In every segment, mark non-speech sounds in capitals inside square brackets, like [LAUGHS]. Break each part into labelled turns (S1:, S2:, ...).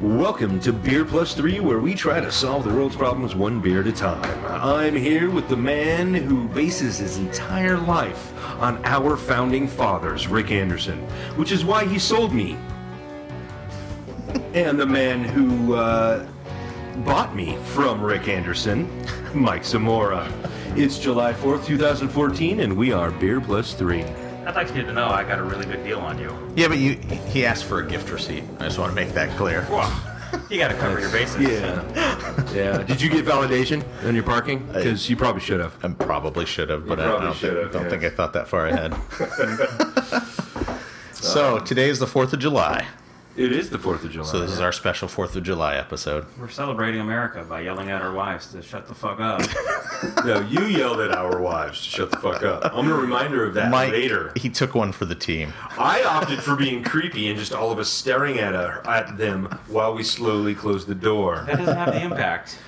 S1: Welcome to Beer Plus Three, where we try to solve the world's problems one beer at a time. I'm here with the man who bases his entire life on our founding fathers, Rick Anderson, which is why he sold me. And the man who uh, bought me from Rick Anderson, Mike Zamora. It's July 4th, 2014, and we are Beer Plus Three.
S2: I'd like you to know I got a really good deal on you.
S3: Yeah, but you, he asked for a gift receipt. I just want to make that clear.
S2: Well, you got to cover your bases.
S1: Yeah. yeah. Did you get validation on your parking? Because you probably should have.
S3: I probably should have, but I
S1: probably
S3: don't,
S1: should
S3: think,
S1: have,
S3: don't
S1: yeah.
S3: think I thought that far
S1: [LAUGHS]
S3: ahead. [LAUGHS] so today is the 4th of July.
S1: It is the 4th of July.
S3: So this is our special 4th of July episode.
S2: We're celebrating America by yelling at our wives to shut the fuck up.
S1: No, you yelled at our wives to shut the fuck up. I'm gonna remind her of that
S3: Mike,
S1: later.
S3: he took one for
S1: [LAUGHS]
S3: the team.
S1: I opted for being creepy and just all of us staring at her, at them while we slowly closed the door.
S2: that doesn't have the impact.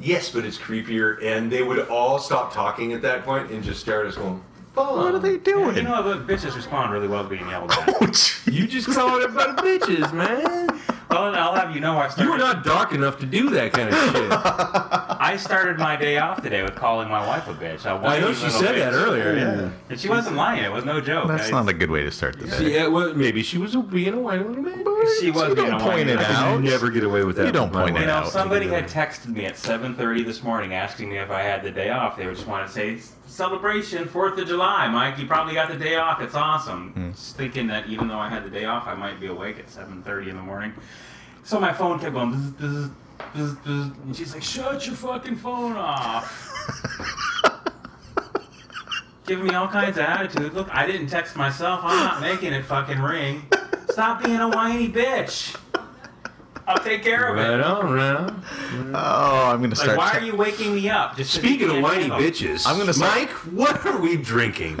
S1: Yes, but it's creepier, and they would all stop talking at that point and just stare at us going, "Fuck."
S3: What are they
S2: You
S3: doing?
S2: know, but bitches respond really well to being yelled at.
S3: Oh,
S1: You just called everybody bitches, man.
S2: Well, I'll have you know I started.
S1: You were not dark enough to do that kind of
S3: [LAUGHS]
S1: shit.
S2: I started my day off today with calling my wife a bitch. A
S1: I know
S2: whiny
S1: she
S2: little
S1: said that
S2: bitch.
S1: earlier.
S2: and she wasn't lying. It was no joke.
S3: That's
S2: I-
S3: not a good way to start the day.
S1: Yeah, well, maybe she was being a whiny little bitch.
S2: She was
S3: you
S2: being a
S3: don't point
S2: whiny
S3: it
S2: bitch.
S3: out.
S1: never get away with that.
S3: You don't
S1: with my
S3: point it
S1: wife.
S2: You know,
S3: out.
S2: somebody had texted me at 7:30 this morning asking me if I had the day off. They just wanted to say celebration Fourth of July, Mike. You probably got the day off. It's awesome.
S3: Hmm.
S2: Just thinking that even though I had the day off, I might be awake at 7:30 in the morning. So my phone kept going. Bzz, bzz, bzz, bzz, and she's like, "Shut your fucking phone
S3: [LAUGHS]
S2: off." Giving me all kinds of attitude. Look, I didn't text myself. I'm not making it fucking ring. Stop being a whiny bitch. I'll take care of it.
S1: Right on, right on.
S3: Oh, I'm going to
S2: Like,
S3: start.
S2: why
S3: te-
S2: are you waking me up? Just to
S1: Speaking
S2: be
S1: of
S2: an
S1: whiny
S2: animal?
S1: bitches,
S3: I'm gonna say-
S1: Mike, what are we drinking?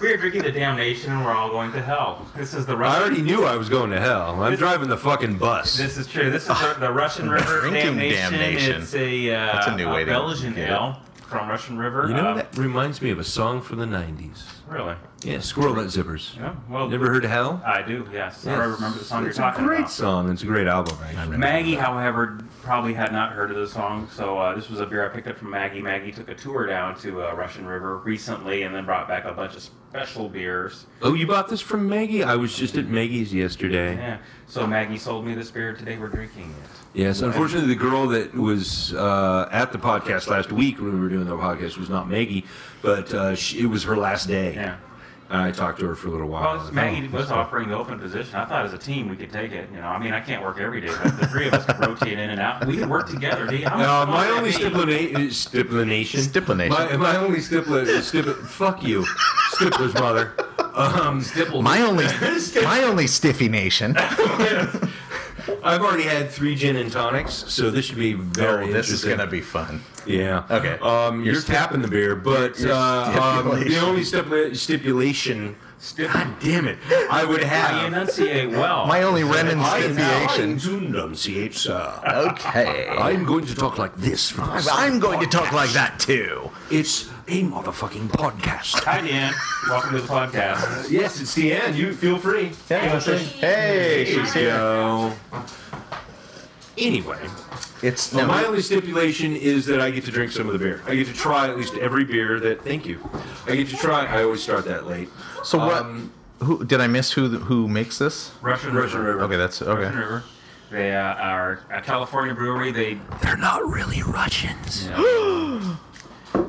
S2: We are drinking the damnation, and we're all going to hell. This is the
S1: I
S2: Russian.
S1: already knew I was going to hell. I'm driving the fucking bus.
S2: This is true. This is the, the Russian
S3: [LAUGHS]
S2: River
S3: Drinking
S2: damnation.
S3: damnation.
S2: It's a, uh,
S3: That's a new way to
S2: Belgian
S3: get it.
S2: ale from Russian River.
S1: You know
S2: Uh,
S1: that reminds me of a song from the '90s.
S2: Really?
S1: Yeah, Squirrel Nut Zippers.
S2: Yeah. Well,
S1: You ever heard of Hell?
S2: I do. Yes. I remember the song
S1: It's
S2: you're
S1: a
S2: talking
S1: great
S2: about.
S1: song. It's a great album. Actually.
S2: Maggie, however, probably had not heard of the song, so uh, this was a beer I picked up from Maggie. Maggie took a tour down to uh, Russian River recently, and then brought back a bunch of special beers.
S1: Oh, you bought this from Maggie? I was just at Maggie's yesterday.
S2: Yeah. So Maggie sold me this beer today. We're drinking it.
S1: Yes, unfortunately, the girl that was uh, at the podcast last week when we were doing the podcast was not Maggie, but uh, she, it was her last day.
S2: Yeah.
S1: And Uh, I talked to her for a little while.
S2: Well, Maggie was offering the open position. I thought as a team we could take it. You know, I mean, I can't work every day, but the three of us could rotate in and out. We could work together. D. How much
S1: Uh,
S2: fun
S1: my
S2: would
S1: only
S2: that be?
S1: stipulation. Stipulation.
S3: Stipulation.
S1: My, my only stipulation. Stipul- fuck you, Stippler's mother. Um, Stipple.
S3: my
S1: [LAUGHS]
S3: only, my only stiffy nation.
S1: I've already had three gin and tonics, so this should be [LAUGHS] very.
S3: oh, this is
S1: interesting.
S3: gonna be fun.
S1: Yeah.
S3: Okay.
S1: Um, you're,
S3: Your stip-
S1: tapping the beer, but uh, um, the
S3: stipulation.
S1: only stipula- stipulation.
S2: Stip-
S1: God damn it! I would
S2: I
S1: have.
S2: enunciate well.
S3: My only
S1: I am going
S3: renunciation.
S1: to enunciate, sir.
S3: Okay.
S1: uh, I'm going to talk like this. for myself.
S3: I'm going to talk like that too.
S1: It's a motherfucking podcast.
S2: Hi, Dan. Welcome to the podcast.
S1: Yes, it's the end. You feel free.
S3: Hey, she's here.
S1: So, anyway,
S3: It's
S1: well,
S3: no,
S1: my only stipulation is that I get to drink some of the beer. I get to try at least every beer that. Thank you. I get to try. I always start that late.
S3: So what?
S1: Um,
S3: who did I miss? Who who makes this?
S2: Russian
S1: Russian
S2: River.
S1: River.
S3: Okay, that's
S2: Russian
S3: okay.
S2: River. They uh, are a California brewery. They,
S1: They're not really Russians.
S2: I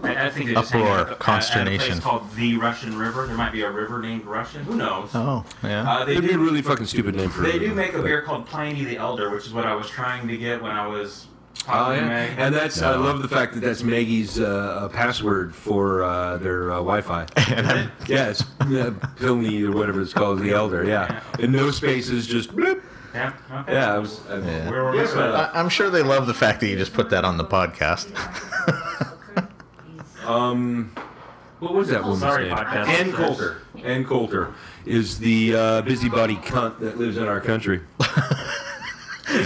S2: I think they just hang
S3: Uproar,
S2: out at- At a
S3: consternation.
S2: place called the Russian River. There might be a river named Russian. Who knows?
S3: Oh yeah.
S2: Uh, they
S1: That'd be a
S2: do
S1: really fucking stupid name for.
S2: They do make a beer called Pliny the Elder, which is what I was trying to get when I was
S1: Oh,
S2: talking to
S1: yeah.
S2: Meg.
S1: And that's I love the fact that that's Maggie's uh, uh, password for uh, their uh, [LAUGHS] Wi-Fi. yeah, it's uh, Pilny or whatever it's called, the Elder. Yeah, and no spaces, just bloop.
S2: yeah, okay.
S1: Yeah, I was. I,
S3: Yeah.
S2: Where were we?
S1: Yes, uh,
S3: I, I'm sure they love the fact that you just put that on the podcast.
S1: Um, what was that woman's
S2: Sorry,
S1: name?
S2: podcast
S1: Ann
S2: listeners.
S1: Coulter. Ann Coulter is the uh, busybody cunt that lives in our country.
S3: [LAUGHS]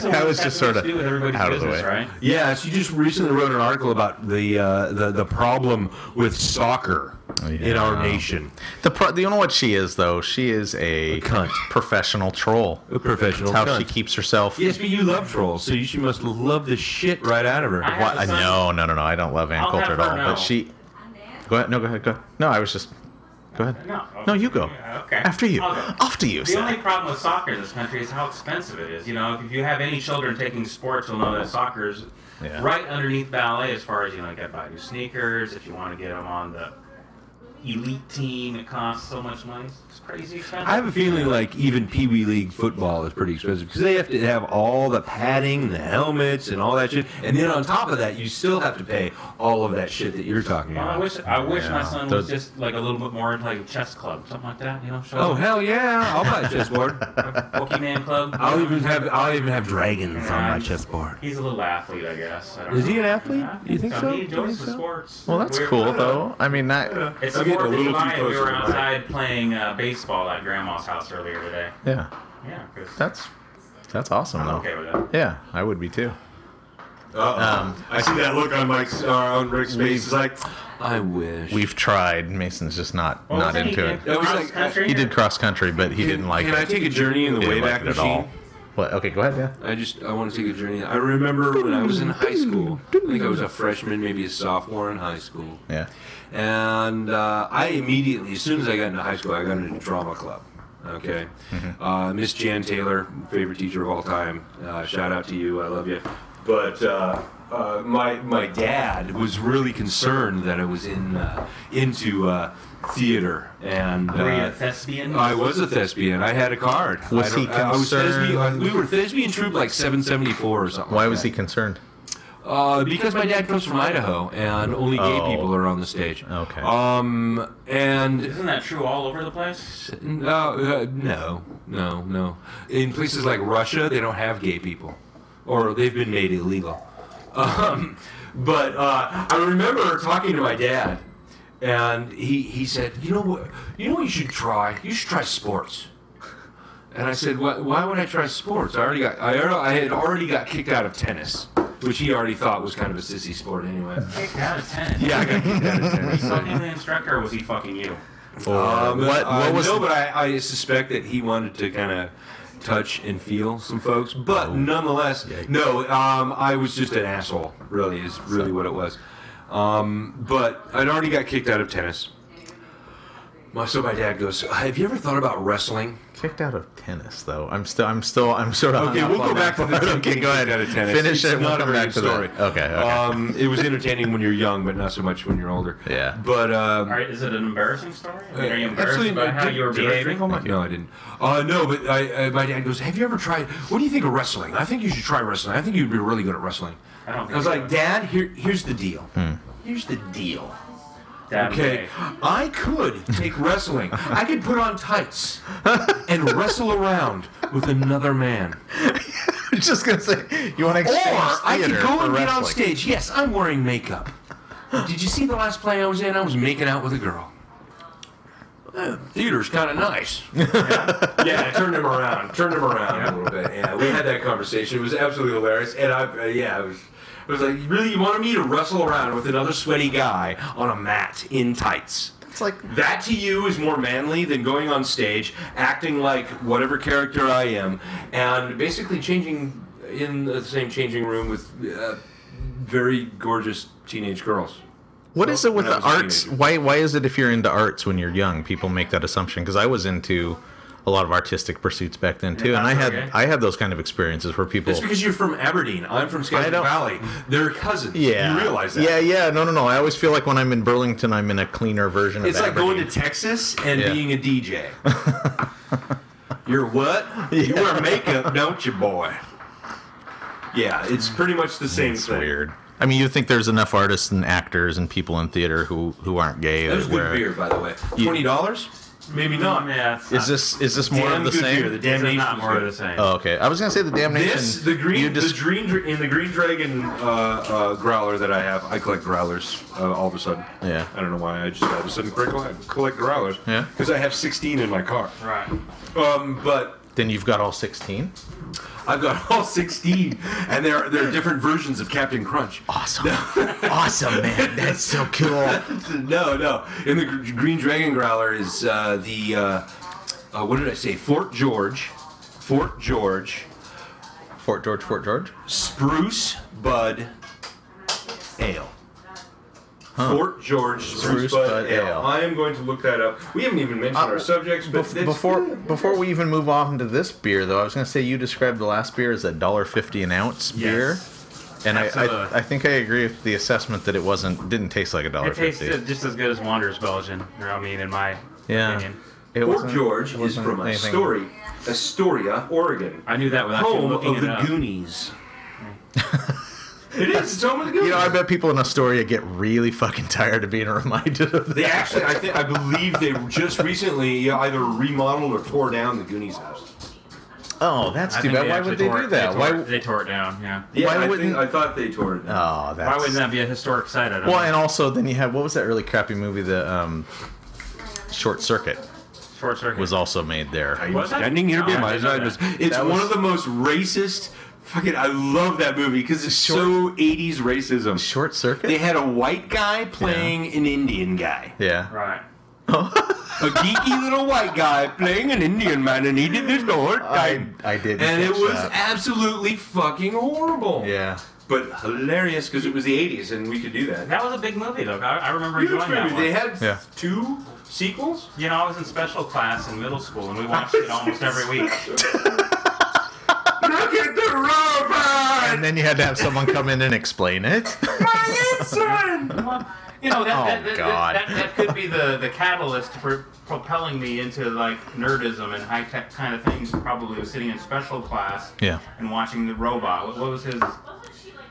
S3: That was just sort of
S2: do with everybody's
S3: out of the
S2: business,
S3: way.
S2: right?
S1: Yeah, she just recently wrote an article about the uh, the the problem with soccer
S3: Oh, yeah.
S1: in our nation.
S3: The pro- you know what she is though? She is a,
S1: cunt.
S3: professional troll.
S1: A professional
S3: That's how
S1: cunt.
S3: she keeps herself.
S1: Yes, but you love trolls, so you she must love the shit right out of her.
S2: I-
S3: What? No, no, no, no. I don't love Ann
S2: I'll
S3: Coulter
S2: have
S3: at
S2: her
S3: all.
S2: know.
S3: But she. Go ahead. No, go ahead. Go. No, I was just. Go ahead.
S2: No.
S3: No, you go.
S2: Yeah, Okay.
S3: After you. Oh,
S2: I'll go.
S3: After you.
S2: The
S3: sir.
S2: only problem with soccer in this country is how expensive it is. You know, if you have any children taking sports, you'll know that soccer's
S3: Yeah.
S2: right underneath ballet as far as you know, get buy new sneakers. If you want to get them on the elite team, it costs so much money. It's crazy expensive.
S1: I have a feeling like even Pee Wee League football is pretty expensive because they have to have all the padding, the helmets, and all that shit. And then on top of that, you still have to pay all of that shit that you're talking
S2: Well, I
S1: about.
S2: wish I wish my
S3: Yeah.
S2: son was
S3: Those-
S2: just like a little bit more into like a chess club, something like that. You know, show
S1: Oh
S2: up
S1: hell yeah! I'll buy a chessboard.
S2: at a Pokemon
S3: [LAUGHS]
S2: club.
S3: Oh,
S1: I'll even have I'll even have dragons on my chessboard.
S2: He's a little athlete, I guess. I don't
S1: Is he
S2: know.
S1: an athlete? You think so?
S2: He
S1: You think
S2: enjoys the
S1: so?
S2: sports.
S3: Well, that's
S2: We're-
S3: cool though. I mean, that.
S1: I'm
S2: It's the
S1: getting
S2: Fourth
S1: a
S2: of
S1: little too
S2: July. and We
S1: close to
S2: were
S1: the mic.
S2: outside playing uh, baseball at Grandma's house earlier today.
S3: Yeah.
S2: Yeah, 'cause
S3: That's. That's awesome
S2: I'm
S3: though.
S2: okay with that.
S3: Yeah, I would be too.
S1: Um, I see that look on Mike's uh, on Rick's face. It's like, I wish
S3: We've tried. Mason's just not
S2: Well,
S3: not
S2: was
S3: into
S2: he
S3: it.
S2: in
S1: It was
S2: cross
S1: like-
S2: country
S3: He
S2: or-
S3: did cross country, but he didn't like
S1: Oh, Can I
S3: it.
S1: take a journey in the
S3: He didn't
S1: Wayback
S3: like it at
S1: Machine?
S3: all. What? Okay, go ahead. Yeah.
S1: I just I want to take a journey. I remember when I was in high school. I think I was a freshman, maybe a sophomore in high school.
S3: Yeah.
S1: And uh, I immediately, as soon as I got into high school, I got into drama club. Okay,
S3: Mm-hmm.
S1: uh, Miss Jan Taylor, favorite teacher of all time. Uh, shout out to you. I love you. But uh, uh, my my dad was really concerned that I was in uh, into uh, theater and.
S2: Were you a
S1: uh,
S2: thespian?
S1: I was a thespian. I had a card.
S3: Was
S1: I don't-
S3: he
S1: I- I was
S3: concerned?
S1: thespian- we were thespian troop like 774 or something.
S3: Why
S1: like
S3: was
S1: that.
S3: he concerned?
S1: Uh, because my dad comes from Idaho, and only gay
S3: Oh.
S1: people are on the stage.
S3: Okay.
S1: Um, and
S2: Isn't that true all over the place?
S1: uh, uh, no, no, no. In places like Russia, they don't have gay people, or they've been made illegal. Um, but uh, I remember talking to my dad, and he, he said, "You know what? You know what you should try? You should try sports." And I said, why, why would I try sports? I already got I, al- I had already got kicked out of tennis, which he already thought was kind of a sissy sport anyway.
S2: Kicked out of ten.
S1: [LAUGHS] Yeah, I got
S2: [LAUGHS]
S1: kicked out of tennis.
S2: Fucking the instructor, or was he fucking you?
S1: Um,
S3: what?
S1: I
S3: What was?
S1: know, but I, I suspect that he wanted to kind of touch and feel some folks. But nonetheless,
S3: Yikes.
S1: no, um, I was just an asshole. Really, is really what it was. Um, but I'd already got kicked out of tennis. My, so my dad goes, "Have you ever thought about wrestling?"
S3: kicked out of tennis though. I'm still. I'm still. I'm sort
S1: [LAUGHS]
S3: of.
S1: Okay,
S3: hung
S1: we'll
S3: up
S1: go
S3: on
S1: back to the
S3: that part. [LAUGHS]
S1: team
S3: Okay,
S1: getting
S3: go ahead.
S1: kicked out of tennis.
S3: Finish
S1: It's
S3: it. We'll
S1: not a
S3: come
S1: very
S3: back
S1: good
S3: to
S1: story.
S3: that. Okay. Okay.
S1: Um, it was entertaining when you're young, but not so much when you're older.
S3: Yeah.
S1: But um,
S2: All right, is it an embarrassing story? I mean, are you embarrassed
S1: Absolutely,
S2: about
S1: no,
S2: how
S1: did-
S2: you were
S1: did I drink
S2: behaving?
S1: all my- No, I didn't. Uh, no, but I, I, my dad goes, "Have you ever tried? What do you think of wrestling? I think you should try wrestling. I think you'd be really good at wrestling."
S2: I don't think
S1: was
S2: so.
S1: like, "Dad, here, here's the deal. Here's the deal.
S2: That
S1: Okay,
S2: way.
S1: I could take wrestling. I could put on tights and wrestle around with another man."
S3: I'm just gonna say you want to
S1: Or
S3: exchange
S1: I could
S3: theater
S1: go
S3: for
S1: and get on
S3: wrestling.
S1: stage. Yes, I'm wearing makeup. Did you see the last play I was in? I was making out with a girl. Eh, theater's kind of
S3: [LAUGHS]
S1: nice. Yeah. I turned him around. Turned him around a little bit. Yeah, we had that conversation. It was absolutely hilarious. And I, uh, yeah, I was, I was like, really, you wanted me to wrestle around with another sweaty guy on a mat in tights?
S3: It's like
S1: That to you is more manly than going on stage, acting like whatever character I am, and basically changing in the same changing room with uh, very gorgeous teenage girls.
S3: What is it with
S1: when I was
S3: the
S1: a
S3: arts?
S1: teenager.
S3: Why why is it if you're into arts when you're young, people make that assumption? Because I was into a lot of artistic pursuits back then too, and I
S2: that's
S3: had
S2: okay.
S3: I had those kind of experiences where people.
S1: That's because you're from Aberdeen. I'm from Skagit
S3: don't-
S1: Valley. They're cousins.
S3: yeah,
S1: You realize that.
S3: Yeah, yeah, no, no, no. I always feel like when I'm in Burlington, I'm in a cleaner version of.
S1: It's like going to
S3: Aberdeen.
S1: Texas and
S3: Yeah.
S1: being a
S3: [LAUGHS]
S1: DJ. You're what? You wear makeup, don't you, boy? Yeah, it's pretty much the same
S3: It's
S1: thing.
S3: weird. I mean, you think there's enough artists and actors and people in theater who who aren't gay?
S1: That was
S3: where-
S1: good beer, by the way. Twenty dollars? Maybe not.
S2: "Mm, Yeah, it's
S3: Is
S2: not-
S3: this is this more
S1: Damn
S3: of the
S1: good
S3: same?
S1: beer, the
S2: this is
S1: damnation
S2: not
S1: is
S2: more of
S1: good.
S2: the same.
S3: Oh, okay. I was gonna say the damnation.
S1: This the
S3: You
S1: green
S3: just,
S1: the green dra- in the green dragon uh, uh, growler that I have. I collect growlers uh, all of a sudden.
S3: Yeah.
S1: I don't know why. I just all of a sudden collect, collect growlers.
S3: Yeah.
S1: Because I have 16 in my car.
S2: Right.
S1: Um, but
S3: then you've got all
S1: [LAUGHS]
S3: sixteen.
S1: I've got all 16, and there are, there are different versions of Captain Crunch. [LAUGHS]
S3: Awesome. awesome, man. That's so cool.
S1: [LAUGHS] no, no. In the gr- Green Dragon Growler is uh, the uh, uh, what did I say? Fort George, Fort George,
S3: Fort George, Fort George.
S1: Spruce Bud Ale. Fort George Spruce,
S3: Spruce
S1: Bud,
S3: Bud
S1: Ale.
S3: Ale.
S1: I am going to look that up. We haven't even mentioned our subjects, but
S3: Bef-
S1: it's-
S3: before before we even move on to this beer, though, I was gonna say you described the last beer as a dollar fifty an ounce beer, and I,
S2: Absolutely.
S3: I I think I agree with the assessment that it wasn't didn't taste like a dollar
S2: It
S3: fifty.
S2: tasted just as good as Wanderer's Belgian. You know what I mean? In my
S3: yeah.
S2: opinion.
S3: It
S1: Fort
S3: wasn't-
S1: George
S3: it
S1: is
S3: wasn't
S1: from
S3: anything-
S1: Astoria, Astoria, Oregon.
S2: I knew that without you
S3: Oh,
S1: Home
S2: looking
S1: of
S2: it
S1: the
S2: up.
S1: Goonies. it is. It's home of the Goonies.
S3: You know, I bet people in Astoria get really fucking tired of being reminded of that.
S1: They actually, I think, I believe they just recently either remodeled or tore down the Goonies house.
S3: Oh, that's
S2: I
S3: too
S2: think
S3: bad. Why
S2: actually
S3: would they
S2: tore
S3: do
S2: it-
S3: that?
S2: They
S3: Why?
S2: tore, it- they tore it down? Yeah.
S1: Yeah,
S3: Why
S1: I,
S3: wouldn't-
S1: think, I thought they tore it down.
S3: Oh, that's.
S2: Why wouldn't that be a historic site? I don't
S3: Well,
S2: know.
S3: and also then you had what was that really crappy movie? The um, Short Circuit
S2: Short circuit.
S3: was also made there.
S1: I
S2: Was that-
S1: standing here
S2: No,
S1: being
S2: I
S1: my
S2: didn't know
S1: side.
S2: that.
S1: It's
S3: That
S1: one
S3: was-
S1: of the most racist. Fucking, I love that movie because it's so 80s racism.
S3: Short Circuit.
S1: They had a white guy playing an Indian guy.
S3: yeah.
S2: right.
S1: A geeky little white guy playing an Indian man, and he did this the whole
S3: I
S1: time.
S3: I did.
S1: and it was
S3: that.
S1: absolutely fucking horrible.
S3: yeah.
S1: But hilarious because it was the 80s and we could do that.
S2: That was a big movie, though. I, I remember
S1: Huge
S2: enjoying that
S1: movie.
S2: one.
S1: They had
S3: Yeah.
S1: two sequels.
S2: you know, I was in special class in middle school, and we watched it almost every
S3: [LAUGHS]
S2: week.
S1: Look at the robot,
S3: And then you had to have someone come in and explain it.
S1: my ensign.
S2: Well, you know, that,
S3: Oh,
S2: that, that,
S3: God.
S2: That, that could be the, the catalyst to pro- propelling me into like nerdism and high tech kind of things. Probably was sitting in special class
S3: [LAUGHS] Yeah.
S2: and watching the robot. What, what was his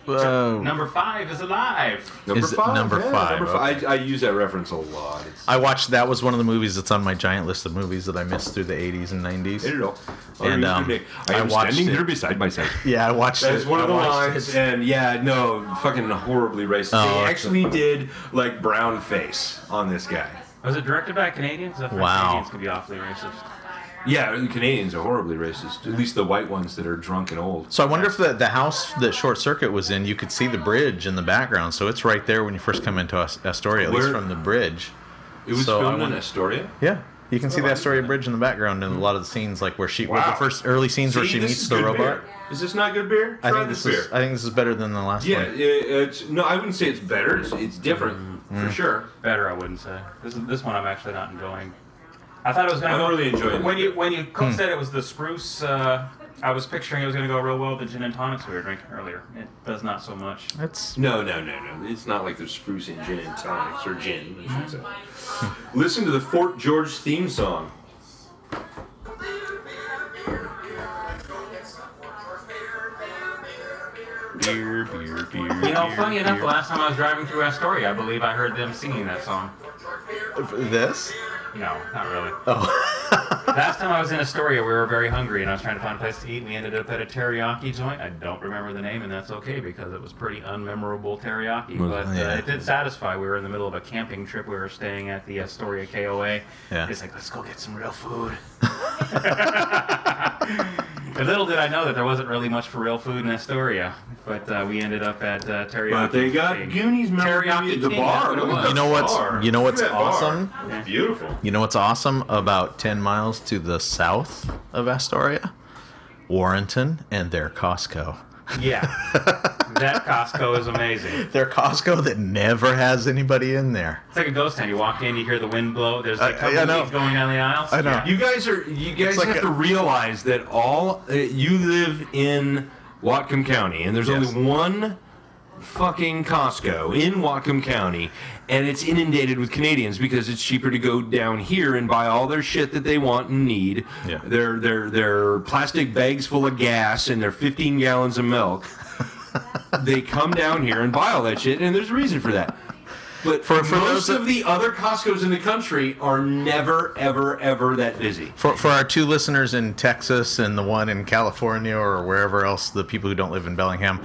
S2: number five is alive?
S1: Number
S3: Is it number five? Okay.
S1: I, I use that reference a lot. It's,
S3: I watched. That was one of the movies that's on my giant list of movies that I missed through the 80s and 90s.
S1: it all.
S3: And, um,
S1: I
S3: I
S1: am
S3: watched
S1: standing
S3: it.
S1: here beside myself.
S3: Yeah, [LAUGHS] I watched
S1: That
S3: it.
S1: is one of
S3: I
S1: the
S3: watched
S1: lines,
S3: it.
S1: and yeah, no, fucking horribly racist.
S3: Oh,
S1: they
S3: okay.
S1: actually did like brown face on this guy.
S2: Was Oh, it directed by Canadians? I think
S3: Wow.
S2: Canadians could be awfully racist.
S1: Yeah, the Canadians are horribly racist. At least the white ones that are drunk and old.
S3: So I wonder if the, the house that Short Circuit was in, you could see the bridge in the background. So it's right there when you first come into As- Astoria, at least
S1: Where-
S3: from the bridge.
S1: It was
S3: So I
S1: filmed in
S3: wonder-
S1: Astoria.
S3: Yeah. You can see
S1: Oh, I
S3: the
S1: didn't
S3: Astoria
S1: know that.
S3: Bridge in the background in a lot of the scenes, like where she, well,
S1: Wow.
S3: the first early scenes where
S1: See,
S3: she
S1: this
S3: meets
S1: is
S3: the
S1: good
S3: robot.
S1: beer. Is this not good beer?
S3: I
S1: Try
S3: think this
S1: beer.
S3: is. I think this is better than the last
S1: yeah,
S3: one.
S1: it, it's no. I wouldn't say it's better. It's, it's different
S3: Mm-hmm.
S1: for sure.
S2: better. I wouldn't say this. This one I'm actually not enjoying. I thought it was gonna.
S1: I'm
S2: go,
S1: really enjoying
S2: When
S1: it.
S2: you when you Cook said it was the spruce, uh, I was picturing it was gonna go real well with the gin and tonics we were drinking earlier. It does not so much.
S3: That's
S1: No, no, no, no. It's not like there's spruce in gin and tonics or gin. I should say. Listen to the Fort George theme song. Beer, beer, beer.
S2: You know, funny enough, the last time I was driving through Astoria, I believe I heard them singing that song.
S3: this.
S2: No, not really.
S3: Oh,
S2: Last time I was in Astoria, we were very hungry, and I was trying to find a place to eat. and We ended up at a teriyaki joint. I don't remember the name, and that's okay because it was pretty unmemorable teriyaki. But
S3: yeah.
S2: uh, it did satisfy. We were in the middle of a camping trip. We were staying at the Astoria KOA.
S3: Yeah.
S2: It's like let's go get some real food. [LAUGHS] And little did I know that there wasn't really much for real food in Astoria, but uh, we ended up at uh, teriyaki.
S1: But they got
S2: King.
S1: Goonies
S2: Teriyaki
S1: memorabilia at the
S2: King,
S1: bar.
S2: that's what it
S1: Look at
S2: was.
S1: the [LAUGHS]
S3: you know what's
S1: bar.
S3: you know
S1: Look
S3: what's
S1: at that bar.
S3: awesome?
S1: It's beautiful.
S3: You know what's awesome about 10 miles to the south of Astoria? Warrenton and their Costco.
S2: Yeah, that Costco is amazing.
S3: Their Costco that never has anybody in there.
S2: It's like a ghost town. You walk in, you hear the wind blow. There's like a
S3: I- Uh, I
S2: couple of
S3: know.
S2: leaves going down the aisles.
S3: I know.
S2: Yeah.
S1: You guys are. You guys
S3: like
S1: have
S3: a-
S1: to realize that all uh, you live in Whatcom County, and there's
S3: Yes.
S1: only one fucking Costco in Whatcom County, and it's inundated with Canadians because it's cheaper to go down here and buy all their shit that they want and need.
S3: Yeah.
S1: Their their their plastic bags full of gas and their 15 gallons of milk. they come down here and buy all that shit, and there's a reason for that. But
S3: For- for
S1: most
S3: those that-
S1: of the other Costco's in the country are never, ever, ever that busy.
S3: For, for our two listeners in Texas and the one in California or wherever else, the people who don't live in Bellingham,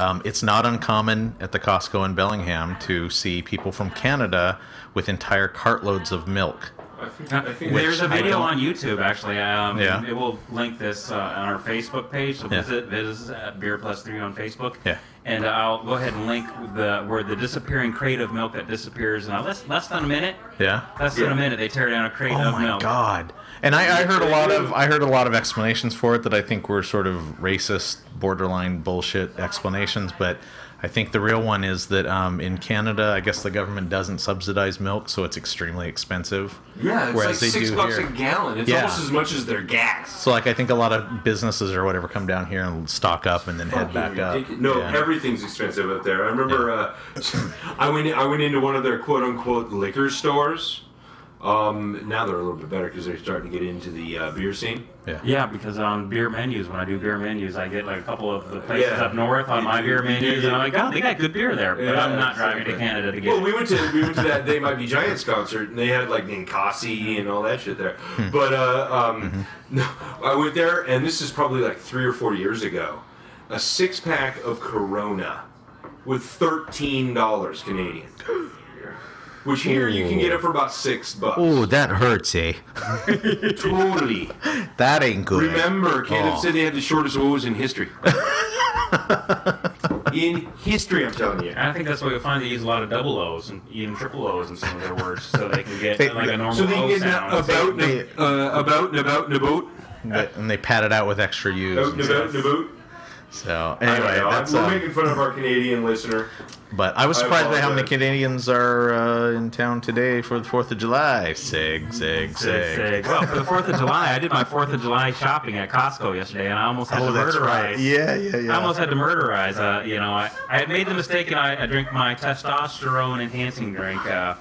S3: um, it's not uncommon at the Costco in Bellingham to see people from Canada with entire cartloads of milk.
S2: There's a
S3: I
S2: video
S3: don't-
S2: on YouTube actually. Um,
S3: Yeah.
S2: It will link this uh, on our Facebook page. So
S3: Yeah.
S2: visit visit at Beer Plus Three on Facebook.
S3: Yeah.
S2: And I'll go ahead and link the where the disappearing crate of milk that disappears in uh, less less than a minute.
S3: Yeah.
S2: Less than a minute, they tear down a crate
S3: Oh
S2: of
S3: my
S2: milk.
S3: god! And I, I heard a lot of I heard a lot of explanations for it that I think were sort of racist, borderline bullshit explanations. But I think the real one is that um, in Canada, I guess the government doesn't subsidize milk, so it's extremely expensive.
S1: Yeah, it's
S3: Whereas
S1: like
S3: they
S1: six
S3: do
S1: bucks
S3: here.
S1: a gallon. It's
S3: Yeah.
S1: almost as much as their gas.
S3: So like I think a lot of businesses or whatever come down here and stock up and then head back up.
S1: No,
S3: Yeah.
S1: everything's expensive up there. I remember uh, [LAUGHS] I went I went into one of their quote unquote liquor stores. Um, now they're a little bit better because they're starting to get into the uh, beer scene.
S3: yeah.
S2: Yeah, because on beer menus, when I do beer menus, I get like a couple of the places
S1: Yeah.
S2: up north on my beer menus, and I'm like, oh, they got good beer there, but
S1: Yeah,
S2: I'm not driving
S1: exactly.
S2: to Canada to get
S1: Well,
S2: it.
S1: we went to we went to that They Might Be Giants concert, and they had like Ninkasi and all that shit there. But uh, um, [LAUGHS] no, I went there, and this is probably like three or four years ago. A six pack of Corona with thirteen dollars Canadian, which here you can get it for about six bucks.
S3: Oh, that hurts, eh?
S1: totally.
S3: That ain't good.
S1: Remember, Canada
S3: Oh.
S1: said they had the shortest woes in history. in history, I'm telling you.
S2: I think that's why we find they use a lot of double O's and even triple O's in some of their words, so they can get
S3: They-
S2: like a normal
S1: So they
S2: O
S1: get
S2: sound.
S1: about
S3: They-
S1: uh, about and about and about.
S3: But- and they pat it out with extra U's.
S1: Out
S3: and
S1: and about and
S3: stuff.
S1: about.
S3: So
S1: Oh, I
S3: anyway,
S1: don't know.
S3: that's.
S1: we're
S3: Uh,
S1: making fun of our Canadian listener.
S3: But I was
S1: I
S3: surprised by how many
S1: apologize.
S3: Canadians are uh, in town today for the Fourth of July. Sig, sig,
S2: Sig,
S3: sig.
S2: sig. Well, for the Fourth of July, I did my Fourth of July shopping at Costco yesterday, and I almost had
S3: Oh,
S2: to
S3: that's
S2: murderize.
S3: right. Yeah, yeah, yeah.
S2: I almost had to murderize. Uh, you know, I, I had made the mistake, and I, I drink my testosterone enhancing drink. Uh,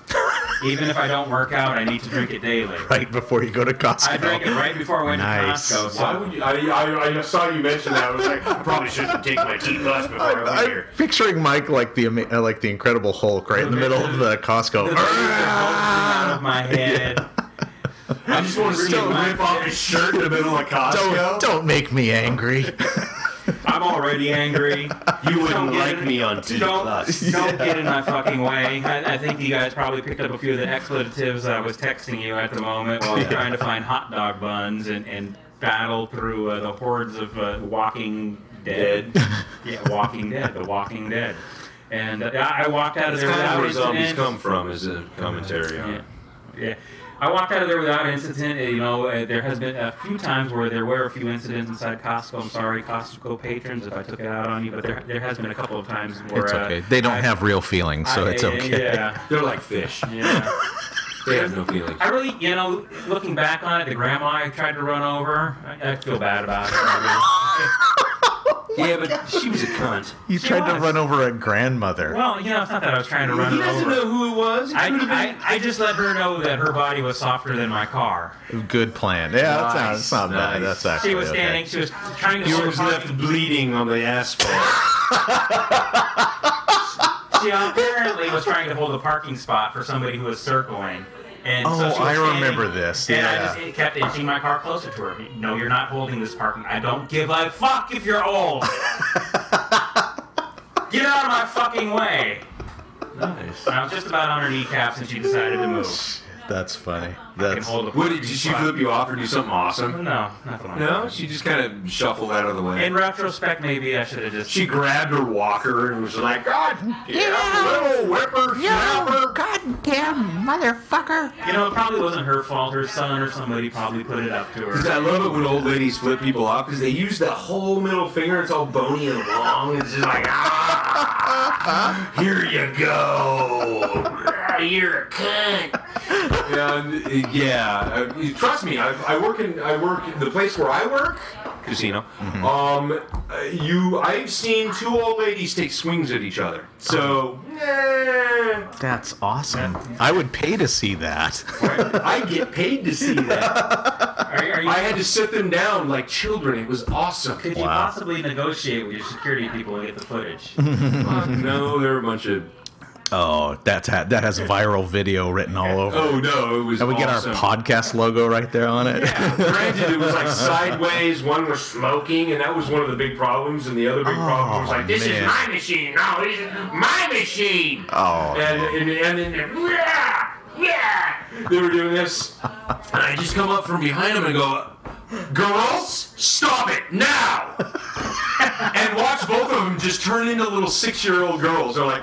S2: even if I don't work out, I need to drink it daily.
S3: right before you go to Costco.
S2: I drank it right before I went
S3: Nice.
S2: to Costco. So
S1: Why would you, I, I, I saw you mention that. I was like, I probably shouldn't take my tea bus before I, leave
S3: I'm
S1: here.
S3: picturing Mike like the ama- uh, like the Incredible Hulk, right in the middle of the Costco.
S2: the leaves are bulging out of
S3: [LAUGHS]
S2: my head.
S1: I just want to see him
S2: Don't-
S1: rip off his shirt in the middle of Costco.
S3: don't don't make
S2: [LAUGHS]
S3: me angry.
S2: I'm
S1: [LAUGHS]
S2: already angry.
S1: You
S2: Don't
S1: wouldn't
S2: get
S1: like
S2: in-
S1: me on T
S2: don't,
S1: Plus.
S2: Don't get in my fucking way. I, I think you guys probably picked up a few of the expletives I was texting you at the moment while trying to find hot dog buns and, and battle through uh, the hordes of uh, walking dead. yeah, walking dead. The walking dead. And uh, I I walked out of
S1: That's
S2: there
S1: kind of
S2: without
S1: where zombies
S2: incident.
S1: come from, is a commentary on
S2: Yeah.
S1: it.
S2: yeah. I walked out of there without incident. You know, uh, there has been a few times where there were a few incidents inside Costco. I'm sorry, Costco patrons, if I took it out on you, but there, there has been a couple of times where
S3: [LAUGHS] It's
S2: uh,
S3: okay. They don't
S2: I-
S3: have real feelings, so
S2: I-
S3: it's okay.
S2: Yeah,
S1: They're like fish.
S2: yeah.
S1: They have no feelings.
S2: I really, you know, looking back on it, the grandma I tried to run over, I, I feel bad about it.
S1: Yeah, but she was a cunt.
S3: You
S2: She
S3: tried to
S2: was.
S3: run over a grandmother.
S2: well, you know, it's not that I was trying to run
S1: He
S2: her
S1: doesn't
S2: over.
S1: know who it was. It
S2: I,
S1: could've
S2: I, I just let her know that her body was softer than my car.
S3: Good plan. Yeah, that's not,
S1: Nice,
S3: that's not
S1: nice.
S3: bad. That's actually
S2: She was standing.
S3: okay.
S2: She was trying to.
S1: Yours
S2: park-
S1: left bleeding on the [LAUGHS] asphalt.
S2: She apparently was trying to hold a parking spot for somebody who was circling. And so
S3: Oh,
S2: she was
S3: I
S2: standing,
S3: remember this,
S2: And
S3: yeah.
S2: I just it kept inching my car closer to her. No, you're not holding this parking. I don't give a fuck if you're
S1: [LAUGHS]
S2: old. Get out of my fucking way.
S1: nice.
S2: And I was just about on her kneecaps and she decided to move.
S3: That's funny.
S2: I can
S3: That's
S2: hold a
S1: What
S2: parking
S1: did she
S2: spot.
S1: flip you off or do something awesome?
S2: No, nothing like
S1: No,
S2: that.
S1: she just kind of shuffled out of the way.
S2: In retrospect, maybe I should have just.
S1: She grabbed her walker and was like, God, get up, little whipper snapper.
S4: goddamn motherfucker.
S2: You know, it probably wasn't her fault. Her son or somebody probably put it up to
S1: [LAUGHS]
S2: her.
S1: Because I love it when old ladies flip people off because they use that whole middle finger. It's all bony and long. It's just like, ah, here you go. Ah, You're a cunt. And, uh, yeah, uh, you- trust me. I, I work in I work the place where I work, casino. Um, uh, you, I've seen two old ladies take swings at each other. So, eh.
S3: that's awesome. I would pay to see that. [LAUGHS]
S1: I get paid to see that.
S2: Are, are you
S1: I had to sit them down like children. It was awesome.
S2: Could you
S3: Wow.
S2: [LAUGHS] possibly negotiate with your security people and get the footage?
S1: no, they're a bunch of
S3: Oh, that's ha- that has viral video written all over. it.
S1: Oh no, it was.
S3: and we get our
S1: awesome.
S3: podcast logo right there on it.
S1: Yeah, granted, it was like sideways. One was smoking, and that was one of the big problems. And the other big problem was like, "This
S3: Oh, man.
S1: is my machine. No, this is my machine."
S3: [LAUGHS] Oh,
S1: and and and then yeah, yeah, they were doing this. And I just come up from behind them and go, "Girls, stop it now!" and watch both of them just turn into little six-year-old girls. They're like,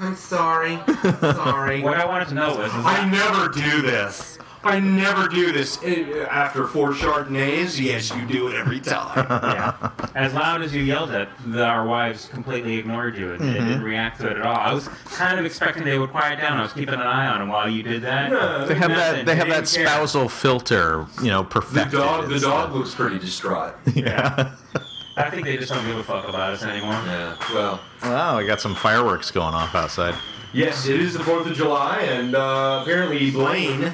S1: "I'm sorry, sorry."
S2: What I wanted to know was, [LAUGHS] is
S1: I never do this. I never do this. Eh, After four Chardonnays, yes, you do it every
S2: [LAUGHS]
S1: time.
S2: yeah. As loud as you yelled at, the, our wives completely ignored you and they didn't react to it at all. I was kind of expecting they would quiet down. I was keeping an eye on them while you did that.
S1: No.
S3: they have
S2: Nothing.
S3: that. They have
S2: Didn't
S3: that
S2: care.
S3: spousal filter, you know,
S1: The
S3: perfected.
S1: dog, the
S3: It's,
S1: dog looks pretty distraught.
S3: Yeah.
S2: I think they just don't give a fuck about us anymore.
S1: Yeah. Well,
S3: wow, we got some fireworks going off outside.
S1: yes, it is the Fourth of July, and uh, apparently Blaine,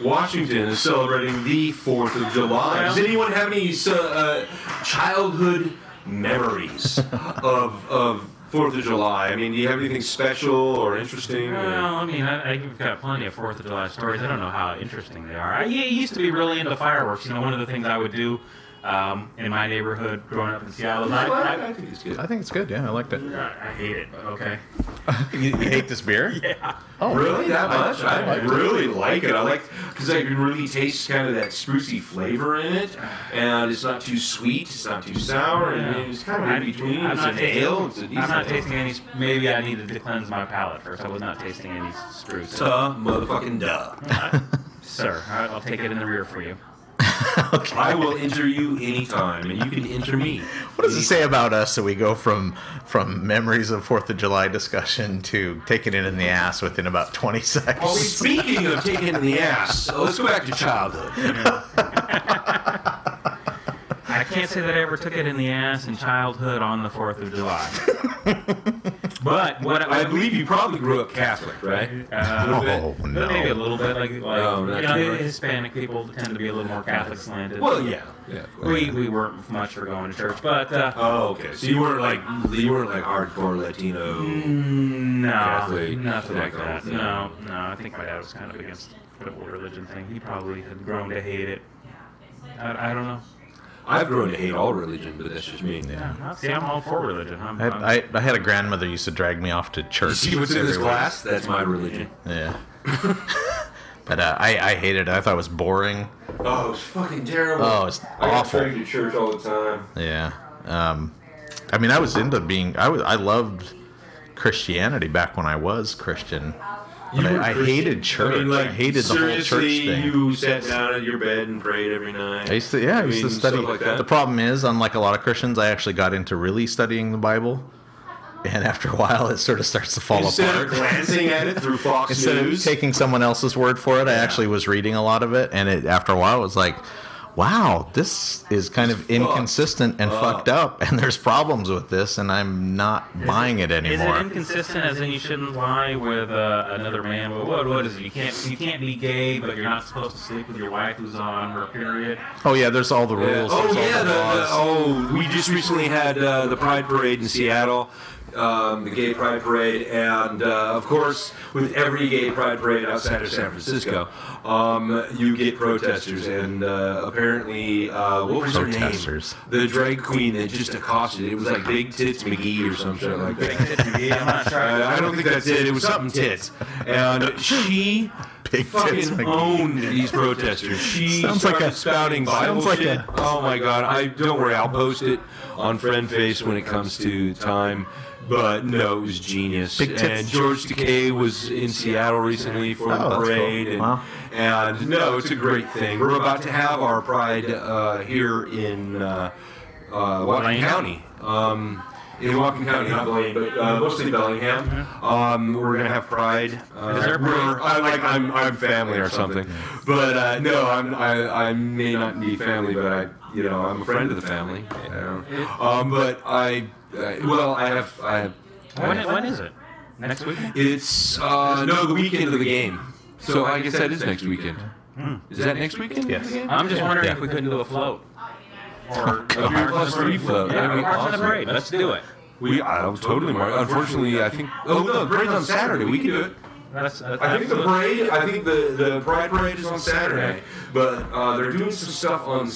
S1: Washington, is celebrating the Fourth of July. Does anyone have any uh, uh, childhood memories of of Fourth of July? I mean, do you have anything special or interesting? or-
S2: Well, I mean, I, I've got plenty of Fourth of July stories. I don't know how interesting they are. I yeah, used to be really into fireworks. You know, one of the things I would do um, in my neighborhood growing up in Seattle, is I, I,
S1: think it's good.
S3: I think it's good. Yeah, I liked it.
S2: I hate it, but okay.
S3: You, you hate this beer?
S1: [LAUGHS]
S2: Yeah.
S3: Oh,
S1: Really that much? I,
S3: I liked it.
S1: really like it. I like because I can really taste kind of that sprucey flavor in it, and it's not too sweet, it's not too sour, and it's kind of in between.
S2: I'm
S1: it's
S2: not
S1: an
S2: tasting-
S1: ale. It's a
S2: I'm not
S1: decent ale.
S2: tasting any. Maybe I needed to cleanse my palate first. I was not tasting any spruce.
S1: Duh, motherfucking duh.
S2: Sir, I- I'll take it in the rear for you.
S3: okay.
S1: I will enter you anytime, and you can enter
S2: [LAUGHS]
S1: me.
S3: What does it say about us that we go from from memories of Fourth of July discussion to taking it in the ass within about twenty [LAUGHS] seconds?
S1: Well, speaking of taking in the ass, oh, let's go back to childhood.
S2: I can't say that I ever took it in the ass in childhood on the Fourth
S1: [LAUGHS]
S2: of July. but what
S1: I believe you probably grew up Catholic, right?
S2: Uh,
S3: oh no!
S2: Maybe a little bit like, like
S1: Oh,
S2: you
S1: that's
S2: know,
S1: right.
S2: Hispanic people tend to be a little more Catholic slanted.
S1: Well, yeah. yeah of course.
S2: we we weren't much for going to church, but uh,
S1: Oh, okay. So you weren't like you weren't like hardcore Latino.
S2: Mm, no,
S1: Catholic,
S2: nothing like
S1: Catholic,
S2: that. No, no, I think my dad was kind of against the whole religion thing. He probably had grown to hate it. I, I don't know.
S1: I've grown to hate all religion, but that's just me.
S2: Yeah, See, I'm all for religion. I'm,
S3: I,
S2: I'm,
S3: I, I had a grandmother used to drag me off to church.
S1: You see what's in this
S3: every week.
S1: glass? That's my religion.
S3: Yeah. [LAUGHS] but uh, I, I hated it. I thought it was boring.
S1: Oh, it's fucking terrible.
S3: Oh, it's
S1: I got
S3: awful.
S1: dragged to church all the time.
S3: Yeah. Um, I mean, I was into being. I was. I loved Christianity back when I was Christian. But I, I hated church. I, hated the whole church
S1: seriously,
S3: thing.
S1: you sat down in your bed and prayed every night.
S3: I used to, yeah, I, used
S1: mean,
S3: to study.
S1: stuff like that.
S3: The problem is, unlike a lot of Christians, I actually got into really studying the Bible, and after a while, it sort of starts to fall
S1: Instead
S3: apart.
S1: of glancing at it
S3: [LAUGHS]
S1: through Fox
S3: Instead of
S1: News,
S3: taking someone else's word for it, I actually was reading a lot of it, and it after a while, it was like, wow, this is kind of inconsistent and fucked up, and there's problems with this, and I'm not buying it
S2: Is
S3: anymore.
S2: it inconsistent as in you shouldn't lie with uh, another man? What, what, what is it? You can't you can't be gay, but you're not supposed to sleep with your wife who's on her period.
S3: oh yeah, there's all the rules.
S1: Oh
S3: there's
S1: yeah,
S3: all
S1: the,
S3: the
S1: the,
S3: laws.
S1: oh we just recently had uh, the Pride Parade in Seattle, um, the Gay Pride Parade, and uh, of course with every Gay Pride Parade outside of San Francisco, um, you get protesters, and uh, apparently uh, what was
S3: Protesters.
S1: her name? The drag queen that just accosted it was like Big Tits McGee or some shit like that.
S2: Yeah, I'm not sure.
S1: Uh, I don't think that's it. It was something tits, and she
S3: [LAUGHS] Big
S1: fucking
S3: tits McGee.
S1: owned these protesters. She
S3: Sounds
S1: started
S3: like a-
S1: spouting Bible
S3: sounds like
S1: shit.
S3: a-
S1: oh my god! I don't worry. I'll post it on Friend Face when it comes to time. But no, it was genius.
S3: Big tits.
S1: And George Takei was in Seattle recently for
S3: Oh,
S1: the
S3: that's cool.
S1: parade. And,
S3: Wow.
S1: and no, it's a great thing. We're about to have our pride uh, here in uh, uh, Whatcom
S2: Blaine?
S1: County. Um, in Whatcom County, not Blaine, but uh, mostly Bellingham. Um, we're gonna have pride. Uh,
S2: Is there a
S1: we're-
S2: pride?
S1: I like I'm I'm family or something, but uh, no, I'm I, I may not be family, but I you know I'm a friend of the family. you know. Um, but I, I well I have I have. I
S2: When,
S1: have-
S2: when is it? Next week?
S1: It's uh, no the weekend of the game, so I guess that is next weekend. Is that next weekend?
S3: Yes.
S2: I'm just wondering
S3: Yeah.
S2: if we couldn't do a float. [LAUGHS] Or a
S1: Beer plus three float.
S2: Yeah,
S1: That'd be
S2: Parks on the
S1: awesome.
S2: Parade. Let's do it.
S1: We, I'll totally mark. Unfortunately, I think. Oh no, the parade's on Saturday. We can do it.
S2: That's, uh, that's
S1: I think the parade. I think the the pride parade is on Saturday, but uh, they're doing some stuff on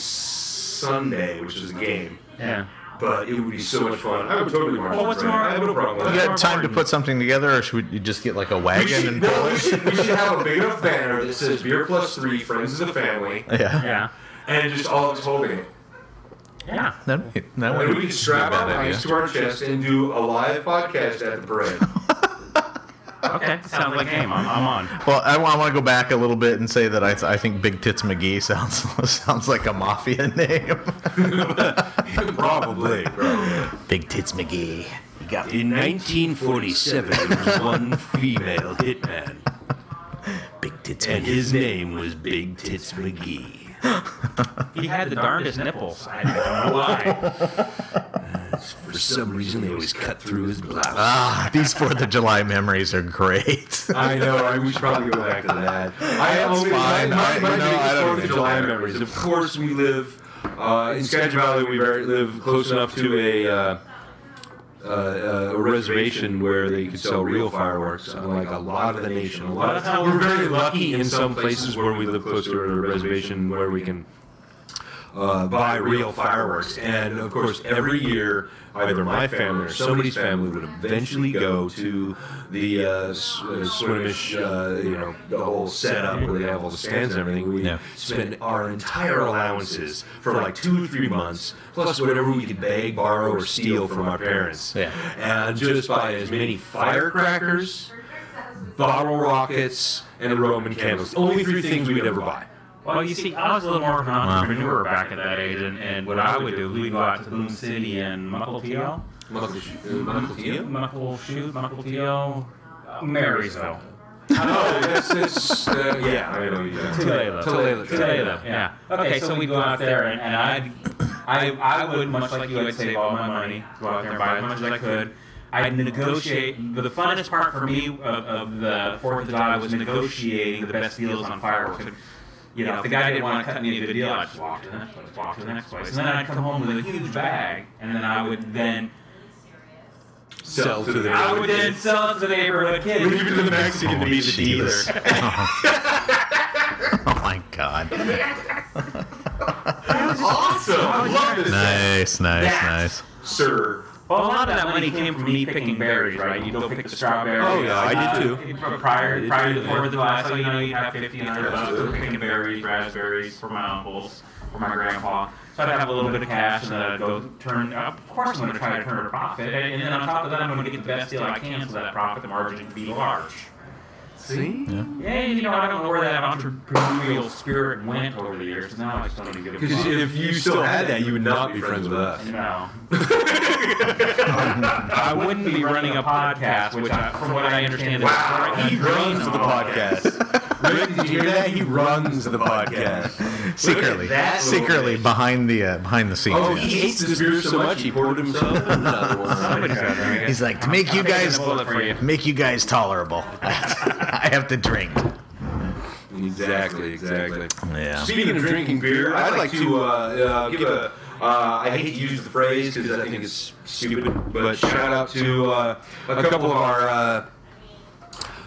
S1: Sunday, which is a game.
S2: Yeah.
S1: But it would be so much fun. I would totally mark.
S2: Well,
S1: the
S2: what's
S1: parade.
S2: more-
S1: I have no problem. with
S3: You
S1: that.
S3: got time to put something together, or should we you just get like a
S1: We
S3: wagon
S1: should,
S3: and
S1: no,
S3: pull
S1: we,
S3: it?
S1: should, we should have a big enough banner that says Beer Plus Three, Friends as a Family,
S3: [LAUGHS] Yeah.
S2: Yeah.
S1: and just all of us holding it.
S2: Yeah.
S3: That, that
S1: And
S3: wouldn't
S1: we
S3: be
S1: could
S3: a
S1: strap
S3: bad
S1: our
S3: idea.
S1: mics to our chest and do a live podcast at the parade.
S2: Okay. Sounds like a game. I'm, I'm on.
S3: Well, I, want to go back a little bit and say that I, I think Big Tits McGee sounds [LAUGHS] sounds like a mafia [LAUGHS] name.
S1: Probably.
S3: Big Tits McGee. You got
S1: In 1947, there was one female hitman,
S3: Big Tits
S1: and his name was Big Tits McGee.
S2: He had the darndest nipples. I don't know [LAUGHS] why.
S1: For some reason, they always cut through his blouse.
S3: Ah, these Fourth of July memories are great. [LAUGHS]
S1: I know. I, we should probably go back to that. I
S3: That's
S1: always,
S3: fine.
S1: My, my, my
S3: I-
S1: biggest
S3: no, I don't
S1: Fourth of
S3: think
S1: July
S3: so.
S1: memories. Of course, we live uh, in Skagit Valley. We very, live close enough to a. Uh, uh, uh, a reservation where they could sell real fireworks, unlike a lot of the nation. A lot
S2: Well,
S1: we're very lucky in some places where we live close to a reservation where we can uh, buy real fireworks. And of course, every year, either my family or somebody's family would eventually go to the uh, S- uh, Swinomish, uh, you know, the whole setup where they have all the stands and everything. We
S3: Yeah.
S1: spend our entire allowances for like two or three months, plus whatever we could beg, borrow, or steal from our parents.
S3: Yeah.
S1: And just buy as many firecrackers, bottle rockets, and Roman candles. Only three things we'd ever buy.
S2: Well, you see, I was a little more of an entrepreneur back at that age, and, and what I would do, we'd go out to Boom City and Muckle Teal.
S1: Michael Sh- uh, Michael Teal?
S2: Muckle Shoot, Muckle Teal, uh, Marysville.
S1: Oh, that's, that's, uh, yeah, I know. Yeah.
S2: Tulalip.
S1: Tulalip.
S2: Tulalip, yeah. Okay, so we'd go out there, and, and I'd, I, I would, much like you, I'd save all my money, go out there and buy as much as I could. I'd negotiate. The funnest part for me of, of the 4th of July was negotiating the best deals on fireworks. And, you know, if the guy didn't want to cut me a good deal, I'd just walk to the next place, walk to the next place. And then I'd come home with a huge bag, and then I would then,
S1: Sell to the
S2: I would then sell it to the neighborhood kids.
S1: Leave it to the Mexican to be the dealer.
S3: Jesus. oh my god.
S1: [LAUGHS] Awesome! I love this.
S3: Nice, nice, nice.
S1: That, sir.
S2: Well, a lot of that money came from me picking berries, right? You'd go pick the strawberries.
S1: Oh, yeah, I did,
S2: too. Prior, prior to the Fourth of July, so you know you'd have fifty hundred bucks for
S1: Absolutely.
S2: picking berries, raspberries for my uncles, for my grandpa. So I'd have a little bit of cash, and then I'd go turn. Of course, I'm going to try to turn a profit, and then on top of that, I'm going to get the best deal I can, so that profit margin can be large.
S1: See?
S2: Yeah, you know, I don't know where that entrepreneurial spirit went over the years. 'cause Now I just don't even give a
S1: Because
S2: fuck.
S1: if you still had that, you would not be friends with us.
S2: No. [LAUGHS] I wouldn't be running a podcast, which, I, from what I understand, is
S1: Wow, he
S2: a
S1: runs
S2: dream
S1: the
S2: on.
S1: podcast. [LAUGHS] Rick, did you hear that? He runs the podcast.
S3: Secretly,
S1: that little
S3: secretly
S1: bitch.
S3: behind the uh, behind the scenes.
S1: Oh,
S3: yeah.
S1: he hates this beer so much he poured himself another one.
S2: Somebody's got to drink it.
S3: He's like to make you
S2: I'm taking
S3: guys
S2: the bullet for you.
S3: make you guys tolerable. [LAUGHS] I have to drink.
S1: Exactly, exactly.
S3: Yeah.
S1: Speaking of drinking beer, I'd like to uh, uh, give a. Uh, I hate to use the phrase because I think it's stupid, but shout out to uh, a couple of our uh,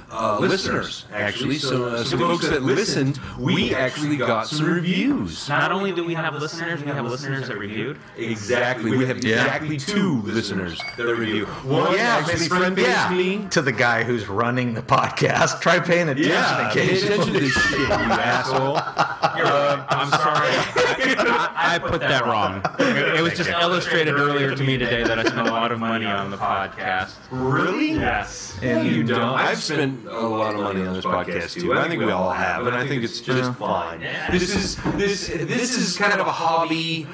S1: uh, listeners, actually. So, uh, some folks that listened, we actually got some reviews.
S2: Not only do we have listeners, we have listeners that reviewed.
S1: Exactly. We have
S3: Yeah.
S1: exactly two listeners that review. One
S3: Yeah,
S1: actually
S3: maybe
S1: friend based
S3: yeah.
S1: me.
S3: to the guy who's running the [LAUGHS] podcast. Try paying attention
S1: Yeah, pay
S3: [LAUGHS] occasionally.
S1: attention to this shit, you asshole.
S2: You're right. Uh, I'm sorry. [LAUGHS] I, I put that wrong. It was just illustrated earlier to me today that I spent a lot of money on the podcast.
S1: Really?
S2: Yes.
S1: And you don't. I've spent a lot of money on this podcast too. I think we all have, and I think it's just fine. This is this this is kind of a hobby.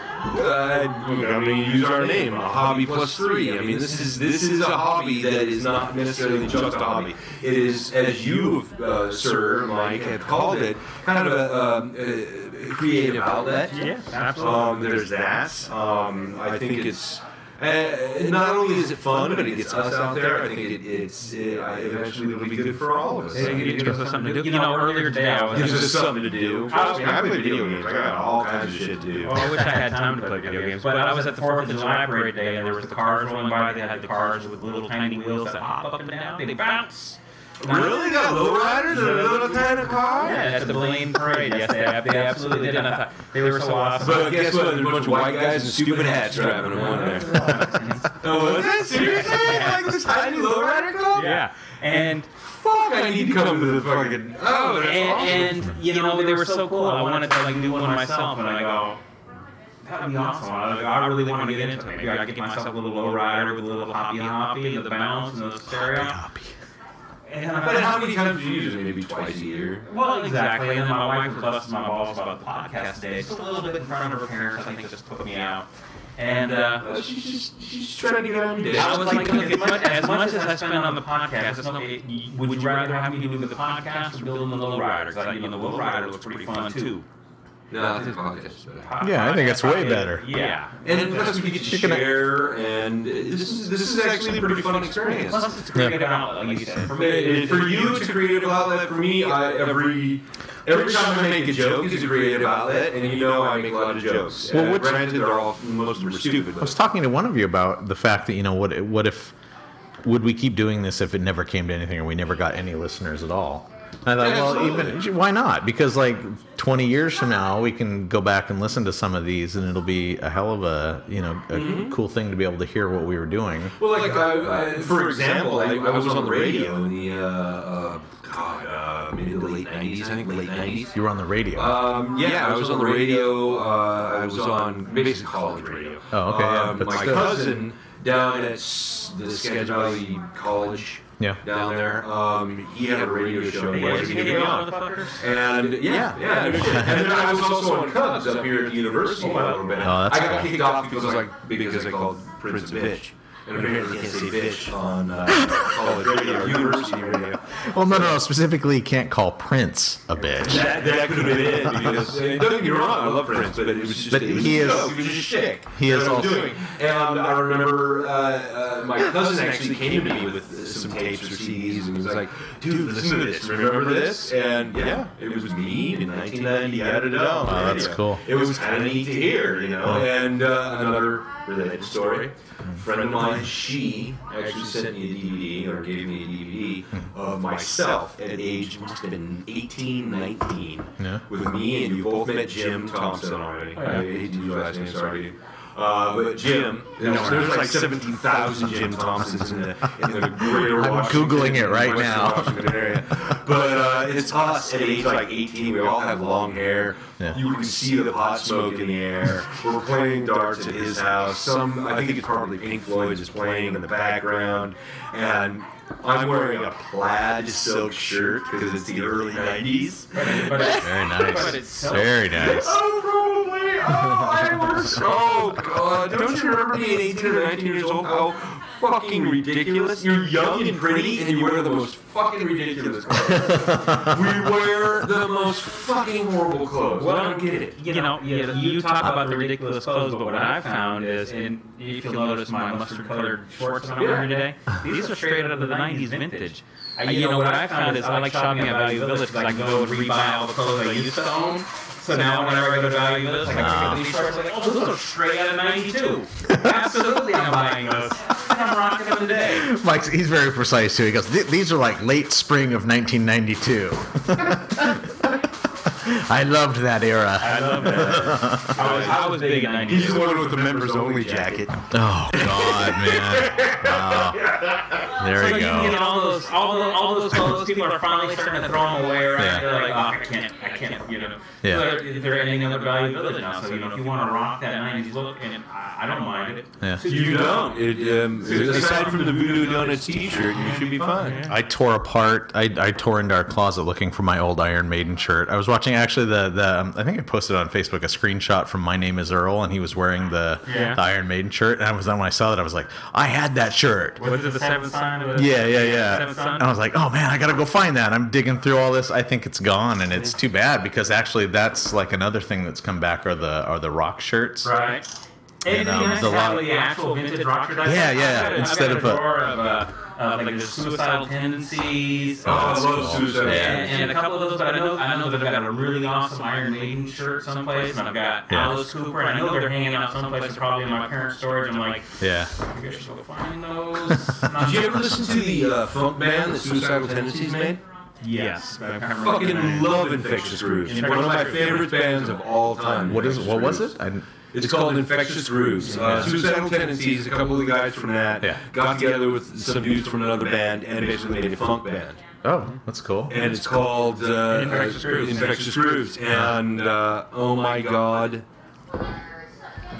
S1: Uh, I mean, use our name, a hobby plus three. I mean, this is this is a hobby that is not necessarily just a hobby. It is, as you, uh, sir, Mike, have called it, kind of a, um, a creative outlet.
S2: Yeah, absolutely.
S1: Um, there's that. Um, I think it's Uh, not only is it fun, but it gets us out there. I think it, it's uh, I- eventually it'll be good for all of us.
S2: It gives us something to do.
S5: You know, earlier today I was.
S1: Gives us something to do. Trust me, I play video games. I got all kinds of shit to do.
S2: Well, I wish I had [LAUGHS] time to play video games, but I was at the Fourth of July parade day, and there was the cars rolling by. They had the cars with little tiny wheels that hop up and down. They bounce.
S1: Really? Got lowriders and a little kind of car?
S2: Yeah, at the Blaine parade. Yes, they, ab- they absolutely did. And I thought they were so awesome.
S1: But guess what? There's a bunch of white guys in stupid hats driving them on there. [LAUGHS] Oh, was that seriously? Like this tiny lowrider club?
S2: Yeah, and
S1: Fuck! I need to come to the fucking. Oh, that's
S2: and, and you know they were so cool. I wanted to like do one myself, and I go. That would be awesome. I, I really want to get into it. Maybe I could get myself a little low rider with a little hoppy hoppy and the bounce and the stereo. And I
S1: But
S2: thought,
S1: how many times do you use it? Maybe twice a year.
S2: Well, exactly. And then my wife was busting my balls about the podcast today, just a little bit in front of her parents. I think it just put me out. And uh,
S1: Uh, she's just she's trying to get on date.
S2: I was like, look, as much, as much as I spend on the podcast, it's no, it, would you rather have me do the podcast or building the low rider? Because I you know the low rider looks pretty fun too.
S1: no, I think uh, podcast is better.
S3: Yeah, I think it's way better.
S2: Yeah.
S1: And plus, we get to share, and uh, this is this is actually a pretty fun experience.
S2: Plus, it's a creative outlet, like you said. For me,
S1: Uh, For you, it's a creative outlet. For me, I, every every time I make a joke is a creative outlet, and you know I make a lot of jokes.
S3: Well,
S1: Uh,
S3: which-
S1: granted, they're all most of them are stupid.
S3: I was talking to one of you about the fact that you know what what if would we keep doing this if it never came to anything or we never got any listeners at all? And I thought,
S1: Yeah,
S3: well,
S1: absolutely.
S3: even why not? Because like 20 years from now, we can go back and listen to some of these, and it'll be a hell of a you know a
S1: Mm-hmm.
S3: cool thing to be able to hear what we were doing.
S1: Well, like, I, I, for example, I, I was on the radio in the, uh, uh, God, uh, maybe the late 90s, I think late 90s.
S3: You were on the radio.
S1: Um, yeah, I was on the radio, uh, I was on basically college radio.
S3: Oh, okay, yeah,
S1: Um,
S3: but
S1: my
S3: still.
S1: cousin down at S- the Skagit Valley College
S3: Yeah.
S1: down there, um, he had a radio show.
S5: Hey,
S1: where
S5: what did
S1: he
S5: you
S1: would
S5: get
S1: be
S5: me
S1: on.
S5: on, motherfuckers?
S1: And yeah, yeah, no shit. And then I was also on Cubs up here at the university for a little bit.
S3: Oh, that's
S1: I got
S3: cool.
S1: kicked off because I was like because I called Prince a bitch. And apparently can't say bitch on [LAUGHS] uh, college radio, or university radio.
S3: well, no, no, no. Specifically, you can't call Prince a bitch.
S1: That, that could have been it because and don't get me wrong, I love Prince, but it was just
S3: But
S1: it was
S3: he
S1: a
S3: is-
S1: joke, it was just shtick.
S3: he is
S1: that I was
S3: also-
S1: doing. And I remember uh, uh, my cousin actually came to me with uh, some tapes or CDs, and he was like, "Dude, listen to this. Remember this?" And yeah, it was me in 1990. Added up.
S3: Wow, Oh, that's cool.
S1: It was kind of neat to hear, you know. And uh, another related story. A friend of mine, she actually sent me a DVD or gave me a DVD of myself at age must have been 18, 19.
S3: Yeah.
S1: With me and you both met Jim Thompson already. I hate to use last name, sorry. dude. Uh, but Oh, Jim, there's, there's like 17,000 Jim Thompsons in the, in the greater
S3: I'm
S1: Washington,
S3: Googling it right
S1: Western
S3: now.
S1: Washington
S3: [LAUGHS]
S1: area. But uh, it's us at age like 18. We all have long hair.
S3: Yeah.
S1: You can see the pot smoke in the
S3: [LAUGHS]
S1: air. We're playing darts at his house. Some, I think it's probably Pink Floyd is playing in the background, and. I'm wearing a plaid silk shirt because it's the early 90s.
S2: But it's,
S3: Very
S2: but
S3: nice.
S2: it's so
S3: Very nice.
S1: Oh, probably. Oh, I was. Oh, God. Don't you remember being 18 or 19 years old? How fucking ridiculous. You're young and pretty, and you wear the most fucking ridiculous clothes. we wear the most fucking horrible clothes. Well, I don't get it.
S2: you know, yeah, you talk about the ridiculous clothes, but what I found is, and if you'll notice my mustard-colored shorts that I'm wearing today, these are straight out of the '90s vintage. I, you know what I found is I like shopping at Value Village because I can go and rebuy all the clothes I used to own. So now whenever I go to Value Village, like, I can pick up these shorts, like, oh, those are straight out of [LAUGHS] '92. Absolutely, I'm buying those. And I'm rocking them today.
S3: [LAUGHS] Mike's he's very precise too. He goes, "Th- "These are like late spring of 1992." [LAUGHS] I loved that era.
S2: I love that. I was, I was big in '90s.
S1: He's the one with the members only jacket.
S3: Oh God, man! Wow. There
S2: So
S3: you
S2: you can get
S3: go.
S2: all those, all those, all those clothes. People are finally starting to throw them away. Right?
S3: Yeah.
S2: They're like, oh, I can't, I can't, you know.
S3: Yeah.
S2: So They're, they're ending up at Value Village now. So you know, if you want to rock that '90s look, and I, I don't mind it.
S3: Yeah.
S1: You don't. It, um, aside from the Voodoo Donuts t shirt, you should be fine.
S3: I tore apart. I, I tore into our closet looking for my old Iron Maiden shirt. I was watching actually the the. Um, I think I posted on Facebook a screenshot from My Name Is Earl, and he was wearing the,
S2: Yeah.
S3: the Iron Maiden shirt. And I was then when I saw that, I was like, I had that shirt.
S2: Was it the seventh sign? Of the,
S3: Yeah, yeah, yeah.
S2: Seventh Son?
S3: And I was like, oh man, I gotta go find that. I'm digging through all this. I think it's gone, and it's too bad because actually that's like another thing that's come back are the are the rock shirts.
S2: Right. Anything
S3: um,
S2: nice
S3: the
S2: to have
S3: lot-
S2: with the actual vintage rock tradition?
S3: Yeah, yeah,
S2: I've got a- I've
S3: instead
S2: got
S3: of
S2: a
S3: a-
S2: drawer of, uh, of like the suicidal tendencies.
S6: Oh, I
S2: uh,
S6: love suicide.
S2: and, and a couple of those, but I know I know that I've got a really awesome Iron Maiden shirt someplace, and I've got
S3: Yeah.
S2: Alice Cooper, and I know they're hanging out someplace, they're probably in my parents' storage. I'm like,
S3: Yeah.
S2: I guess she'll find those.
S1: Did you ever listen to the uh, funk band that Suicidal Tendencies made?
S2: Yes, but I can't remember the
S1: Fucking
S2: name.
S1: love Infectious Grooves. One of my favorite bands of all time.
S3: What is? What was
S1: Infectious
S3: it? I, didn't-
S1: It's called Infectious Grooves. Uh, Suicidal Tendencies, a couple of the guys from that
S3: Yeah.
S1: got together with some dudes from another band and basically made a funk band.
S3: oh, that's cool.
S1: And it's called uh, Infectious Grooves. Infectious Grooves. And uh, oh my god,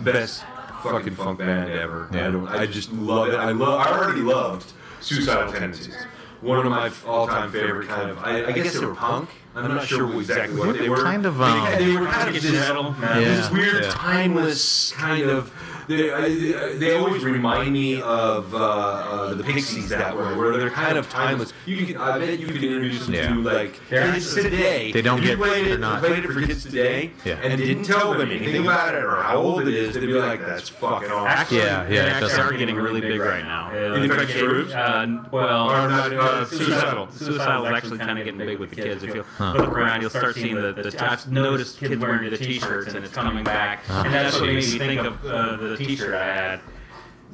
S1: best fucking funk band ever.
S3: Yeah.
S1: I, don't, I just love it. I love. I already loved Suicidal Tendencies. One of my all-time favorite kind of. I, I guess they were punk. I'm not sure exactly what they were.
S3: Kind of,
S1: They-
S3: um,
S1: They were kind of
S2: It's
S1: this-
S2: metal.
S3: Yeah.
S1: this weird,
S3: Yeah.
S1: timeless kind of. They, I, they always remind me of uh, uh, the Pixies that way, where they're kind of timeless. You can, I bet you can introduce them
S3: Yeah.
S1: to like kids today.
S3: They don't
S1: If you
S3: get-
S1: played
S3: they're
S1: it,
S3: not-
S1: played it for kids today,
S3: Yeah.
S1: and didn't tell them anything about it or how old it is. They'd be like, "That's fucking awesome."
S2: Actually,
S3: Yeah, yeah,
S2: they
S3: it
S2: actually
S3: doesn't-
S2: are getting really big right now.
S1: In infectious
S2: Like,
S1: groups?
S2: Uh, well,
S1: Or not, uh,
S2: suicidal.
S1: suicidal.
S2: Suicidal is actually kind of getting big with the kids. If you look around, you'll start seeing the. the I've noticed kids wearing the T-shirts, and it's coming back. Uh-huh. And that's what made me think of uh, the T-shirt I had.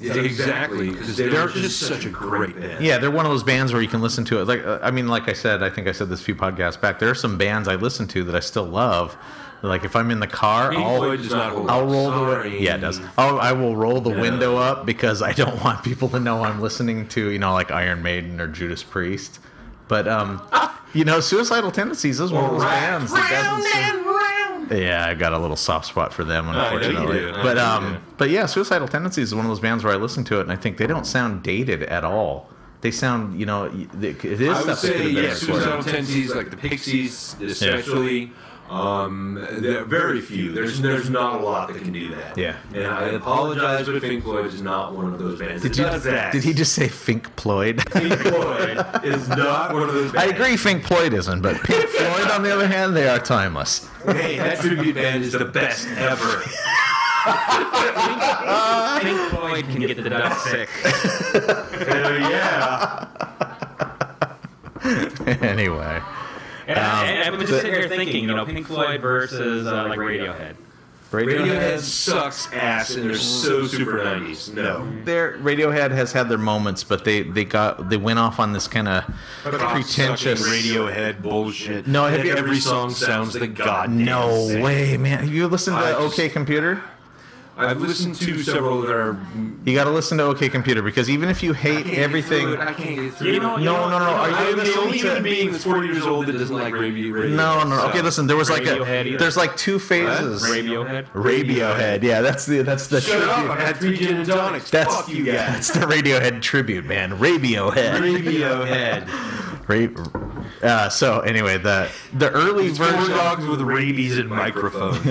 S1: Yeah, exactly, because they're just such a great band.
S3: Yeah, they're one of those bands where you can listen to it. Like, uh, I mean, like I said, I think I said this a few podcasts back. There are some bands I listen to that I still love. Like if I'm in the car,
S1: Pink
S3: I'll,
S1: Floyd does not hold
S3: I'll
S1: up.
S3: roll the
S1: Sorry.
S3: yeah, it does. I'll, I will roll the window up because I don't [LAUGHS] want people to know I'm listening to you know like Iron Maiden or Judas Priest.
S1: [LAUGHS]
S3: But um, you know, Suicidal Tendencies is one of those bands that doesn't. seem- yeah, I got a little soft spot for them,
S1: know Oh, you do.
S3: unfortunately.
S1: I know you
S3: But
S1: do.
S3: um, but yeah, Suicidal Tendencies is one of those bands where I listen to it and I think they don't sound dated at all. They sound, you know, y- it is
S1: I would
S3: stuff that could
S1: say,
S3: have been
S1: yeah,
S3: recorded.
S1: suicidal tendencies like the Pixies, especially. Um, there are very few. There's there's not a lot that can do that.
S3: Yeah.
S1: And I apologize, but Pink Floyd is not one of those bands.
S3: Did
S1: that
S3: you-
S1: does that?
S3: Did he just say Fink Floyd? [LAUGHS]
S1: Pink Floyd is not one of those.
S3: I
S1: Bands.
S3: agree, Fink Floyd isn't, but
S1: [LAUGHS]
S3: Pink Floyd, on the other hand, they are timeless.
S1: Hey, that tribute band is the best ever.
S2: Pink Floyd can get the dust sick.
S1: Hell uh, yeah.
S3: anyway,
S2: And, I, and Um, I'm just sitting here thinking, you know, Pink Floyd versus uh, like Radiohead.
S1: Radiohead sucks ass, and they're so super 90s. No.
S3: their Radiohead has had their moments, but they they got they went off on this kind of pretentious
S1: Radiohead bullshit.
S3: No, have
S1: And
S3: you-
S1: every song sounds the goddamn
S3: No
S1: same.
S3: way, man! Have you listened to
S1: I just-
S3: OK Computer?
S1: I've listened to several that are
S3: You got to listen to OK Computer because even if you hate everything,
S1: I can't get through
S2: You know, you
S3: no,
S2: know,
S3: no, no. Are you
S1: I'm
S3: listening
S1: the only
S3: to-
S1: human being that's 40 years old that doesn't like radio. radio
S3: No, no.
S1: So-
S3: Okay, listen. There was like a.
S2: Radiohead either.
S3: There's like two phases.
S2: Radiohead.
S3: Radiohead. Yeah, that's the that's the.
S1: Shut up! I've had three gin and tonics.
S3: That's
S1: Fuck you
S3: yeah,
S1: guys.
S3: It's the Radiohead tribute, man. Radiohead.
S1: Radiohead.
S3: Ra- uh, so anyway, the the early
S1: Four
S3: version.
S1: dogs with rabies and microphones.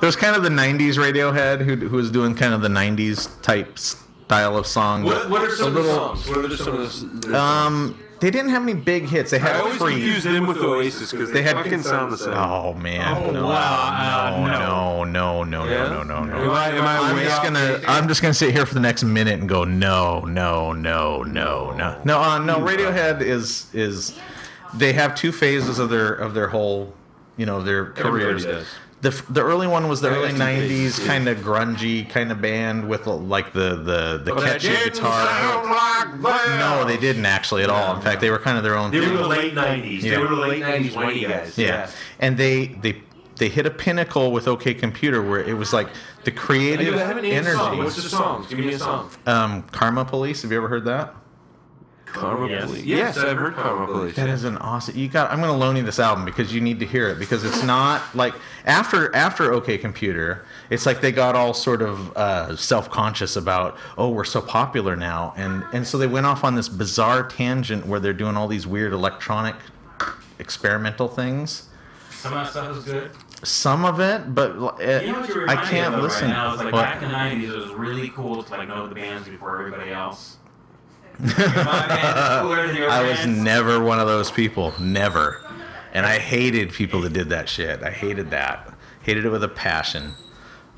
S3: There's kind of the '90s Radiohead who who was doing kind of the '90s type style of song.
S1: what, what are some
S3: A
S1: of the
S3: little-
S1: songs? What are some of the?
S3: um, they didn't have any big hits. They
S1: I
S3: had
S1: always
S3: Creed.
S1: confuse them with Oasis because they,
S3: They had-
S1: fucking sound the same.
S3: Oh man! no, no, no, no, no,
S1: Yeah?
S3: no, no, no,
S1: Am I, am I
S3: I'm
S1: way
S3: just
S1: off?
S3: gonna I'm just gonna sit here for the next minute and go no no no no no no uh, no Radiohead is is they have two phases of their of their whole you know their
S1: Everybody
S3: careers.
S1: does.
S3: The, f- the early one was the
S1: Yeah,
S3: early
S1: that's two phases,
S3: '90s kind of grungy kind of band with uh, like the the the
S1: But I
S3: catchy
S1: didn't
S3: guitar.
S1: sound like them.
S3: No, they didn't actually at all. In fact, they were kind of their own.
S1: They
S3: thing.
S1: were the late '90s.
S3: Yeah.
S1: They were the late '90s whiny guys.
S3: Yeah. And they they they hit a pinnacle with OK Computer where it was like the
S1: I
S3: creative
S1: haven't named a song. What's the
S3: energy.
S1: song? Give me a song.
S3: Um, Karma Police, have you ever heard that?
S1: Karma
S2: Yes.
S1: Police. Yes, I've heard Karma Police.
S3: That is an awesome. You got I'm going to loan you this album because you need to hear it because it's not like after after OK Computer, it's like they got all sort of uh, self-conscious about, "Oh, we're so popular now." And and so they went off on this bizarre tangent where they're doing all these weird electronic experimental things.
S2: Some of that stuff was good.
S3: Some of it, but uh,
S2: You know what you
S3: I
S2: remind me
S3: can't
S2: of though
S3: listen.
S2: Right now is like
S3: What?
S2: back in the '90s, it was really cool to like know the bands before everybody
S3: [LAUGHS]
S2: else. My band's cooler than your
S3: I was
S2: band's.
S3: never one of those people. Never. And I hated people that did that shit. I hated that. Hated it with a passion.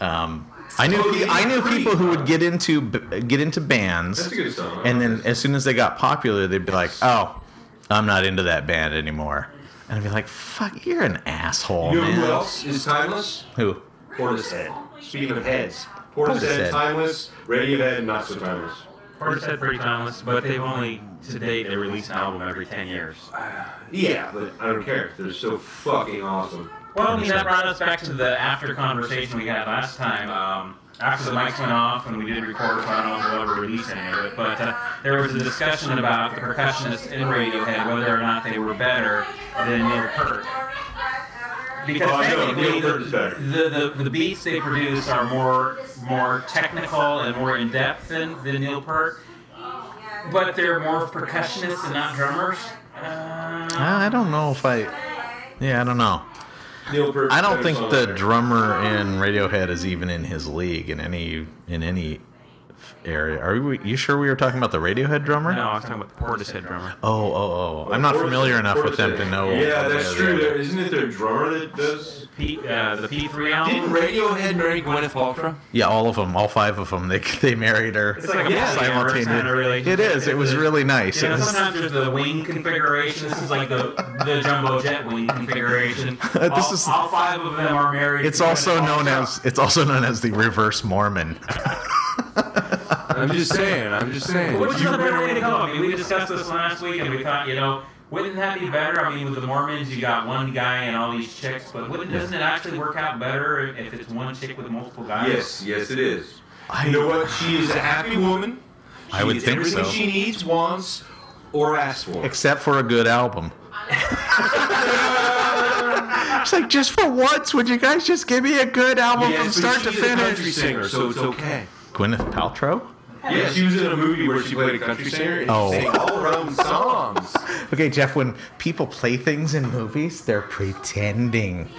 S3: Um, I knew
S1: Totally
S3: pe- I knew
S1: free,
S3: people who
S1: huh?
S3: would get into b- get into bands,
S1: That's a good song.
S3: and then as soon as they got popular, they'd be like, "Oh, I'm not into that band anymore," and I'd be like, "Fuck, you're an asshole,
S1: You know
S3: man."
S1: who else is timeless?
S3: Who?
S1: Portishead. Speaking of heads, Portishead,
S3: Portishead.
S1: timeless. Radiohead, not so timeless.
S7: Portishead pretty timeless, but they've only to date they release an album every ten years.
S1: Yeah, but I don't care. They're so fucking awesome.
S2: Well, I mean, that brought us back to the after conversation we had last time. Um, after the mics went off and we did record, so I don't know if we'll ever release any of it, but uh, there was a discussion about the percussionists in Radiohead, whether or not they were better than Neil Peart. Because
S1: Oh, I know,
S2: technically,
S1: Neil Peart is better.
S2: the, the, the beats they produce are more more technical and more in depth than, than Neil Peart, but they're more percussionists and not drummers. Uh,
S3: I don't know if I. Yeah, I don't know.
S1: Neil Peart's
S3: I don't
S1: better
S3: think
S1: song
S3: the
S1: there.
S3: drummer in Radiohead is even in his league in any in any area. Are we? You sure we were talking about the Radiohead drummer?
S7: No, I was talking about the Portishead drummer.
S3: Oh, oh, oh! I'm not
S1: Portishead-
S3: familiar enough with them to
S1: Portishead.
S3: know.
S1: Yeah, that's
S3: Yeah,
S1: true.
S3: yeah.
S1: There, isn't it their drummer that does?
S7: P, uh, the P3
S1: Didn't
S7: album.
S1: Radiohead marry Gwyneth Paltrow?
S3: Yeah, all of them, all five of them. They [LAUGHS] they married her.
S7: It's like a
S1: Yeah,
S7: simultaneous kind of
S3: simultaneously.
S7: relationship.
S3: It is. It was really nice.
S2: You
S3: It
S2: know,
S3: was,
S2: sometimes there's the wing configuration. This is like the, the jumbo jet wing configuration.
S3: [LAUGHS] This
S2: all,
S3: is-
S2: all five of them are married.
S3: it's
S2: to
S3: also
S2: Gwyneth
S3: known
S2: Paltrow.
S3: as it's also known as the reverse Mormon.
S1: I'm just saying. I'm just saying.
S2: Which is a better way to go? I mean, we discussed this last week, and we thought, you know, wouldn't that be better? I mean, with the Mormons, you got one guy and all these chicks, but wouldn't doesn't it actually work out better if it's one chick with multiple guys?
S1: Yes, yes, it is.
S3: I-
S1: you know what? She is a happy woman.
S3: I
S1: She
S3: would
S1: is
S3: think
S1: everything
S3: so.
S1: She needs, wants, or asks for.
S3: Except for a good album. it's like just for once, would you guys just give me a good album
S1: Yes,
S3: from
S1: but
S3: start to
S1: she's a country
S3: finish?
S1: singer, so it's okay.
S3: Gwyneth Paltrow.
S1: Yeah, she was in a movie where she played a country singer and
S3: Oh.
S1: she sang all her own songs.
S3: Okay, Jeff. When people play things in movies, they're pretending.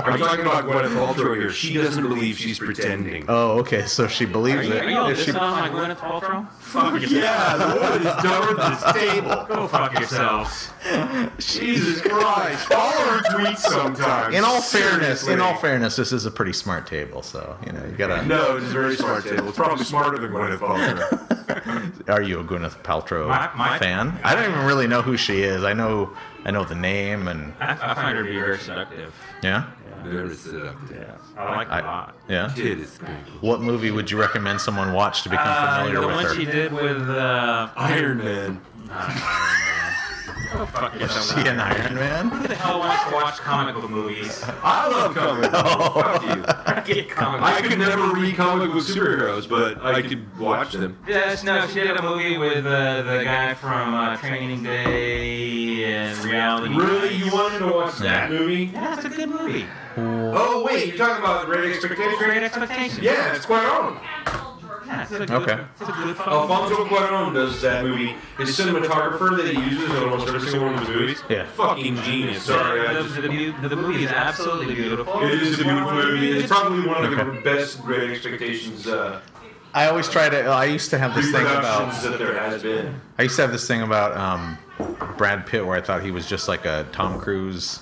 S1: I'm talking about Gwyneth Paltrow here. She doesn't believe she's pretending.
S3: Oh, okay. So if she believes it.
S7: Are you all
S3: if she-
S7: dissing on my Gwyneth Paltrow?
S1: Fuck yeah, the woman is done with this table.
S7: Go fuck yourselves.
S1: Jesus Christ. Follow her tweets sometimes.
S3: in all fairness, in
S1: Seriously.
S3: all fairness, this is a pretty smart table. So you know, you gotta.
S1: No, it's a very smart table. It's probably smarter than Gwyneth Paltrow.
S3: Are you a Gwyneth Paltrow
S7: My- my-
S3: fan? I don't even really know who she is. I know, I know the name, and
S7: I, I find her to be very seductive.
S3: yeah,
S1: Very seductive.
S7: Yeah, I like her
S3: I-
S7: a lot.
S3: yeah.
S1: It is big.
S3: What movie would you recommend someone watch to become
S7: Uh,
S3: familiar
S7: the one
S3: with
S7: she
S3: her?
S7: did with
S2: [LAUGHS]
S7: uh,
S1: Iron Man.
S7: fuck yourself.
S3: She and Iron Man.
S7: Who the hell wants to watch comic book movies?
S1: I love comic books.
S3: Oh.
S1: Fuck you.
S7: [LAUGHS] I get comic
S1: I could never read comic book superheroes, but I could watch them.
S7: Yes, no, she did a movie with uh, the guy from uh, Training Day and Reality.
S1: Really, you wanted to watch that
S3: that
S1: movie?
S7: Yeah, it's a good movie.
S1: Oh wait, you're talking about Great Expectations?
S7: Great Expectations.
S1: Yeah, it's Cuarón.
S7: Yeah, it's a good,
S3: Okay.
S7: It's a good
S1: Oh,
S7: fucking
S1: Alfonso Cuarón does that movie. His cinematographer that he uses in almost every single one of his movies.
S3: Yeah.
S1: Fucking genius. Sorry, I
S7: the,
S1: just.
S7: the, the, the movie is absolutely beautiful.
S1: It is a beautiful movie. It's probably one of the
S3: Okay.
S1: best Great Expectations uh,
S3: I always try to. I used to have this thing about.
S1: reproductions that there has been.
S3: I used to have this thing about um, Brad Pitt, where I thought he was just like a Tom Cruise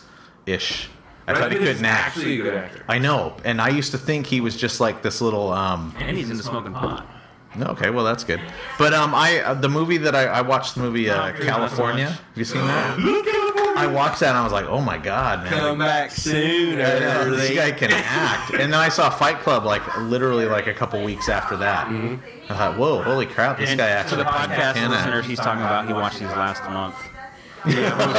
S3: ish. I
S1: Brad
S3: thought he
S1: Pitt is
S3: couldn't act.
S1: Actually, a good actor.
S3: I know, and I used to think he was just like this little. Um,
S7: and he's in the smoking pot.
S3: No, Okay, well that's good. But um, I uh, the movie that I, I watched the movie uh,
S7: pretty much
S3: California.
S7: much.
S3: Have you seen that? I watched that and I was like, oh my god, man!
S1: Come back soon,
S3: Yeah, this guy can act. And then I saw Fight Club like literally like a couple weeks after that. I thought, whoa, holy crap, this
S7: And
S3: guy
S7: to
S3: actually
S7: the podcast
S3: can act.
S7: listeners, he's talking about he watched these last month.
S1: It wasn't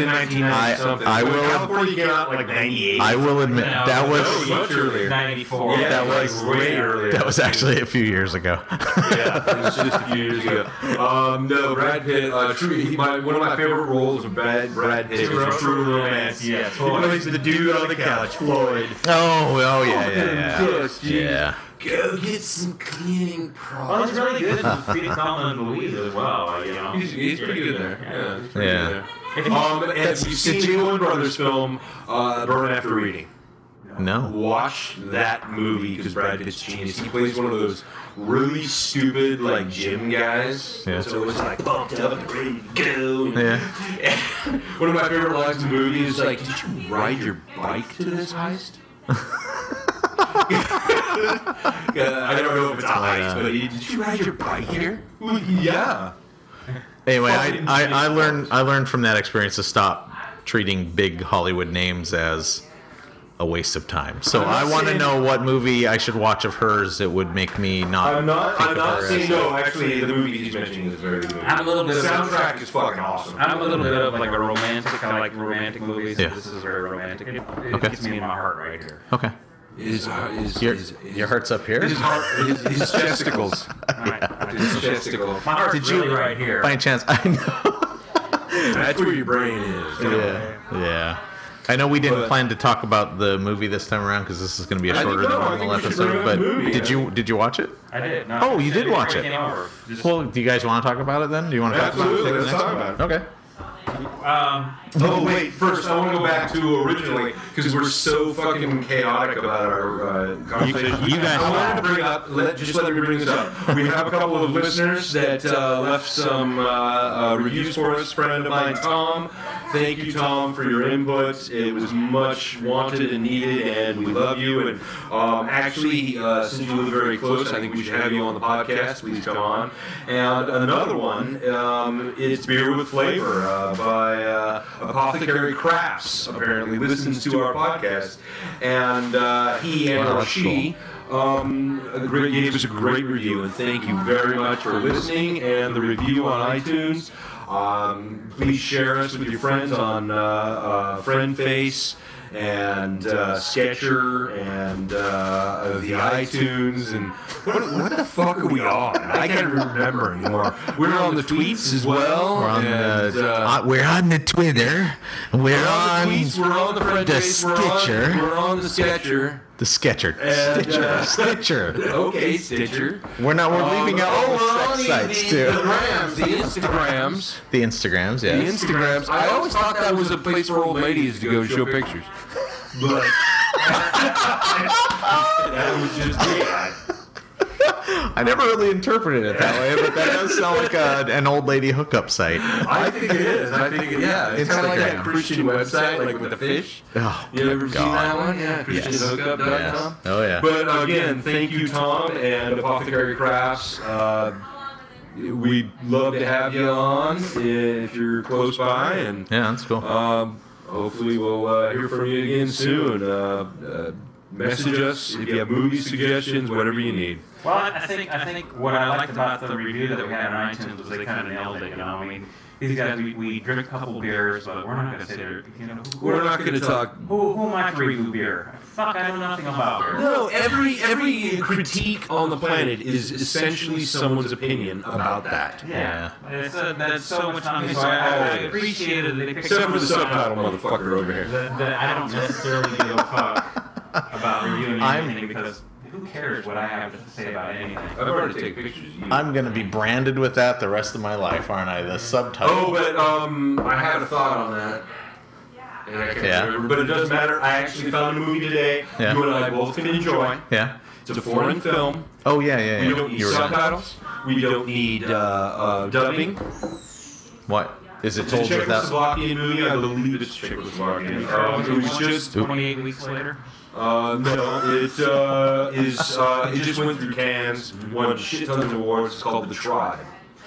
S1: in 1990
S3: I-
S1: something.
S3: I
S1: When
S3: will-
S1: California came out in like 98.
S3: [LAUGHS] I will admit that was
S1: much earlier.
S7: 94.
S1: Yeah,
S3: that
S1: like
S3: was-
S1: way earlier.
S3: that was actually a few years ago.
S1: yeah, it was just a few years ago. Um, no, Brad Pitt. Uh, true, he, my, one of my favorite roles of Brad, Brad Pitt
S7: True
S1: was in True Romance.
S7: Yes.
S1: he plays the dude on the couch, Floyd.
S3: oh, [LAUGHS] oh yeah, yeah, yeah.
S1: Yes, geez.
S3: Yeah.
S1: Go get some cleaning
S7: Well, it's
S1: products.
S7: really good with Felix Salmon and Louise as well, you know.
S1: He's, he's pretty Oh, good there. Yeah. He's pretty
S3: Yeah.
S1: Good there. Um, and we've seen the Coen Brothers film, uh, Burn After Reading.
S7: No,
S3: No.
S1: Watch that movie because Brad Pitt's genius. He plays one of those really stupid like gym guys.
S3: Yeah.
S1: So it's like bumped up, ready to go.
S3: Yeah.
S1: One of my favorite lines in the movie is like, "Did you ride your bike to this [LAUGHS] heist?" Yeah, I don't know if it's a heist, but he- did you ride your bike here? Well, yeah.
S3: Anyway, I,
S1: Fucking
S3: I, I
S1: Jesus.
S3: learned I learned from that experience to stop treating big Hollywood names as a waste of time. So
S1: I'm not
S3: I want to
S1: saying-
S3: know what movie I should watch of hers that would make me not.
S1: I'm not.
S3: think
S1: I'm
S3: of
S1: not
S3: her
S1: saying
S3: as-
S1: no. Actually, the movie he's mentioning is very good.
S7: I'm a little bit
S1: The
S7: of a-
S1: soundtrack is fucking awesome.
S7: I'm a little bit of like a romantic. I like romantic movies.
S3: Yeah.
S7: This is very romantic. It, it
S3: Okay.
S7: gets me in my heart right [LAUGHS] here.
S3: Okay.
S1: His, his,
S3: Your,
S1: his, his,
S3: your heart's up here.
S1: his heart, his, his chesticles,
S7: All right.
S1: his chesticle.
S7: My heart's
S3: Did you-
S7: really right here.
S3: [LAUGHS] By chance, I know.
S1: That's where your brain is.
S3: [LAUGHS] yeah. Yeah. I know we didn't
S1: But-
S3: plan to talk about the movie this time around because this is going to be a
S1: I think-
S3: shorter
S1: no, I
S3: than normal
S1: think we should bring
S3: episode.
S1: up
S3: But
S1: the movie,
S3: did
S1: yeah.
S3: you did you watch it?
S7: I did. No,
S3: Oh, you
S7: I
S3: did watch
S7: before I
S3: it.
S7: came over. Just,
S3: Well, do you guys want to talk about it then? Do you want to talk about it?
S1: Absolutely.
S3: Take
S1: Let's
S3: the next
S1: talk
S3: one?
S1: about it.
S3: Okay.
S7: um,
S1: Oh wait, first I want to go back to originally because we're so fucking chaotic about our uh, conversation.
S7: you guys-
S1: I wanted to bring up. Let, just let me bring this up. We have a couple of listeners that uh, left some uh, uh, reviews for us. Friend of mine, Tom. Thank you, Tom, for your input. It was much wanted and needed, and we love you. And um, actually, uh, since you live very close, I think we should have you on the podcast. Please come on. And another one um, is Beer with Flavor uh, by uh, Apothecary Crafts. Apparently, listens to our podcast, and uh, he and or she. Um, a great, gave us a great review, and thank you very much for listening and the review on iTunes. Um, please share us with your friends on uh, uh, FriendFace and uh, Sketcher and uh, the iTunes and what, what the fuck are we on? I can't remember anymore. We're on the tweets as well.
S3: We're on
S1: and,
S3: the
S1: uh,
S3: uh, we're on the Twitter. We're,
S1: we're on
S3: on,
S1: the tweets. We're on the friend
S3: the
S1: face, we're on-
S3: Stitcher.
S1: We're on the Sketcher.
S3: the Sketcher.
S1: And,
S3: Stitcher.
S1: uh,
S3: Stitcher.
S1: Okay, Stitcher.
S3: We're not. We're leaving out all
S1: oh, we're
S3: the
S1: on
S3: sex
S1: the-
S3: sites
S1: the,
S3: too.
S1: Grams, the Instagrams,
S3: The Instagrams.
S1: the
S3: Yes.
S1: Instagrams. I always thought that was a place for old ladies to go show pictures. But that was just me.
S3: I never really interpreted it that
S1: [LAUGHS]
S3: way, but that does sound like a, an old lady hookup site. Oh,
S1: I think it is. I think it, yeah, it's kind of like that
S3: Instagram.
S1: Christian website, like with the fish.
S3: Oh,
S1: You ever seen
S3: God.
S1: that one? Yeah, ChristianHookup.com.
S3: Yes. Oh yeah.
S1: But again, thank you, Tom, and Apothecary Crafts. Uh, we'd love to have you on if you're close by, and
S3: yeah, that's cool.
S1: Um, hopefully, we'll uh, hear from you again soon. Uh, uh, message us if you have movie suggestions, whatever you need.
S7: Well, I I think I think what I liked about the review that we had on iTunes was they kind of nailed it. You know, I mean, these guys, we, we drink a couple beers, but we're not going to sit there. You know, who-
S1: We're not going to talk.
S7: Who, who am I to review beer? Fuck, I know nothing about beer.
S1: No, every every critique on the planet is essentially someone's opinion about that.
S7: Yeah, It's, uh, that's so much on
S1: It's
S7: so I, I
S1: always.
S7: appreciated that they picked
S1: Except for the
S7: something up
S1: subtitle, motherfucker, over here.
S7: That, that I don't necessarily give a fuck about reviewing
S3: I'm-
S7: anything because who cares what I have to say about anything?
S1: I've already taken pictures. You-
S3: I'm gonna be branded with that the rest of my life, aren't I? The subtitle.
S1: Oh, but um, I had a thought on that. And I can't
S3: Yeah.
S1: remember, but it doesn't matter. I actually found a movie today
S3: Yeah.
S1: you and I both can enjoy.
S3: Yeah.
S1: It's a foreign film.
S3: Oh yeah, yeah, yeah.
S1: We don't need
S3: You're right.
S1: subtitles. We don't need uh, uh, dubbing.
S3: What is it
S1: It's a
S3: told without?
S1: Czechoslovakian movie. I believe it's Czechoslovakian.
S7: Oh,
S1: Um, it was just
S3: Oop.
S7: 28 weeks later.
S1: uh, no. It uh, is uh, it just went through Cannes, won shit tons of awards. It's called The Tribe.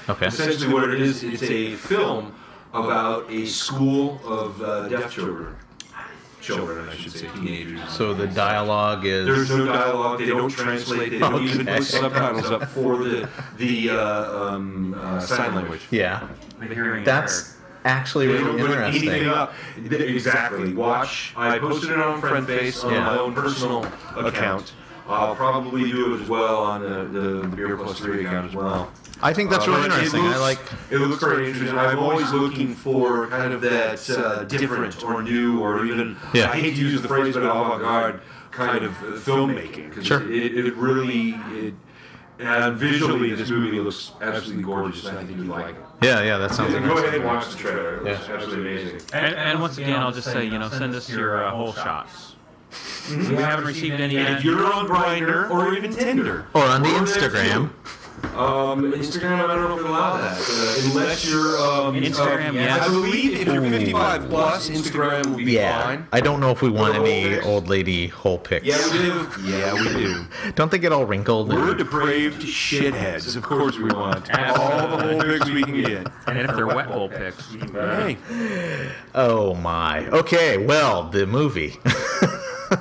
S3: Okay.
S1: Essentially, what it is, it's a film about a school of uh, deaf children. Children, I should say, teenagers.
S3: So the dialogue is.
S1: There's no dialogue. They don't translate. They don't even
S3: Okay.
S1: put subtitles up for the the uh, um, uh, sign language.
S3: yeah.
S7: The hearing impaired.
S3: That's actually
S1: They don't
S3: really
S1: put anything
S3: interesting.
S1: up. Exactly. Watch. I posted it on FriendFace on
S3: Yeah.
S1: my own personal account. I'll probably do it as well on the, the Beer Plus Three account as well.
S3: I think that's
S1: Uh,
S3: really
S1: but it
S3: interesting.
S1: looks-
S3: I like.
S1: It looks very interesting. I'm always looking for kind of that uh, different or new or even.
S3: Yeah.
S1: I hate to use the phrase, but avant-garde kind of uh, filmmaking because
S3: Sure.
S1: it, it really. It, and visually, this movie looks absolutely gorgeous, and I think you'd like it.
S3: Yeah, yeah, that sounds.
S1: Go
S3: interesting.
S1: ahead and watch the trailer. It looks absolutely amazing.
S7: And, and once again, I'll just say, you know, send us your uh, whole shots.
S2: We haven't received any
S1: And
S2: yet.
S1: if you're on Grindr or even Tinder,
S8: Or on the
S1: Or there's
S8: Instagram.
S1: Um, Instagram, I don't know if they allow that. Uh, unless you're um,
S2: Instagram,
S1: um,
S2: yes.
S1: I believe if you're 55 plus, Instagram will be
S3: Yeah.
S1: fine.
S3: I don't know if we want
S1: Little
S3: any
S1: pics.
S3: old lady hole pics.
S1: Yeah, we do. Yeah, we do.
S3: Don't they get all wrinkled?
S1: We're
S3: And,
S1: depraved shitheads. Of course we want all the whole pigs we can get.
S2: and if they're wet hole picks, you can go ahead.
S1: Hey,
S3: oh my. Okay. Well, the movie. [LAUGHS]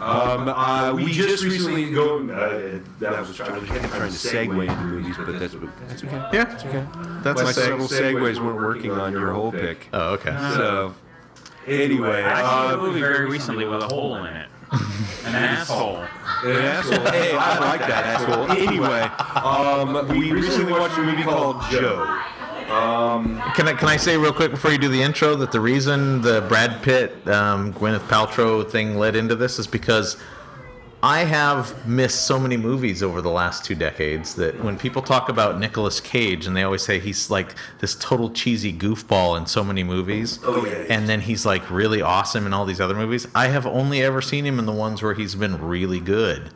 S1: um, uh, we just recently go. Uh, that was trying, I kept trying to segue into movies, but that's what that's okay.
S3: yeah. That's okay. That's
S1: My
S3: a
S1: several
S3: seg-
S1: segues weren't working on your whole pick.
S3: Oh, okay.
S1: So anyway,
S2: I
S1: uh,
S2: saw a movie very recently with a hole in it. An asshole.
S1: An asshole. Hey, I like that asshole. Anyway, um, we recently watched a movie called Joe.
S3: Um, Can I can I say real quick before you do the intro that the reason the Brad Pitt um, Gwyneth Paltrow thing led into this is because I have missed so many movies over the last two decades that when people talk about Nicolas Cage and they always say he's like this total cheesy goofball in so many movies.
S1: Oh, yeah, yeah.
S3: And then he's like really awesome in all these other movies. I have only ever seen him in the ones where he's been really good.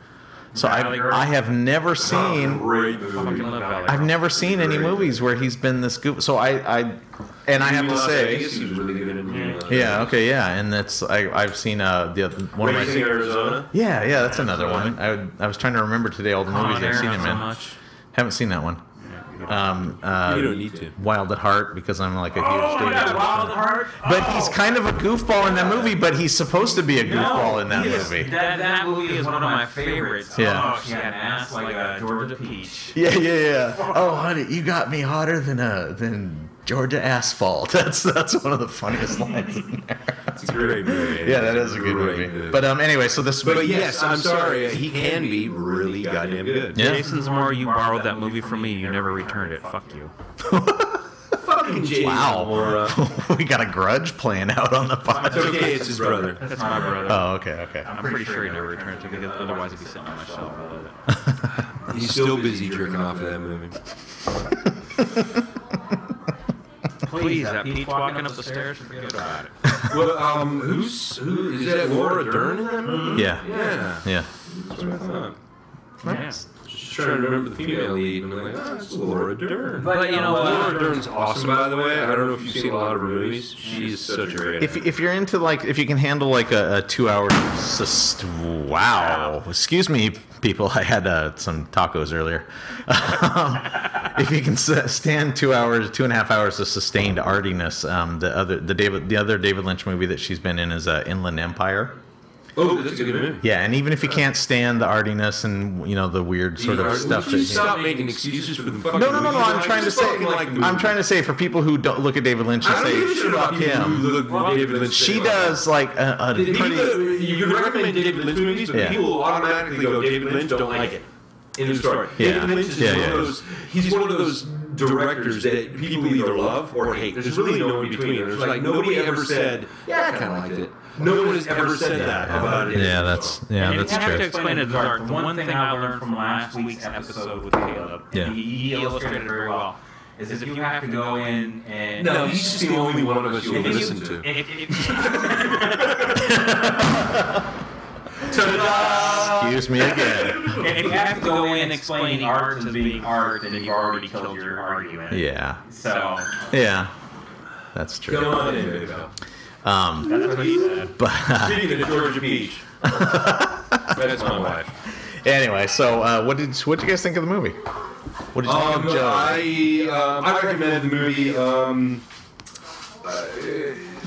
S3: So
S2: Valley
S3: I
S2: Girl.
S3: I have never seen
S1: Great
S2: Fucking
S1: movie.
S2: love Valley
S3: I've
S2: Girl.
S3: never seen any movies where he's been this goof. So I, I, and I have to
S1: Las Vegas,
S3: say,
S1: he was really good in, uh,
S3: yeah, okay, yeah, and that's I, I've seen uh the other one of
S1: Raising
S3: my,
S1: Arizona.
S3: yeah, yeah, that's another one. I, would- I was trying to remember today all the
S2: Con
S3: movies I've
S2: Air,
S3: seen
S2: not
S3: him
S2: so
S3: in.
S2: much.
S3: Haven't seen that one. Um, uh,
S1: You don't need to.
S3: Wild at Heart because I'm like a huge.
S2: Oh my
S3: David
S2: God,
S3: Lynch
S2: Wild
S3: fan.
S2: at Heart.
S3: But he's kind of a goofball in that movie. But he's supposed to be a goofball in that
S2: he is-
S3: movie.
S2: That, that movie is one of my favorites.
S3: Yeah.
S2: Oh, she had an ass like a Georgia peach.
S3: Yeah, yeah, yeah.
S2: [LAUGHS]
S3: Oh, honey, you got me hotter than a than Georgia asphalt. [LAUGHS] That's that's one of the funniest lines. in there.
S1: It's a great movie.
S3: Yeah, that is a good
S1: Great
S3: movie. But um, anyway, so this.
S1: but uh, yes, I'm sorry. He can be really goddamn good.
S3: Yeah.
S2: Jason Zamora, you borrowed that movie from me. You never returned it. Fuck you.
S1: Fucking Jason
S3: Wow.
S1: Momoa.
S3: [LAUGHS] we got a grudge playing out on
S1: [LAUGHS]
S3: the
S1: It's
S3: podcast.
S1: okay. It's his brother.
S2: That's my brother.
S3: Oh, okay, okay.
S2: Uh, I'm pretty sure he never returned it because otherwise I'd be sitting on my shelf. with it.
S1: He's still busy jerking off of that movie.
S2: Please, that peach walking up the stairs, forget about it.
S1: Well, um, who's who? Is that Laura Dern in that movie?
S3: Yeah,
S1: Yeah.
S3: yeah.
S1: That's what I thought.
S2: Yeah.
S1: Just trying to remember the female lead, and I'm like, oh, it's Laura Dern.
S2: But uh, you know
S1: Laura
S2: what?
S1: Dern's awesome, by the way. I don't know if you've seen a lot of her movies. She's such a great.
S3: If, if you're into like if you can handle like a, a two hour sus- wow excuse me people I had uh, some tacos earlier [LAUGHS] um, if you can s- stand two hours two and a half hours of sustained artiness um, the other the David the other David Lynch movie that she's been in is uh, Inland Empire
S1: oh, that's a good movie.
S3: yeah and even if you can't stand the artiness and you know the weird sort of stuff
S1: Would you
S3: that
S1: stop making excuses for the fucking
S3: no no no no
S1: movies?
S3: I'm trying to
S1: just
S3: say
S1: fucking like the
S3: I'm
S1: movie.
S3: trying to say for people who don't look at David Lynch and
S1: I don't give a
S3: say
S1: shit about people
S3: him.
S1: who look at David Lynch.
S3: she
S1: and say,
S3: does like a, a
S1: People,
S3: pretty
S1: you can recommend David Lynch movies, but
S3: Yeah.
S1: people will automatically go, David Lynch, don't like it. End of story.
S3: Yeah.
S1: David Lynch is
S3: Yeah,
S1: one
S3: yeah.
S1: of those, he's one of those directors that people either love or hate. There's really no in between. There's like, nobody ever said, yeah, I kind of liked it. No one has ever said that about it.
S3: Yeah, that's yeah,
S2: And
S3: that's
S2: you have to
S3: true.
S2: explain it, Dark. The one thing I learned from last week's episode with Caleb,
S3: Yeah.
S2: and he he illustrated it very well, is if you have to go in and
S1: No,
S3: [LAUGHS]
S1: he's just the only one of us you'll
S2: If you-
S1: listen to.
S2: if- if-
S3: Excuse me again.
S2: And if you have to go in explaining art as being art, then you've already killed your argument.
S3: Yeah,
S2: So
S3: yeah, that's
S1: Come
S3: true.
S1: on in, baby.
S3: Um,
S2: that's what he said.
S3: [LAUGHS] but uh,
S1: Speaking of Georgia
S3: [LAUGHS]
S1: Peach. That's my wife.
S3: anyway, so uh, what did what did you guys think of the movie? What did you think
S1: Um,
S3: of Joe?
S1: I, um, I recommend the movie. Um, uh,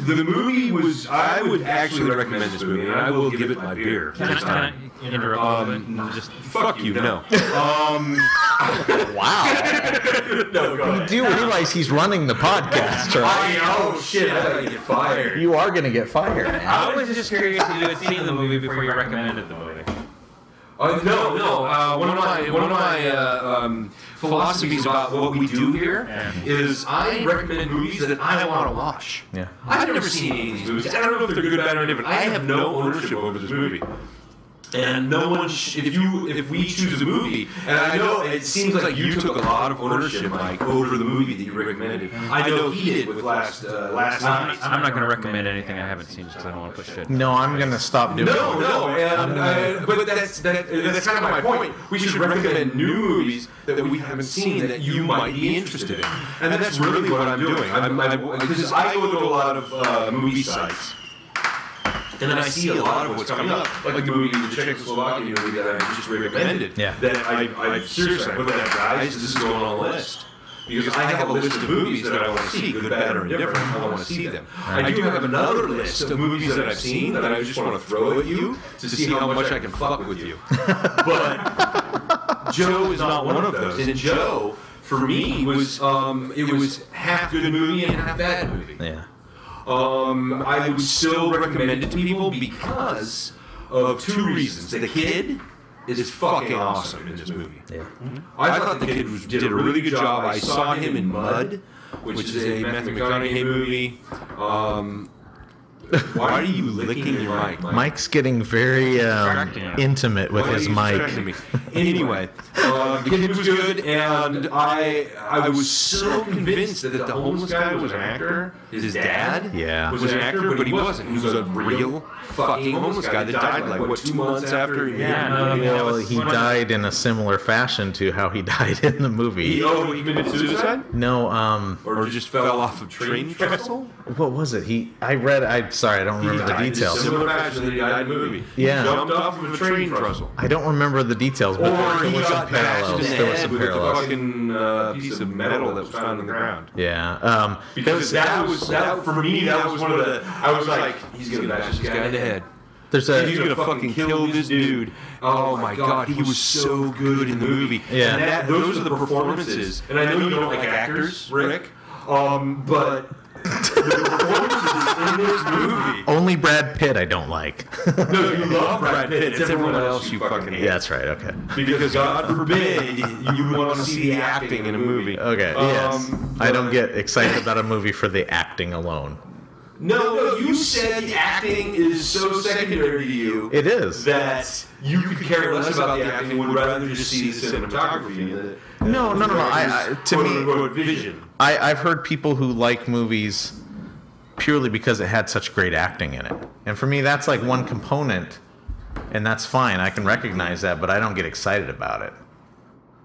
S1: the movie was. I would actually recommend this movie, and I will give it my beer.
S2: Can I,
S1: this time.
S2: can I interrupt a little bit and just
S1: Fuck you, no.
S3: wow,
S1: [LAUGHS] no, go
S3: I
S1: ahead.
S3: do realize he's running the podcast, right?
S1: oh shit, I gotta get fired.
S3: You are gonna get fired. man.
S2: I was just curious if you had seen the movie before you recommended the movie.
S1: Uh, no, no. Uh, one of my one of my uh, um, philosophies about what we do here is I recommend movies that I want to watch.
S3: Yeah.
S1: I've never seen any of these movies. I don't know if they're good, bad, or different. I have no ownership over this movie. and no one sh- if you if we choose a movie and i know it seems like you took a lot of ownership like over the movie that you recommended i know he did with last uh, last night
S7: I'm not going to recommend anything I haven't seen because I don't want to push shit.
S3: No, I'm gonna stop doing
S1: no,
S3: it.
S1: no, and, uh, but that's that, that's kind of my point. We should recommend new movies that we haven't seen that you might be interested in, and that's really what I'm doing. I'm because I go to a lot of uh, movie sites, and then I see a lot of what's coming up, like the movie The Czechoslovakia movie that I just recommended.
S3: Yeah.
S1: That I, I seriously I put that guys, this is going on a list. Because I have a list of movies that I want to see, good, bad, or indifferent. I want to see them. I do have another list of movies that I've seen that I just want to throw at you to see how much I can fuck with you. But Joe is not one of those. And Joe, for me, was um, it was half good movie and half bad movie.
S3: Yeah.
S1: Um, I would still recommend it to people because of two reasons. The kid is fucking awesome in this movie.
S3: Yeah.
S1: I thought the kid was, did a really good job. I saw him in Mud, which is a Matthew McConaughey movie. Um, why are you licking your mic? Mike?
S3: Mike's getting very um,
S7: Distracting him.
S3: intimate with
S1: Why are
S3: his
S1: you
S3: mic.
S1: distracting me? [LAUGHS] Anyway, uh, the kid was good, and I I was so convinced that the homeless guy was an actor. His dad,
S3: Yeah.
S1: was an actor, but he wasn't. He was a real fucking homeless guy that died like what two months after he made
S7: Yeah,
S1: it?
S7: no, I mean, that
S3: Well,
S7: was
S3: he
S7: one of the-
S3: died in a similar fashion to how he [LAUGHS] died in the
S1: He,
S3: movie.
S1: oh, he committed suicide,
S3: No, um,
S1: or just fell off a train trestle.
S3: what was it? He, I read. I sorry, I don't remember the
S1: died In a
S3: details.
S1: similar fashion that he died in the movie.
S3: Yeah.
S1: he jumped off of a train trestle.
S3: I don't remember the details, but
S1: Or
S3: there
S1: he
S3: was some
S1: got bashed in
S3: parallels.
S1: the
S3: There was
S1: head
S3: some
S1: with a
S3: parallels.
S1: fucking uh, piece of metal that was found in the ground.
S3: Yeah. Um, there
S1: Because
S3: was,
S1: that was that for me. That was one of the. I was like, he's gonna bash this guy in the head.
S3: there's a
S1: He's gonna fucking kill this dude. Oh my god, he was so good in the movie.
S3: Yeah.
S1: and that, those are the performances. And I know you don't like actors, Rick, um, but the performances in this movie.
S3: only Brad Pitt I don't like.
S1: No, you love Brad Pitt. It's everyone else you fucking hate.
S3: yeah, that's right. Okay.
S1: Because God forbid you want to see the acting in a movie.
S3: Okay. yes.
S1: Um,
S3: I don't
S1: but-
S3: get excited about a movie for the acting alone.
S1: No, no, you said acting is so secondary to you.
S3: It is.
S1: that you could care less about the acting, would rather just see the cinematography. and the-
S3: No, no, no, no. I, I, to
S1: quote,
S3: me,
S1: unquote, vision.
S3: I, I've heard people who like movies purely because it had such great acting in it. And for me, that's like one component, and that's fine. I can recognize that, but I don't get excited about it.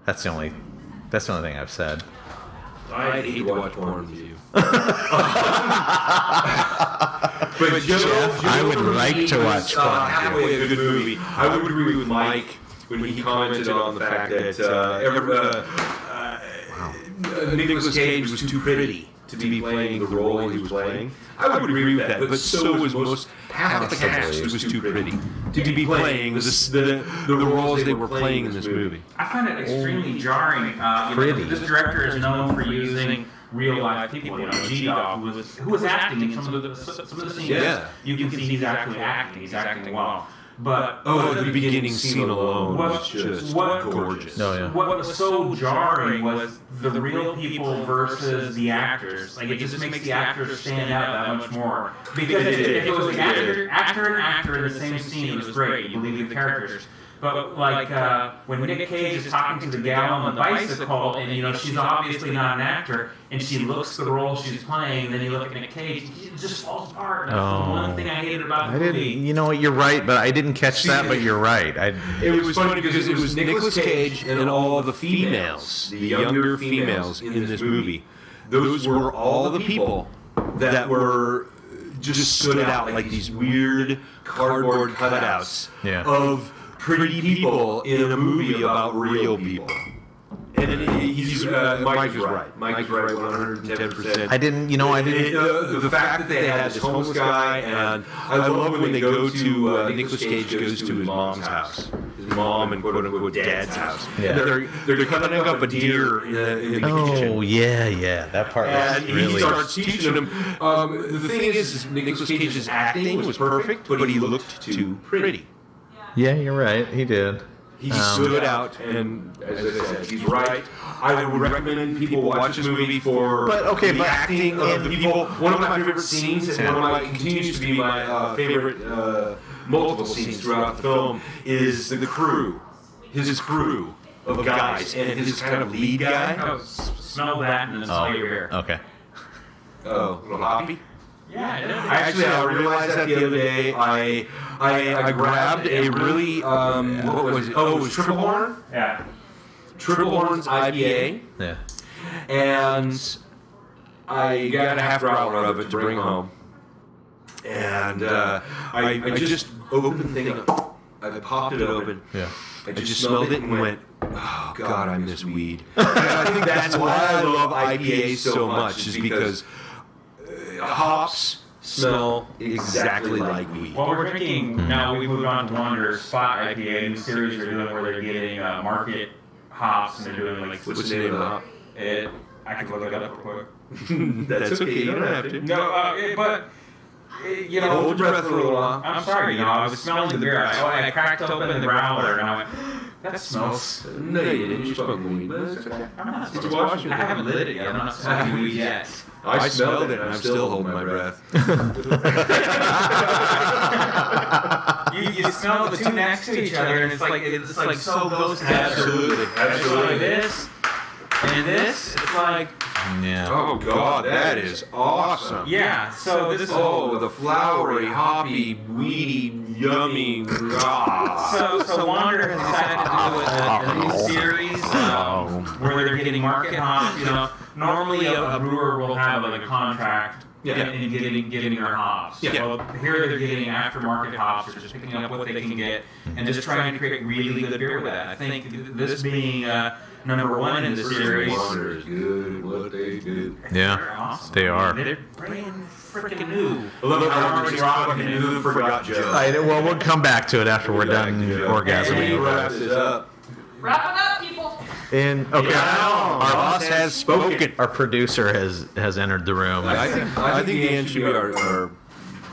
S3: That's the only. That's the only thing I've said.
S1: I hate to watch porn with [LAUGHS] you. but Joe, Joe
S3: I would
S1: for me
S3: like to
S1: was,
S3: watch
S1: uh,
S3: porn with you.
S1: halfway a good movie. I would agree with Mike when he commented on the fact that uh, every, uh, uh, Nicolas Cage was too pretty to be playing the role he was playing. I would agree with that, but so was most half the cast was too pretty to be playing the the, the roles they were playing in this movie.
S2: I find it extremely jarring. Uh, you know,
S3: Pretty.
S2: this director is known for using real life people. You know, G Dog, who was who was acting in some of the some of the scenes.
S1: Yeah.
S2: You can see he's actually acting. He's acting well. But
S1: Oh, the beginning scene alone was just
S2: What-
S1: gorgeous.
S3: No, Oh, yeah.
S2: What was so jarring was the real people versus the actors. Like it just makes the actors stand out that much more. Because if if it was the actor, actor and actor in the same scene, it was great. You believe the characters. But like uh, when Nick Cage is talking to the gal on the bicycle, and you know she's obviously not an actor, and she looks the role she's playing, and then you look at Nick Cage, it just falls apart. That's the
S3: Oh.
S2: one thing I hated about
S3: I
S2: the
S3: didn't.
S2: movie.
S3: You know what? You're right, but I didn't catch that. But you're right. I.
S1: It was funny because it was Nicolas Cage and all the females, the younger females in this movie. Those were all the people that were just stood out like these weird cardboard cutouts
S3: Yeah.
S1: of pretty people in a movie about real people. And it- he's uh, Mike is right. Mike is right 110 percent.
S3: I didn't. You know. I
S1: It,
S3: didn't.
S1: uh, the, fact that they had this homeless guy, and I love when they go to uh, Nicolas Cage goes to his mom's house, his mom and quote unquote dad's house.
S3: Yeah.
S1: And they're they're cutting up a deer in the, in the kitchen.
S3: [LAUGHS] Oh yeah, yeah. That part
S1: And
S3: was really.
S1: he starts teaching him. Um, the thing is, is Nicolas Cage's acting was perfect, but he looked too pretty.
S3: Yeah, you're right. He did.
S1: He
S3: Um,
S1: stood out, and as I said, he's right. I would recommend people watch this movie for
S3: But, okay,
S1: the
S3: but-
S1: acting of the people. One of my favorite scenes, and
S3: Yeah.
S1: one of my continues to be my uh, favorite uh, multiple scenes throughout the film is the crew, his crew of guys, and his kind of lead guy.
S2: Oh, s- smell that and then smell your hair.
S3: Okay.
S1: Oh, little Hoppy.
S2: Yeah, it is.
S1: Actually, I realized that the other day. I I, I grabbed a really um, what was it? Oh, it was triple horn,
S2: yeah.
S1: triple horns IBA,
S3: Yeah.
S1: and I got a half growler of it to bring home. And uh, I, I just opened the thing up. I popped it open.
S3: Yeah.
S1: I just smelled it and went, "Oh God, I miss [LAUGHS] weed." And I think that's why I love IPAs so much, is because uh, hops smell exactly like weed.
S2: Well, we're drinking now. We moved on to Wanderer's Spot IPA. New series they're doing where they're getting uh, market hops and they're doing like
S1: What's the name of the hop?
S2: It, I can look it up real quick.
S1: That's okay. You don't have to.
S2: No, uh, it- but uh, you know,
S1: Hold your breath for a little while.
S2: I'm sorry, you know, I was smelling the beer. I, I cracked open the growler and I went, that smells.
S1: No, you didn't. You smoked weed. but it's okay.
S2: I'm not smoking. I haven't lit it yet. I'm not smoking weed [LAUGHS] yet.
S1: I smelled it, and I'm still holding my breath.
S2: You, you smell the two next to each other, and it's like it's like so close to
S1: Absolutely.
S2: Absolutely. This and this, it's like
S3: Yeah.
S1: Oh God, that is awesome.
S2: yeah. So this is
S1: Oh, the flowery, hoppy, weedy, yummy. Ah. [LAUGHS]
S2: So, so Wander has decided to do a, a new series um, where they're getting market hops. You know, normally a, a brewer will have like a contract
S1: Yeah.
S2: in, in getting getting their hops.
S1: Yeah.
S2: Well, here they're getting aftermarket hops, or just picking up what they can get and just trying to create really good beer with that. I think th- this being uh, number one in the series.
S1: Wonder is good at what they do.
S2: they're
S3: Yeah.
S2: awesome.
S3: They are.
S2: They're brand freaking new.
S1: I love
S2: how we just fucking
S1: forgot Joe.
S3: All right, well, we'll come back to it after we're done orgasming.
S1: wraps it up.
S6: Wrap it up, people.
S3: And okay, our boss has
S1: spoken.
S3: Our producer has has entered the room.
S1: I think, I think Dan should be our, our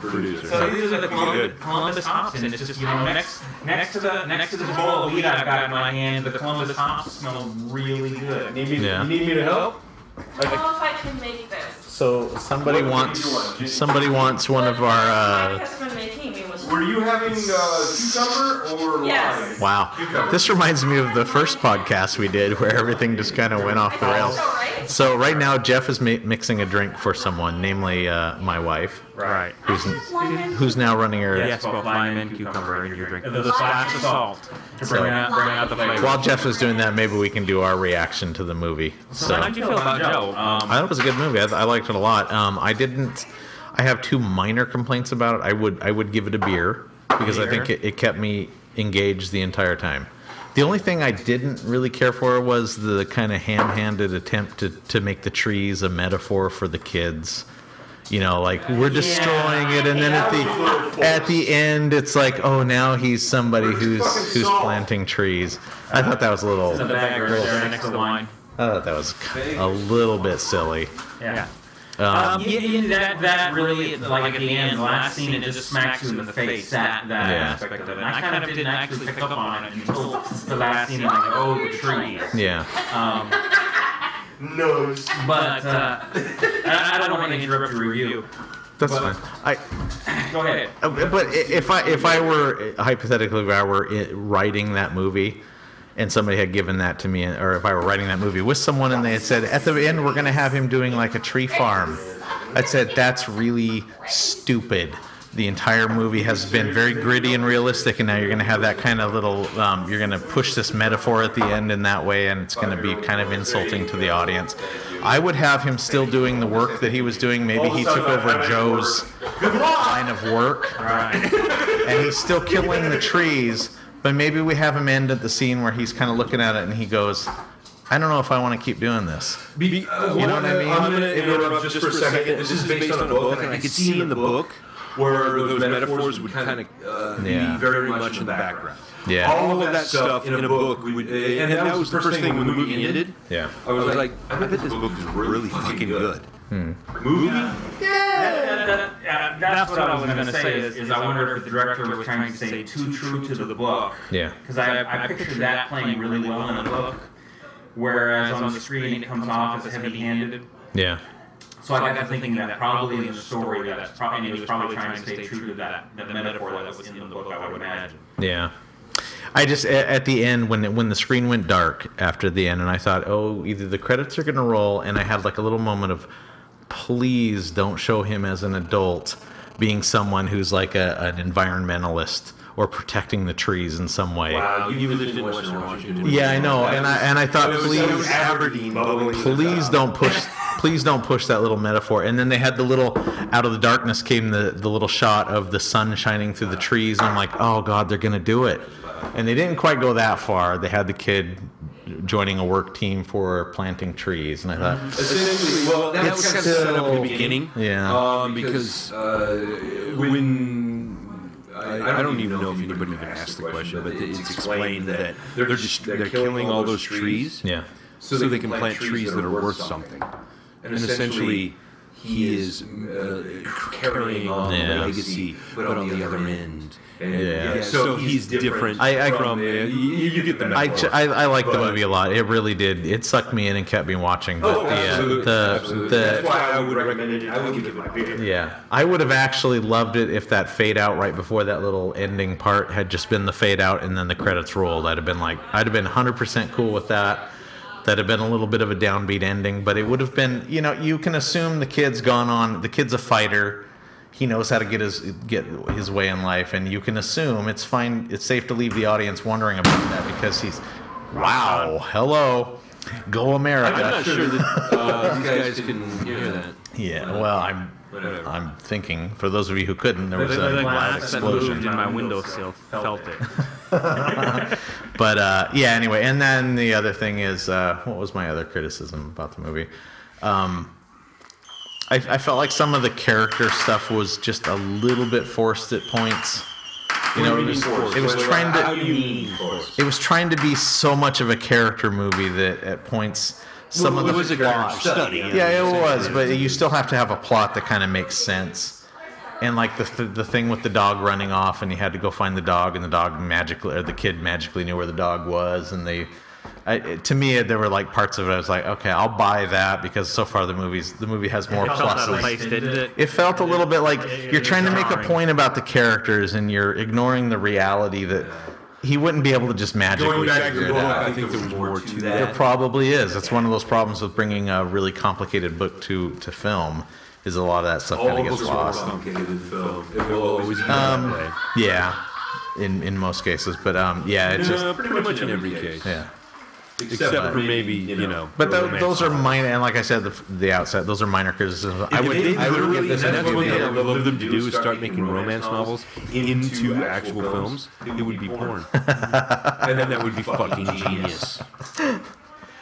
S1: producer.
S2: So these are the Columbus,
S1: good.
S2: Columbus hops, and it's just you know next next to the next to the bowl of weed I've got in my hand, the Columbus hops smell really good.
S1: need me,
S3: Yeah.
S1: need me to help?
S6: I don't know if I can make this.
S3: So somebody wants somebody wants one of
S6: My
S3: our. Uh,
S6: husband making me was.
S1: Were you having uh, cucumber or lime?
S6: Yes.
S3: wow, this reminds me of the first podcast we did where everything just kind of went
S6: I
S3: off the
S6: thought
S3: rails.
S6: so, right?
S3: So right now Jeff is mi- mixing a drink for someone, namely uh, my wife,
S7: Right.
S3: who's
S6: I have lemon.
S3: who's now running her.
S7: Yes, both lime and cucumber in your drink.
S2: The,
S7: The
S2: splash of salt to bring out bring out the flavor.
S3: While Jeff is doing that, maybe we can do our reaction to the movie. So
S7: How'd you feel about Joe? Um,
S3: I thought it was a good movie. I, I liked it a lot. Um, I didn't. I have two minor complaints about it. I would I would give it a beer because I think it, it kept me engaged the entire time. The only thing I didn't really care for was the kind of ham-handed attempt to, to make the trees a metaphor for the kids. You know, like we're destroying it, and then at the at the end, it's like, oh, now he's somebody who's who's planting trees. I thought that was a little.
S2: the bag right there next to the wine.
S3: I thought that was a little bit silly.
S2: Yeah. Um, yeah, yeah, that that really like at the end, the last scene, it just smacks you in the face. That that
S3: Yeah.
S2: aspect of it. And I kind of didn't actually pick up on it until the last scene. I'm like, oh, the trees.
S3: Yeah.
S2: Um, But uh, I, I don't want to interrupt your review.
S3: That's
S2: But-
S3: fine. I,
S2: Go ahead.
S3: uh, but i- if I if I were uh, hypothetically if I were i- writing that movie, and somebody had given that to me, or if I were writing that movie with someone and they had said at the end we're gonna have him doing like a tree farm, I said that's really stupid. The entire movie has been very gritty and realistic, and now you're going to have that kind of little. Um, you're going to push this metaphor at the end in that way, and it's going to be kind of insulting to the audience. I would have him still doing the work that he was doing. Maybe he took over Joe's line of work, and he's still killing the trees. But maybe we have him end at the scene where he's kind of looking at it and he goes, "I don't know if I want to keep doing this."
S1: Be, uh,
S3: You know what I mean?
S1: I'm going to interrupt just for a second. This is based on a book, and I could see in the book where those metaphors would kind of uh,
S3: Yeah.
S1: be very much in the background.
S3: Yeah.
S1: All of that stuff in a book, we would, and that was the first thing when the movie ended.
S3: Yeah.
S1: I was like, I bet this book is really fucking good.
S2: That- that- that- that's what I was going to say. Is, is I wonder if the director was trying to say too true to the book.
S3: Yeah.
S2: Because I, I pictured that playing really well in the book, whereas on the screen it comes off as heavy-handed.
S3: Yeah.
S2: So I got to thinking that probably in the story that that's probably, and he was probably trying to stay true to that, that metaphor that was in the book, I would imagine.
S3: Yeah. I just a- at the end when it, when the screen went dark after the end, and I thought, oh, either the credits are gonna roll, and I had like a little moment of, please don't show him as an adult being someone who's like a, an environmentalist or protecting the trees in some way.
S1: Wow, you, lived in Western Washington.
S3: Yeah, I know, and I and I thought,
S1: It was,
S3: please,
S1: it was Aberdeen bubbling. to the
S3: please
S1: top.
S3: don't push please don't push that little metaphor and then they had the little out of the darkness came the, the little shot of the sun shining through the trees and i'm like oh god they're gonna do it and they didn't quite go that far they had the kid joining a work team for planting trees and i thought
S1: Mm-hmm. Essentially, well, that was
S3: It's
S1: kind of set up in
S3: still-
S1: the beginning.
S3: Yeah.
S1: Um, because uh, when I, I don't even know if anybody even asked the question, but it's explained that they're just they're killing all those trees.
S3: yeah
S1: so, they can plant trees that are worth something. And essentially, he is uh, carrying on
S3: Yeah.
S1: the legacy, but on the other end. And
S3: Yeah.
S1: So he's different.
S3: I- I-
S1: from the, you, you get the
S3: I,
S1: metaphor.
S3: ch- I, I liked the
S1: But-
S3: movie a lot. It really did. It sucked me in and kept me watching. But
S1: Oh,
S3: the, uh,
S1: absolutely,
S3: the,
S1: absolutely.
S3: the-
S1: That's why I would recommend it. I would give it my beer.
S3: Yeah, I would have actually loved it if that fade out right before that little ending part had just been the fade out and then the credits rolled. I'd have been like, I'd have been 100% cool with that. That'd have been a little bit of a downbeat ending, but it would have been, you know, you can assume the kid's gone on. The kid's a fighter. He knows how to get his get his way in life, and you can assume it's fine. It's safe to leave the audience wondering about that because he's, wow, hello, go America.
S1: I'm not sure that uh, these guys can hear that.
S3: Yeah, well, I'm
S1: Whatever.
S3: I'm thinking for those of you who couldn't, there
S7: The
S3: was a loud
S7: glass that moved
S3: explosion.
S7: in my windowsill felt it.
S3: But uh, yeah, anyway, and then the other thing is, uh, what was my other criticism about the movie? Um, I, I felt like some of the character stuff was just a little bit forced at points. You know, it was, it was trying to.
S1: How do you mean forced?
S3: It was trying to be so much of a character movie that at points some
S1: Well,
S3: of
S1: it
S3: the
S1: was a character study, yeah.
S3: Yeah, it was, but you still have to have a plot that kind of makes sense. And like the th- the thing with the dog running off, and you had to go find the dog, and the dog magically or the kid magically knew where the dog was, and they. I, it- to me, there were like parts of it. I was like, okay, I'll buy that because so far the movies the movie has more
S7: It felt out of
S3: pluses.
S7: place, didn't it?
S3: It felt a little bit like
S7: it-
S3: you're
S7: it's
S3: trying to make a
S7: jarring.
S3: point about the characters and you're ignoring the reality that he wouldn't be able to just magically
S1: Going back
S3: figure
S1: to
S3: it
S1: book,
S3: out.
S1: I think there was more to
S3: There
S1: that.
S3: probably is. That's one of those problems with bringing a really complicated book to, to film is a lot of that stuff kind of gets lost. Um,
S1: complicated in film. It will always be that way.
S3: Yeah, in in most cases. But um, yeah, it just
S1: Uh, pretty much in every case.
S3: yeah.
S1: Except for maybe, you know.
S3: But tho-
S1: romance.
S3: those are minor, and like I said, the, the outset, those are minor criticisms. I
S1: If
S3: would,
S1: they
S3: I would give
S1: literally-
S3: this
S1: and that's
S3: movie
S1: one
S3: a-
S1: thing I would love them to do is start making romance novels into actual films. It would be porn, and then that would be fucking genius.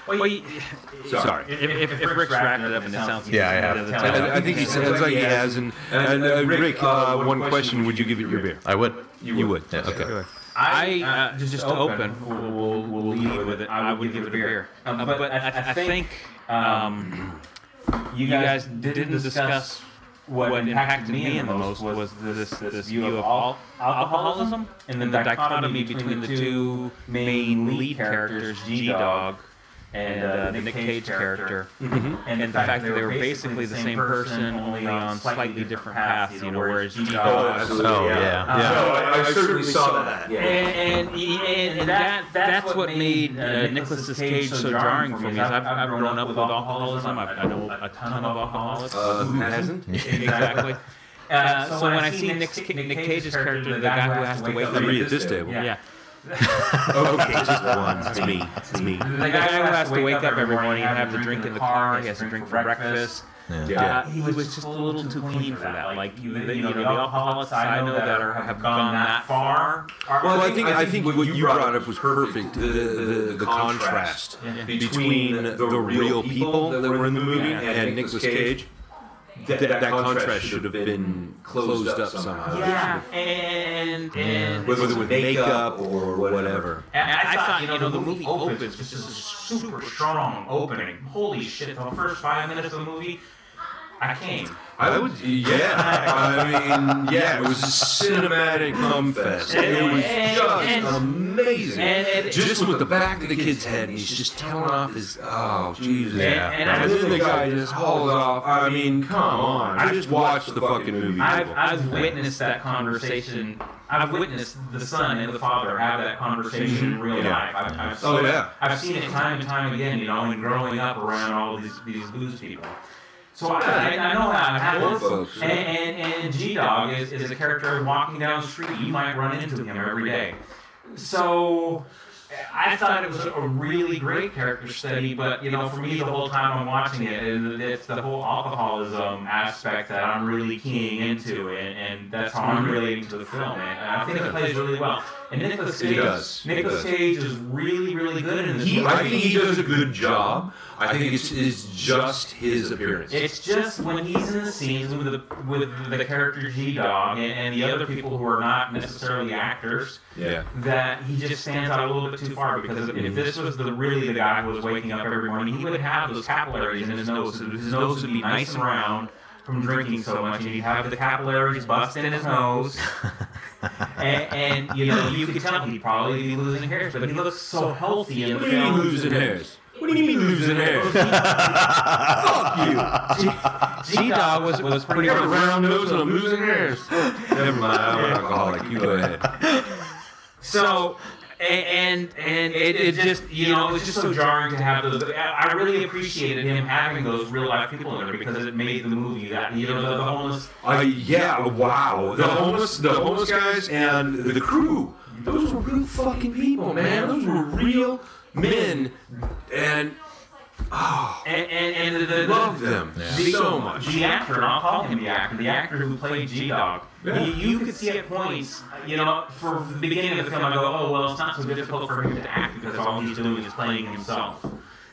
S7: Well, you- [LAUGHS]
S1: Sorry.
S7: if, if, if Rick's wrapping it up and it sounds
S3: Yeah, I have.
S7: it doesn't
S3: I-
S7: sound-
S1: I, I think he sounds like he has. And, and uh, Rick, uh, one question: Would you give it your beer?
S3: I would.
S1: You would.
S3: Yeah, okay.
S7: I uh, just, just to open.
S2: We'll, we'll, we'll leave with it. I would give it a beer.
S7: Uh,
S2: Um,
S7: but I, I think um,
S2: you
S7: you guys didn't discuss what impacted me in the most was this this view of al- alcoholism and then the dichotomy between the two main lead characters, G Dog and uh, the Nick Cage character, Mm-hmm. and the fact that they were basically the same person, only on slightly different paths. You know, whereas G Dog
S3: Oh yeah, yeah.
S1: Uh, I, certainly saw that.
S7: and, and, and, and that, that's what made uh, Nicholas Cage so jarring for me. Is I've, I've grown up with alcoholism. I've, I know a ton of alcoholics.
S1: who Uh, hasn't?
S7: exactly. Uh, so when I see Nick, Ca- Nick Cage's character, the guy who has to wake up,
S1: Three at this table.
S7: yeah,
S1: Okay, just one. It's me. It's me.
S7: the guy who has to wake up every morning and have the drink in the car, he has to drink for breakfast.
S1: Yeah.
S7: Uh, he was just a little too clean for that. Like you, you know, the alcoholics I know that are, have gone that far.
S1: Well, I think I think what you brought up was perfect. The the, the contrast between the real people that were in the movie
S7: Yeah.
S1: and Nicolas Cage. That, that, contrast should have been closed up somehow.
S7: Yeah, and and
S1: Whether with makeup or whatever.
S2: And I, thought, you know, the, movie opens with just a super strong opening. Holy shit, the first five minutes of the movie, I came.
S1: I would, yeah. I [LAUGHS] mean, yeah, it was a cinematic cum fest. It was
S2: And-
S1: just amazing.
S2: and- and-
S1: just with the back of the kid's head, and he's just telling off his, oh, Jesus.
S2: Yeah. And- and I
S1: And
S2: was-
S1: then the guy just hauls off. I mean, come on. I just watched the fucking movie.
S2: I've, I've witnessed that conversation. I've witnessed the son and the father have that conversation in real
S1: Yeah.
S2: life. I've, I've
S1: Oh,
S2: seen,
S1: yeah.
S2: I've seen it time and time again, you know, and growing up around all these, these blues people. So I, I, I know how it
S1: Old
S2: happens.
S1: folks.
S2: And, and, and G Dog is, is a character walking down the street. You might run into him every day. So I thought it was a really great character study, but you know, for me, the whole time I'm watching it, it- it's the whole alcoholism aspect that I'm really keying into, and, and that's how I'm relating to the film. And I think it plays really well. And Nicholas
S1: He
S2: Cage,
S1: does. He
S2: Nicolas
S1: does.
S2: Cage is really, really good in this.
S1: He,
S2: movie.
S1: I think he does a good job. I think it's, it's just his appearance.
S2: It's just when he's in the scenes with the with the character G Dog and, and the other people who are not necessarily actors.
S1: Yeah.
S2: that he just stands out a little bit too far because if this was the really the guy who was waking up every morning, he would have those capillaries in his nose. His nose would be nice and round from drinking so much, and he'd have the capillaries bust in
S1: [LAUGHS]
S2: his nose. and, and you know, you could tell he'd probably be losing hairs, but he looks so healthy in the
S1: What do you mean
S2: film.
S1: losing hairs? What do you mean losing hairs? Fuck you.
S7: G Dog was was pretty.
S1: got a round nose and I'm losing hairs. [LAUGHS] Never mind, I'm an alcoholic. You go ahead.
S2: So, a- and and it, it just you know it was just so jarring to have those. I I really appreciated him having those real life people in there because it made the movie that you know the, the homeless.
S1: Uh, yeah, wow. The homeless, the homeless guys and the crew. Those were real fucking people, man. Those were real men, and
S2: And and, and the,
S1: I
S2: the,
S1: love them so much.
S2: The actor, and I'll call him the actor, the actor who played G Dog.
S1: Yeah.
S2: You, you could see at points, you know, for the beginning of the film, I go, oh, well, it's not so difficult for him to act because all he's doing is playing himself.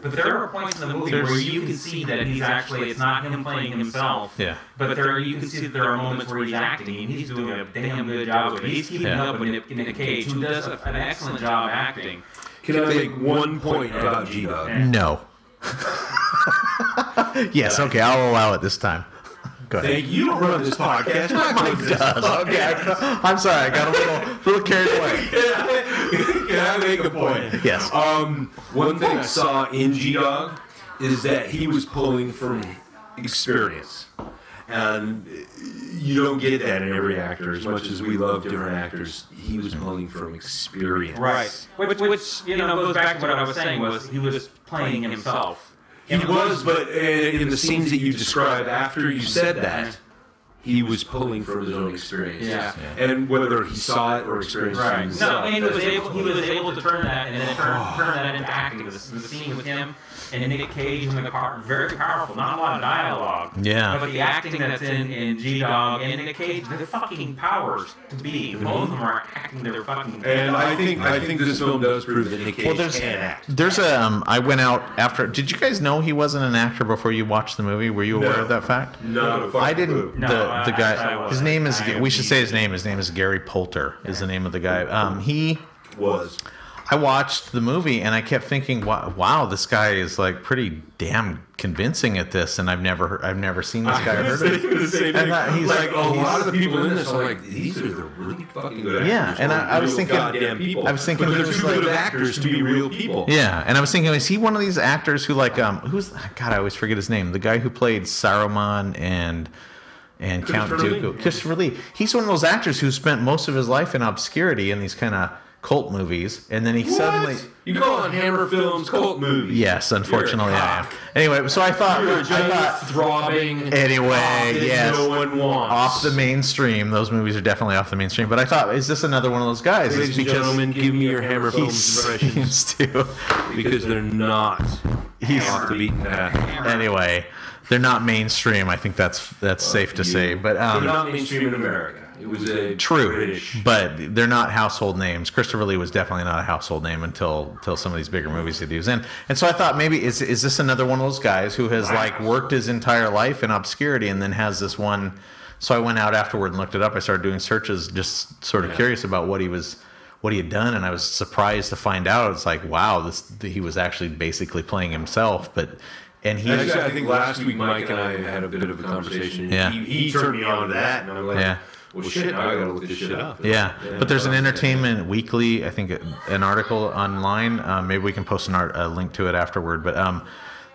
S2: But there are points in the movie where you can see that he's actually, it's not him playing himself.
S3: Yeah.
S2: But there, you can see that there are moments where he's acting, and he's doing a damn good job of it. He's keeping
S3: Yeah.
S2: up with Nick, Nick Cage, who does a, an excellent job acting.
S1: Can I make one point about G Dog?
S3: No. [LAUGHS] yes, okay, I'll allow it this time. [LAUGHS] Go ahead.
S1: Hey, you don't run this [LAUGHS] podcast. Mike does.
S3: Okay, I- I'm sorry, I got a little, little carried away.
S1: Can I make a point?
S3: Yes.
S1: Um, one thing I saw in G Dog is that he was pulling from experience. And you don't get that in every actor. As much as we love different actors, he was pulling from experience.
S2: Right. Which, which you know, goes back to what I was saying was he was playing himself.
S1: He was, but uh, in the scenes that you described after you said that, he was pulling from his own experiences.
S2: Yeah.
S1: And whether he saw it or experienced it
S2: Right. No,
S1: himself.
S2: and he
S1: that's
S2: was
S1: what
S2: able he was able to turn that and then turn, turn that into acting. The, the scene with him and Nick Cage in the car very powerful. Not a lot of dialogue.
S3: Yeah.
S2: But the acting that's in, in G Dog and Nick Cage, they're fucking powers to be. Both of them are acting their fucking.
S1: And I think I think this film does prove that Nick Cage
S3: Well, there's-
S1: can act.
S3: There's a. Um, I went out after. Did you guys know he wasn't an actor before you watched the movie? Were you aware
S1: No.
S3: of that fact?
S1: No,
S3: I didn't.
S2: No,
S3: the the
S2: I- I- I
S3: guy.
S2: wasn't.
S3: His name is.
S2: I-
S3: we should say his name. His name is Gary Poulter. Is the name of the guy. Um, he.
S1: Was
S3: I watched the movie and I kept thinking, wow, wow, this guy is like pretty damn convincing at this, and I've never, I've never seen this guy. or heard of him. And that- he's
S1: he's like,
S3: like-
S1: a lot
S3: he's-
S1: of the people in this are like, these are the really fucking good actors.
S3: Yeah, and I- I was
S1: Real
S3: thinking-
S1: goddamn people.
S3: I was thinking
S1: but
S3: he
S1: they're
S3: was
S1: too
S3: like-
S1: good of actors to be real people.
S3: Yeah, and I was thinking, is he one of these actors who like um who's God? I always forget his name. The guy who played Saruman and and Count
S1: Christopher Lee.
S3: Dooku, Christopher Lee. He's one of those actors who spent most of his life in obscurity in these kind of cult movies, and then he suddenly.
S1: You call on Hammer Films cult movies.
S3: Yes, unfortunately,
S1: You're a
S3: I am. Anyway, so I thought,
S1: You're
S3: I
S1: just
S3: thought
S1: throbbing.
S3: Anyway,
S1: cock that
S3: yes.
S1: No one wants.
S3: off the mainstream. Those movies are definitely off the mainstream. But I thought, is this another one of those guys? It's
S1: Ladies and gentlemen, give me your Hammer
S3: he
S1: Films
S3: [LAUGHS]
S1: [LAUGHS] impressions
S3: seems to.
S1: because they're not
S3: He's
S1: off the beaten path.
S3: anyway. They're not mainstream. I think that's that's safe to say. But um,
S1: They're not mainstream in America. It was a
S3: True,
S1: British.
S3: but they're not household names. Christopher Lee was definitely not a household name until until some of these bigger movies that he was in. And so I thought maybe is is this another one of those guys who has like worked his entire life in obscurity and then has this one. So I went out afterward and looked it up. I started doing searches, just sort of curious about what he was what he had done, and I was surprised to find out. It's like wow, this he was actually basically playing himself, but and he
S1: Actually, I think last week Mike and I had a bit of a conversation.
S3: Yeah.
S1: He, he turned me on to that, and I'm like,
S3: Yeah.
S1: well, shit, now I gotta look this shit up.
S3: Yeah, but there's an Entertainment Weekly, I think, an article online. Uh, maybe we can post an art, a link to it afterward. But um,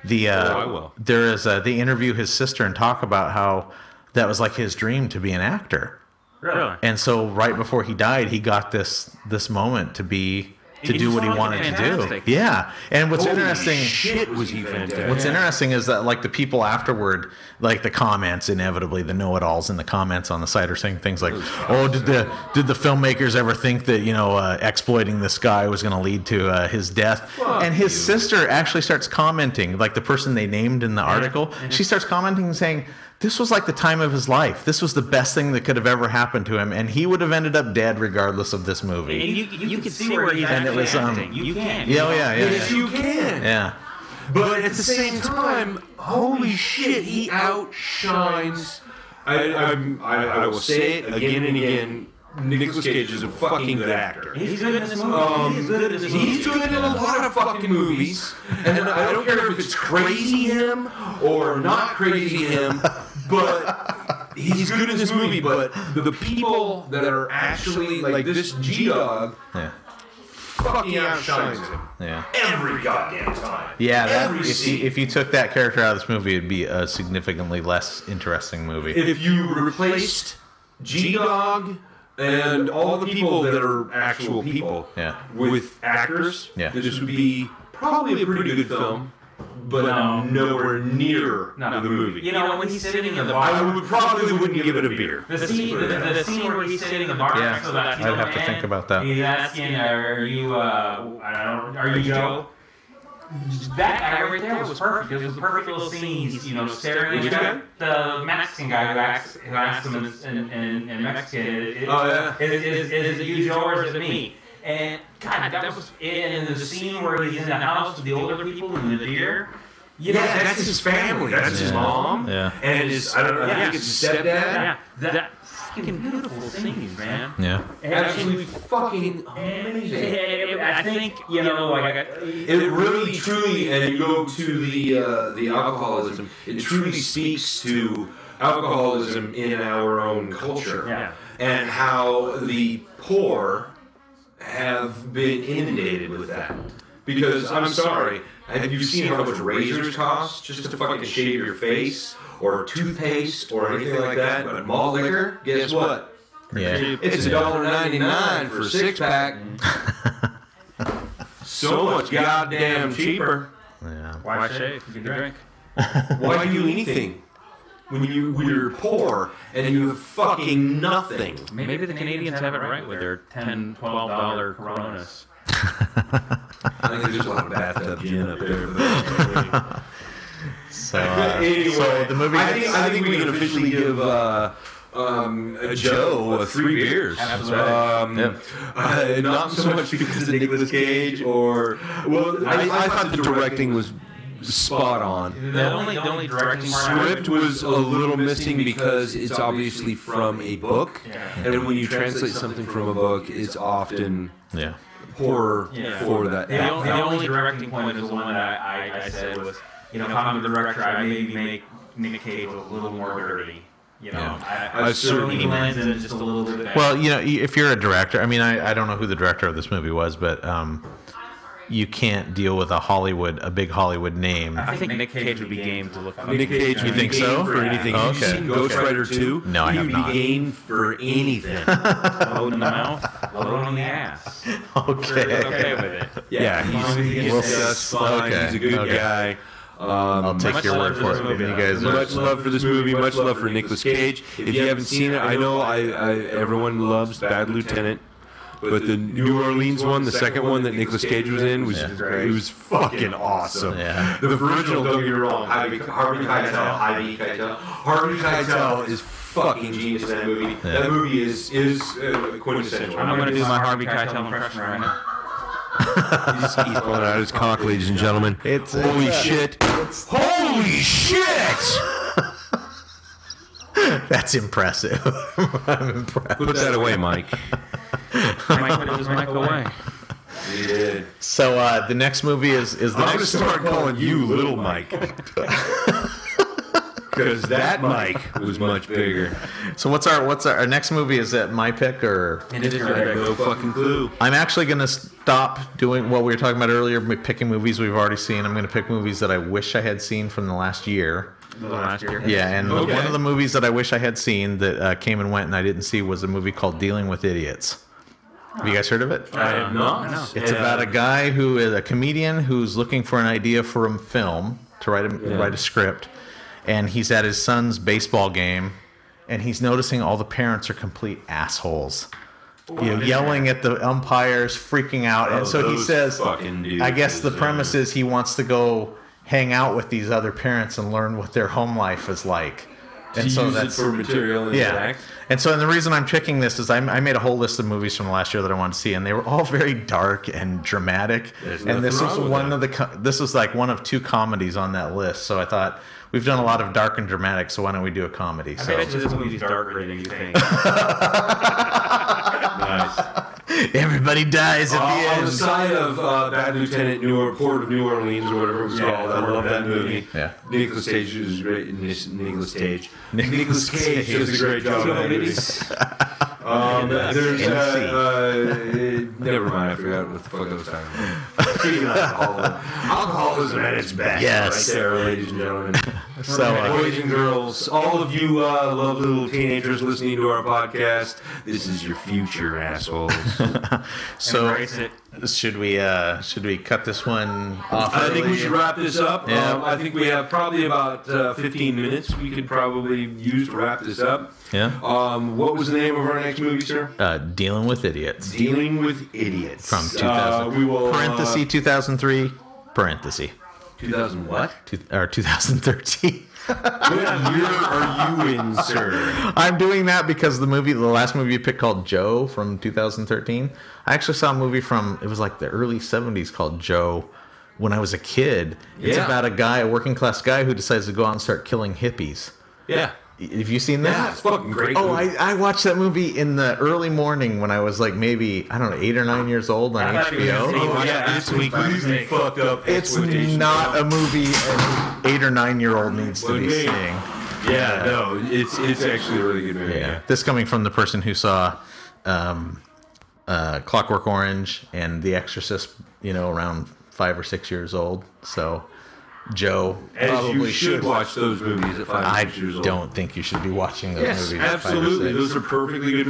S3: the uh,
S1: Oh, I will.
S3: There is uh they interview his sister and talk about how that was like his dream to be an actor,
S9: Really?
S3: and so right before he died, he got this this moment to be to
S9: He's
S3: do what he
S9: fucking
S3: wanted
S9: fantastic.
S3: to do. Yeah, and what's
S1: Holy
S3: interesting.
S1: shit, was he fantastic.
S3: What's interesting is that like the people afterward, like the comments inevitably, the know-it-alls in the comments on the site are saying things like, "Oh, did the did the filmmakers ever think that you know uh, exploiting this guy was going to lead to uh, his death?" and his sister actually starts commenting, like the person they named in the article, she starts commenting and saying. This was like the time of his life. This was the best thing that could have ever happened to him, and he would have ended up dead regardless of this
S9: And
S3: movie.
S9: you, you, can see where he's
S3: And it
S9: actually
S3: was, um,
S9: acting. You can.
S3: Yeah, oh, yeah, yeah,
S1: Yes,
S3: yeah.
S1: you can.
S3: yeah.
S1: But at the same time, holy shit, he outshines. I, I'm, I, I will say it again and again. Nicolas Cage is a fucking good actor.
S2: He's good in this movie. he's good in this movie.
S1: He's good in a lot of fucking movies, and I don't care if it's crazy him or not crazy him, but he's good in this movie. But the people that are actually like this G Dog
S3: yeah.
S1: fucking outshines him
S3: yeah.
S1: every goddamn time.
S3: Yeah, that,
S1: Every
S3: if,
S1: scene.
S3: you, if you took that character out of this movie, it'd be a significantly less interesting movie.
S1: if you replaced G Dog and all the people that are actual people
S3: Yeah.
S1: with actors,
S3: Yeah.
S1: this would be probably a pretty good film, but um, nowhere near
S2: No.
S1: the movie.
S2: You know, when he's sitting in the bar.
S1: I would probably wouldn't give it a beer.
S2: The scene, the, the, the scene where he's sitting in the bar
S3: Yeah,
S2: next to that.
S3: I'd have to think about that.
S2: He's asking, "Are you, uh, I don't, are you Joe?" That guy right there was perfect. It was a perfect little scene. He's, you know, staring
S1: Which
S2: at
S1: guy?
S2: the, the Mexican guy who asks, who asks him in, in, in, in Mexican, is,
S1: Oh, yeah.
S2: is, is, is it you, Joe, or is it me? And God, that was in the scene where he's in the house with the older people and the deer. You know,
S1: Yeah, that's his family. That's his
S3: Yeah.
S1: mom.
S3: Yeah.
S1: And his, I don't know, I
S9: Yeah.
S1: think it's his stepdad.
S9: Yeah, that, fucking beautiful scene, man.
S3: Yeah.
S1: Absolutely fucking
S9: Yeah,
S1: amazing.
S9: I think you know, like, I-
S1: It really, truly, and you go to the uh, the alcoholism. It truly speaks to alcoholism in our own culture,
S9: Yeah.
S1: and how the poor have been inundated with that. Because I'm sorry, have you seen how much razors cost just to fucking shave your face, or toothpaste, or anything like that? But malt liquor, guess what?
S3: Yeah.
S1: It's a dollar ninety nine for a six pack. [LAUGHS] so much goddamn cheaper.
S3: Yeah.
S2: Why
S9: shave? You can drink.
S1: Why do anything when you when you're poor and you have fucking nothing?
S9: Maybe the Canadians have it right with their 10 12 dollar Coronas.
S1: I think there's a lot of bathtub gin up there.
S3: So, uh,
S1: [LAUGHS] anyway,
S3: so the movie.
S1: I think, I think we can officially give uh, um, uh, Joe uh, three beers.
S2: Absolutely.
S1: Um, [LAUGHS] uh, not so much because of Nicolas Cage or well, I, I thought the directing was spot on.
S2: The only, the only directing part I
S1: script was a little missing because it's obviously from a book, and when you translate something from a book, it's often
S3: yeah.
S1: poorer
S2: Yeah.
S1: for that.
S2: The, only, the
S9: Yeah.
S2: only directing point is the one that I, I, I said was, you know, if I'm the director, I maybe make Nick Cage a little more dirty. You know,
S3: Yeah.
S2: I, I,
S1: I
S2: certainly
S1: certainly-
S2: he lands in it just a little bit better.
S3: Well, you know, y- if you're a director, I mean, I, I don't know who the director of this movie was, but um, you can't deal with a Hollywood, a big Hollywood name.
S2: [LAUGHS]
S9: I think Nick Cage would be game to look up.
S1: Nick Cage,
S3: You
S1: would
S3: think
S1: be
S3: so?
S1: game For anything?
S3: Oh,
S1: Have you
S3: okay.
S1: seen Ghost
S3: Okay.
S1: Rider Two?
S3: No, I have
S1: You'd
S3: not.
S1: be game for anything.
S9: Load in the mouth, load on the ass. You're okay
S3: Okay.
S9: with it.
S3: Yeah,
S1: As long
S3: he's-
S1: as he gets
S3: we'll-
S1: just fine.
S3: okay,
S1: He's a good
S3: okay.
S1: guy.
S3: I'll
S1: Um,
S3: take
S9: Much
S3: your
S9: love
S3: word
S9: for
S3: for
S9: this
S3: it.
S9: movie,
S3: You
S9: though.
S3: guys are
S1: much love for this movie. Much love for Nicolas Cage. If you haven't seen it, I know I, I everyone loves Bad Lieutenant, but the New Orleans one, the second one that Nicolas Cage was in, was
S2: Yeah.
S1: it was fucking awesome.
S3: Yeah.
S1: The original, don't get me wrong, Harvey Harvey Keitel, Harvey Keitel, Harvey Keitel is fucking genius in that movie.
S3: Yeah.
S1: That movie is is uh, quintessential.
S9: I'm gonna do my Harvey Keitel impression right now.
S1: He's he's pulling out his cock, ladies and gentlemen.
S3: It's-
S1: holy
S3: it's-
S1: shit! holy shit!
S3: That's impressive. [LAUGHS] I'm
S1: [LAUGHS]
S3: impressed.
S1: Put that away, Mike.
S9: Mike, put his mic away.
S1: Yeah.
S3: So uh, the next movie is is the
S10: I'm gonna
S3: next.
S10: start calling you Little Mike. [LAUGHS] Because that Mike was much bigger.
S3: So what's our what's our, our next movie? Is that my pick or?
S11: And it is your
S1: Got No fucking clue.
S3: I'm actually gonna stop doing what we were talking about earlier, m- picking movies we've already seen. I'm gonna pick movies that I wish I had seen from the last year.
S11: last year.
S3: Yeah, and
S1: Okay.
S3: one of the movies that I wish I had seen that uh, came and went and I didn't see was a movie called Dealing with Idiots. Have you guys heard of it?
S1: I
S10: Uh-huh.
S1: have not.
S3: It's about a guy who is a comedian who's looking for an idea for a film to write a write a script, and he's at his son's baseball game, and he's noticing all the parents are complete assholes, you know, yelling at the umpires, freaking out,
S1: Oh,
S3: and so he
S1: those
S3: says,
S1: fucking dudes,
S3: I guess the
S1: yeah.
S3: premise is he wants to go hang out with these other parents and learn what their home life is like, and
S1: To
S3: so
S1: use it
S3: that's
S1: for material in
S3: yeah.
S1: the act.
S3: And so, and the reason I'm picking this is I, I made a whole list of movies from last year that I wanted to see, and they were all [LAUGHS] very dark and dramatic.
S1: There's nothing
S3: and this was
S1: wrong with
S3: one
S1: that.
S3: of the co- this was like one of two comedies on that list. So I thought we've done a lot of dark and dramatic, so why don't we do a comedy?
S2: I
S3: So
S2: bet you this movie's darker than you think.
S1: Nice.
S3: [LAUGHS] everybody dies at
S1: Uh, on the
S3: the end.
S1: side of uh, Bad Lieutenant, New Or- Port of New Orleans, or whatever it was called. I love that movie.
S3: Yeah.
S1: Nicholas Cage is great. in this- Nicholas Cage.
S3: Nicolas
S1: Nicholas Cage does a great job in that movie. [LAUGHS] Um, there's uh, uh, [LAUGHS] never mind. I forgot what the fuck I was talking about. [LAUGHS] Speaking of alcoholism, alcoholism at its best.
S3: Yes.
S1: right there, ladies and gentlemen.
S3: So uh,
S1: Boys and girls, all of you uh, love little teenagers listening to our podcast. This is your future, assholes.
S3: so
S11: Embrace it.
S3: should we uh, should we cut this one off?
S1: I think we
S3: early?
S1: should wrap this up.
S3: Yeah.
S1: Um, I think we have probably about uh, 15 minutes we could probably use to wrap this up.
S3: Yeah.
S1: Um, what was the name of our next movie, sir?
S3: Uh, dealing with idiots.
S1: Dealing with Idiots.
S3: From
S1: Uh,
S3: 2000.
S1: we will. uh,
S3: Parenthesis 2003. Parenthesis.
S1: 2000 what?
S3: Two, or 2013.
S1: what year are you in, sir?
S3: I'm doing that because the movie, the last movie you picked called Joe from 2013. I actually saw a movie from, it was like the early 70s called Joe when I was a kid. It's
S1: Yeah.
S3: about a guy, a working class guy, who decides to go out and start killing hippies.
S1: Yeah.
S3: Have you seen
S1: Yeah,
S3: that?
S1: it's fucking great.
S3: Oh, I, I watched that movie in the early morning when I was like maybe, I don't know, eight or nine years old on
S2: I thought you were gonna say
S3: HBO.
S2: you watched
S1: Oh, yeah,
S2: it last week by
S1: completely
S2: mistake.
S1: fucked up.
S3: It's
S1: exploitation.
S3: not a movie an eight or nine year old needs to
S1: Would
S3: be
S1: be.
S3: seeing.
S1: Yeah, no, it's it's actually a really good movie.
S3: Yeah. This coming from the person who saw um, uh, Clockwork Orange and The Exorcist, you know, around five or six years old. So Joe
S1: As
S3: probably
S1: you should watch those movies at five
S3: I
S1: or six years old.
S3: don't think you should be watching those
S1: Yes,
S3: movies. at five or
S1: absolutely.
S3: six.
S1: Those are perfectly good.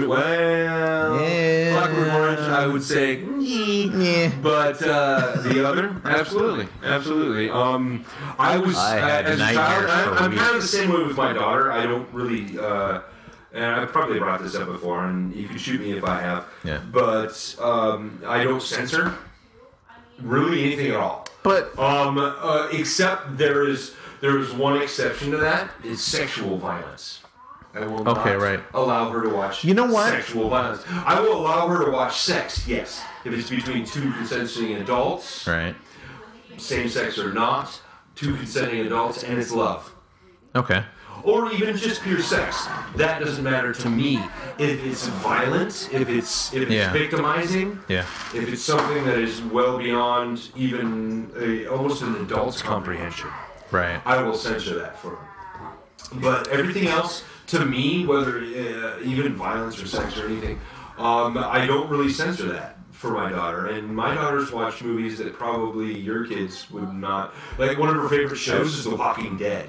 S1: Well,
S3: Yeah.
S1: Clockwork Orange, I would say, mm-hmm.
S3: Yeah.
S1: but uh, the other, absolutely, absolutely. Um, I was uh,
S3: I had
S1: as a child.
S3: nightmares for
S1: I, I'm kind of the
S3: weeks.
S1: same way with my daughter. I don't really. Uh, and I probably brought this up before, and you can shoot me if I have.
S3: Yeah.
S1: But um, I don't censor really anything at all.
S3: But
S1: Um, uh, except there is there is one exception to that. It's sexual violence. I will
S3: Okay,
S1: not
S3: right.
S1: allow her to watch.
S3: You know what?
S1: Sexual violence. I will allow her to watch sex. Yes, if it's between two consenting adults,
S3: right.
S1: same sex or not, two consenting adults, and it's love.
S3: Okay.
S1: Or even just pure sex. That doesn't matter to me. If it's violent, if it's if it's
S3: Yeah.
S1: victimizing,
S3: Yeah.
S1: if it's something that is well beyond even a, almost an adult's comprehension,
S3: Right.
S1: I will censor that for them. But everything else, to me, whether uh, even violence or sex or anything, um, I don't really censor that for my daughter. And my daughters watch movies that probably your kids would not. Like one of her favorite shows is The Walking Dead.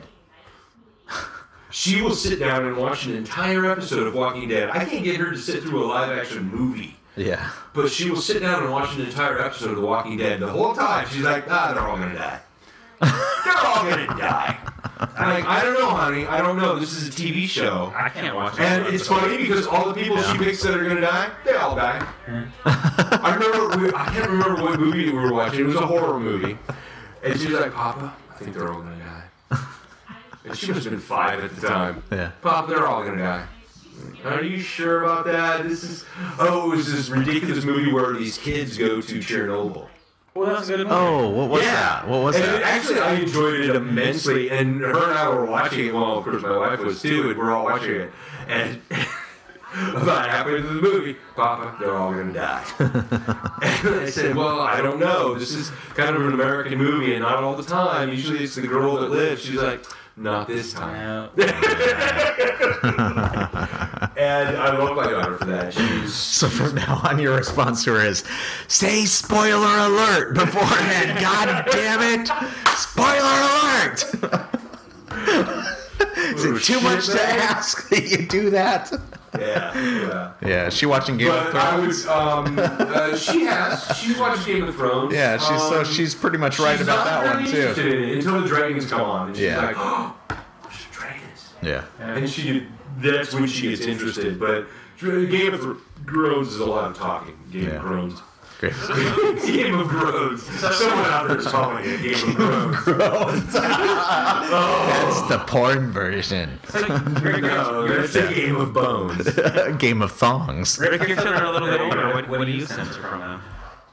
S1: She will sit down and watch an entire episode of Walking Dead. I can't get her to sit through a live action movie.
S3: Yeah.
S1: But she will sit down and watch an entire episode of The Walking Dead. The whole time, she's like, ah, they're all gonna die. they're all gonna die. I'm like, I don't know, honey. I don't know. This is a TV show.
S2: I can't watch it.
S1: And it's funny because all the people she picks that are gonna die, they all die. I remember, we, I can't remember what movie we were watching. It was a horror movie. And she was like, Papa, I think they're all gonna die. And she must have been five at the time.
S3: Yeah.
S1: Pop, they're all gonna die. Are you sure about that? This is oh, it was this ridiculous movie where these kids go to Chernobyl.
S2: Well, that's good.
S3: [LAUGHS] Oh, what was that? What was
S1: and
S3: that?
S1: Actually, I enjoyed it immensely, and [LAUGHS] her and I were watching it. Well, of course, my wife was too, and we're all watching it. And About halfway through the movie, Papa, they're all gonna
S3: [LAUGHS]
S1: die. and I said, Well, I don't know. This is kind of an American movie, and not all the time. Usually, it's the girl that lives. She's like, Not this time. And I love my daughter for that. She's
S3: So from now on, your response to her is, "Say spoiler alert before
S1: [LAUGHS]
S3: then. God damn it! Spoiler alert! Is it too much to ask that you do that?"
S1: yeah, yeah.
S3: Yeah, is she watching Game of
S1: But I
S3: Thrones.
S1: would. Um, uh, she has. She's watched Game of Thrones.
S3: Yeah, she's so
S1: Um,
S3: she's pretty much right
S1: she's not
S3: about that one
S1: really
S3: too.
S1: interested in it until the dragons come on, and she's
S3: Yeah.
S1: like, "Oh, we should try this."
S3: Yeah,
S1: And she, that's when she gets interested. But Dra- Game of Thrones is a lot of talking. Game
S3: Yeah.
S1: of Thrones.
S3: great.
S1: [LAUGHS] Game of Thrones. Someone out there is calling it Game of
S12: [LAUGHS]
S1: Thrones.
S3: That's the porn version. [LAUGHS]
S1: No, that's a Game of Bones.
S3: Game of Thongs.
S2: Rick, your children are a little bit older. What, what do you censor from them?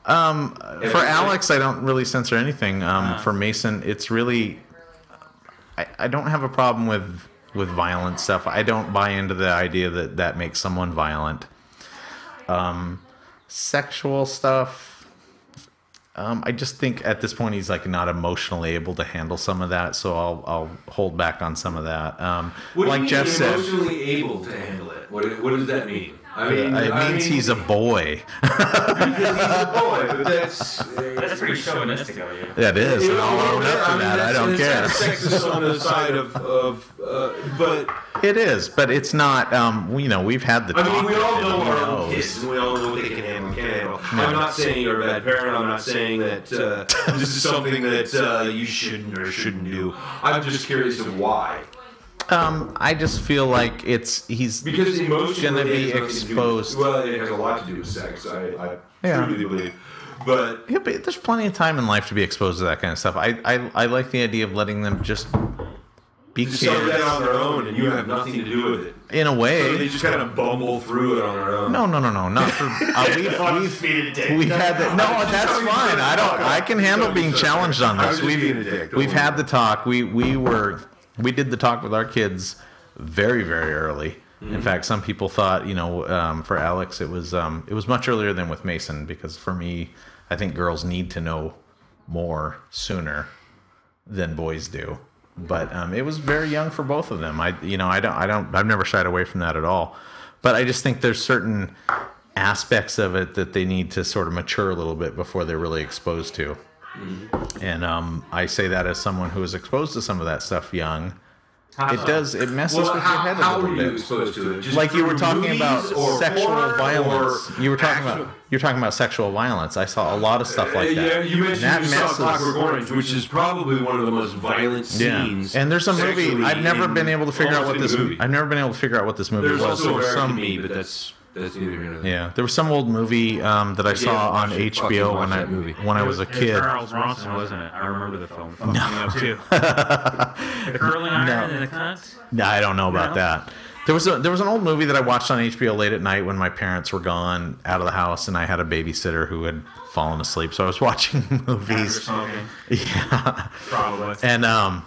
S3: Um, for Alex, I don't really censor anything. Um,
S1: Uh-huh.
S3: For Mason, it's really I, I don't have a problem with with violent stuff. I don't buy into the idea that that makes someone violent. Um, sexual stuff. Um, I just think at this point he's like not emotionally able to handle some of that, so I'll I'll hold back on some of that. Um,
S1: What do
S3: like
S1: you mean
S3: Jeff said,
S1: emotionally able to handle it. What, what does that mean? I mean,
S3: it
S1: I
S3: means
S1: mean,
S3: he's a boy.
S1: [LAUGHS] he's a boy, but that's.
S12: That's pretty chauvinistic of you.
S3: That is.
S1: You
S3: and
S1: know,
S3: I'll own up to
S1: mean,
S3: that. I
S1: that's-
S3: don't
S1: it's kind
S3: care.
S1: of Sexist on the side of, of uh, but
S3: It is, but it's not. Um, you know, we've had the.
S1: I mean,
S3: talk
S1: we all
S3: and
S1: know
S3: who
S1: our own
S3: knows.
S1: kids, and we all know what they can handle and can't handle. I'm not saying you're a bad parent. I'm not saying that uh, this is something that uh, you shouldn't or shouldn't do. I'm just curious of why,
S3: Um, I just feel like it's he's
S1: because emotionally
S3: gonna be
S1: it has nothing to do with-
S3: exposed.
S1: well, it has a lot to do with sex. I, I
S3: Yeah.
S1: truly believe, but
S3: Yeah, but there's plenty of time in life to be exposed to that kind of stuff. I I, I like the idea of letting them just be
S1: discover that on
S3: kids
S1: their own, and you have nothing to do with it.
S3: in a
S1: So they
S3: way.
S1: just kind of bumble through it on their own.
S3: No, no, no, no,
S1: [LAUGHS]
S3: not for. Uh, we've we've, we've had that. No, that's
S1: telling you
S3: fine.
S1: to
S3: I don't.
S1: fuck
S3: I
S1: off.
S3: can
S1: Just
S3: handle
S1: telling you
S3: being
S1: to-
S3: challenged on
S1: I was
S3: this.
S1: just being a dick,
S3: We've
S1: don't
S3: we've
S1: worry.
S3: had the talk. We we were we did the talk with our kids very very early.
S1: Mm-hmm.
S3: In fact, some people thought you know um, for Alex it was um, it was much earlier than with Mason because for me I think girls need to know more sooner than boys do. But
S1: Mm-hmm.
S3: um, it was very young for both of them. I you know I don't I don't I've never shied away from that at all. But I just think there's certain aspects of it that they need to sort of mature a little bit before they're really exposed to.
S1: Mm-hmm.
S3: And um, I say that as someone who was exposed to some of that stuff young. It does. It messes
S1: Well,
S3: with
S1: how,
S3: your head
S1: how
S3: a
S1: were
S3: little
S1: you
S3: bit.
S1: exposed to it? Just
S3: Like you were
S1: through
S3: talking about
S1: movies or
S3: sexual
S1: porn
S3: violence.
S1: or
S3: You were talking about
S1: actual-
S3: you were talking about sexual violence. I saw a lot of stuff like that.
S1: Uh, Yeah, you mentioned
S3: That
S1: you saw
S3: messes-
S1: Clockwork Orange, which is probably one of the most violent scenes.
S3: And there's a movie
S1: sexually
S3: I've never
S1: in-
S3: been able to figure out
S1: almost
S3: what
S1: in
S3: this
S1: the movie.
S3: I've never been able to figure out what this movie
S1: There's
S3: was.
S1: also
S3: There was
S1: American
S3: some
S1: Me, but that's that's neither here nor there.
S3: yeah, there was some old movie um, that I saw
S1: I
S3: on
S1: should fucking
S3: HBO
S1: watch
S3: when I
S1: that movie.
S3: when I was a kid.
S2: Charles Bronson, wasn't it? I remember the film. Fucking me up too. the curling iron and the cunt.
S3: No, I don't know about
S2: No?
S3: that. There was a there was an old movie that I watched on HBO late at night when my parents were gone out of the house and I had a babysitter who had fallen asleep. So I was [LAUGHS] watching movies.
S2: Smoking.
S3: Yeah.
S2: Probably.
S3: And um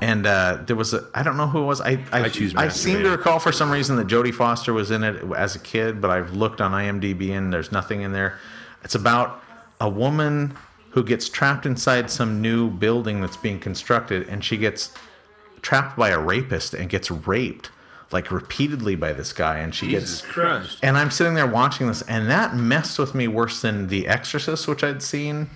S3: and uh, there was a I don't know who it was. I I,
S1: I choose
S3: I seem to
S1: masturbating.
S3: recall for some reason that Jodie Foster was in it as a kid, but I've looked on IMDb and there's nothing in there. It's about a woman who gets trapped inside some new building that's being constructed and she gets trapped by a rapist and gets raped like repeatedly by this guy and she
S1: Jesus
S3: gets
S1: Christ.
S3: and I'm sitting there watching this, and that messed with me worse than The Exorcist, which I'd seen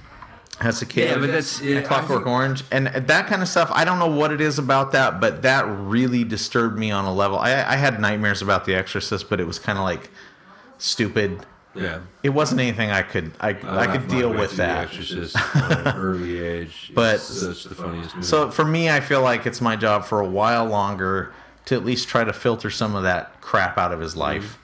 S3: as a kid.
S1: Yeah, but that's-
S3: and
S1: yeah, I
S3: Clockwork
S1: think-
S3: Orange, and that kind of stuff. I don't know what it is about that, but that really disturbed me on a level. I, I had nightmares about The Exorcist, but it was kind of like stupid.
S1: Yeah.
S3: It wasn't anything I could I, I could
S1: laughed
S3: deal
S1: my way
S3: with
S1: through
S3: that.
S1: The Exorcist
S3: [LAUGHS]
S1: at an early age.
S3: But-
S1: it's such the funniest movie.
S3: So for me, I feel like it's my job for a while longer to at least try to filter some of that crap out of his life.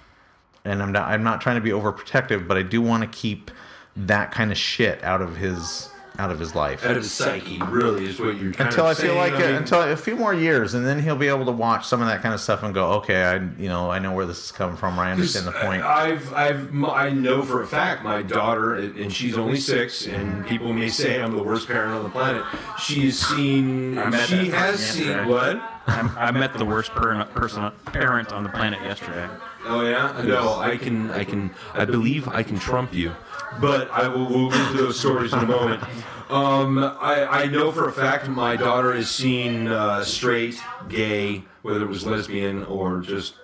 S3: And I'm not I'm not trying to be overprotective, but I do want to keep that kind of shit out of his out of his life.
S1: out of his psyche, really, is what you're kind
S3: Until I
S1: of
S3: feel
S1: saying.
S3: like
S1: I
S3: it,
S1: mean,
S3: until a few more years, and then he'll be able to watch some of that kind of stuff and go, okay, I you know I know where this is coming from, or I understand the point.
S1: I've, I've, m- I know for a fact my daughter, and she's only six, and people may say I'm the worst parent on the planet. She's seen,
S12: met
S1: she
S12: that
S1: has
S12: fucking
S1: seen
S12: answer.
S1: what?
S13: I'm, I met the worst per- person, parent on the planet yesterday.
S1: Oh yeah, no, I can, I can, I believe I can trump you, but I will we'll get to those stories in a moment. Um, I, I know for a fact my daughter has seen uh, straight, gay, whether it was lesbian or just,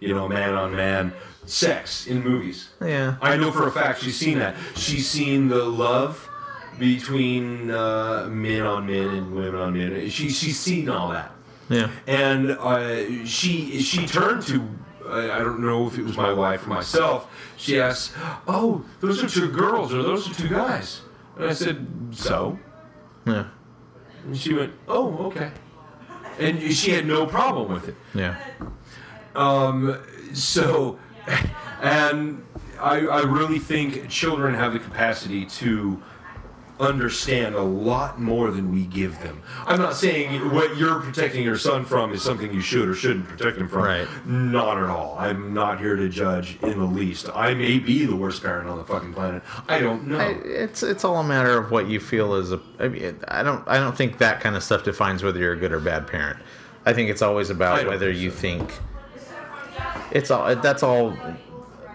S1: you know, man on man sex in movies.
S14: Yeah.
S1: I know for a fact she's seen that. She's seen the love between uh, men on men and women on men. She, she's seen all that
S14: Yeah.
S1: and uh, she she turned to I I don't know if it was my wife or myself. She asked, "Oh, those are two girls, or those are two guys?" And I said, "So."
S14: Yeah.
S1: And she went, "Oh, okay," and she had no problem with it.
S3: Yeah.
S1: Um, so, and I, I really think children have the capacity to understand a lot more than we give them. I'm not saying what you're protecting your son from is something you should or shouldn't protect him from.
S3: Right.
S1: Not at all. I'm not here to judge in the least. I may be the worst parent on the fucking planet. I don't know.
S3: I, it's it's all a matter of what you feel is a. I mean, it- I don't I don't think that kind of stuff defines whether you're a good or bad parent. I think it's always
S1: I
S3: about
S1: don't
S3: whether
S1: think
S3: you think. It's all that's all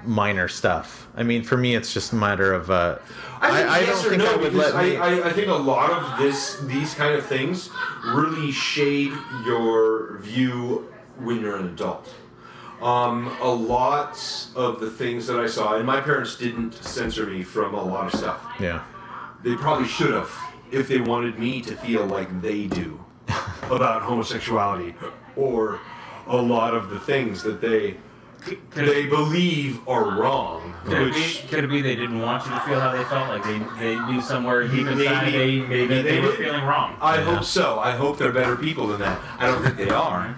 S3: minor stuff. I mean, for me, it's just a matter of. Uh, I, I,
S1: yes
S3: don't
S1: or
S3: think
S1: no,
S3: I would
S1: because
S3: let.
S1: I,
S3: me-
S1: I, I think a lot of this these kind of things really shade your view when you're an adult. Um, a lot of the things that I saw, and my parents didn't censor me from a lot of stuff.
S3: yeah.
S1: They probably should have if they wanted me to feel like they
S3: [LAUGHS]
S1: do about homosexuality or a lot of the things that they they believe are wrong.
S2: Could it,
S1: Which
S2: be, could it be they didn't want you to feel how they felt? Like they, they knew somewhere deep inside
S1: Maybe-
S2: they,
S1: maybe
S2: that they,
S1: they
S2: were
S1: did.
S2: feeling wrong.
S1: I hope so. I hope they're better people than that. I don't think they are.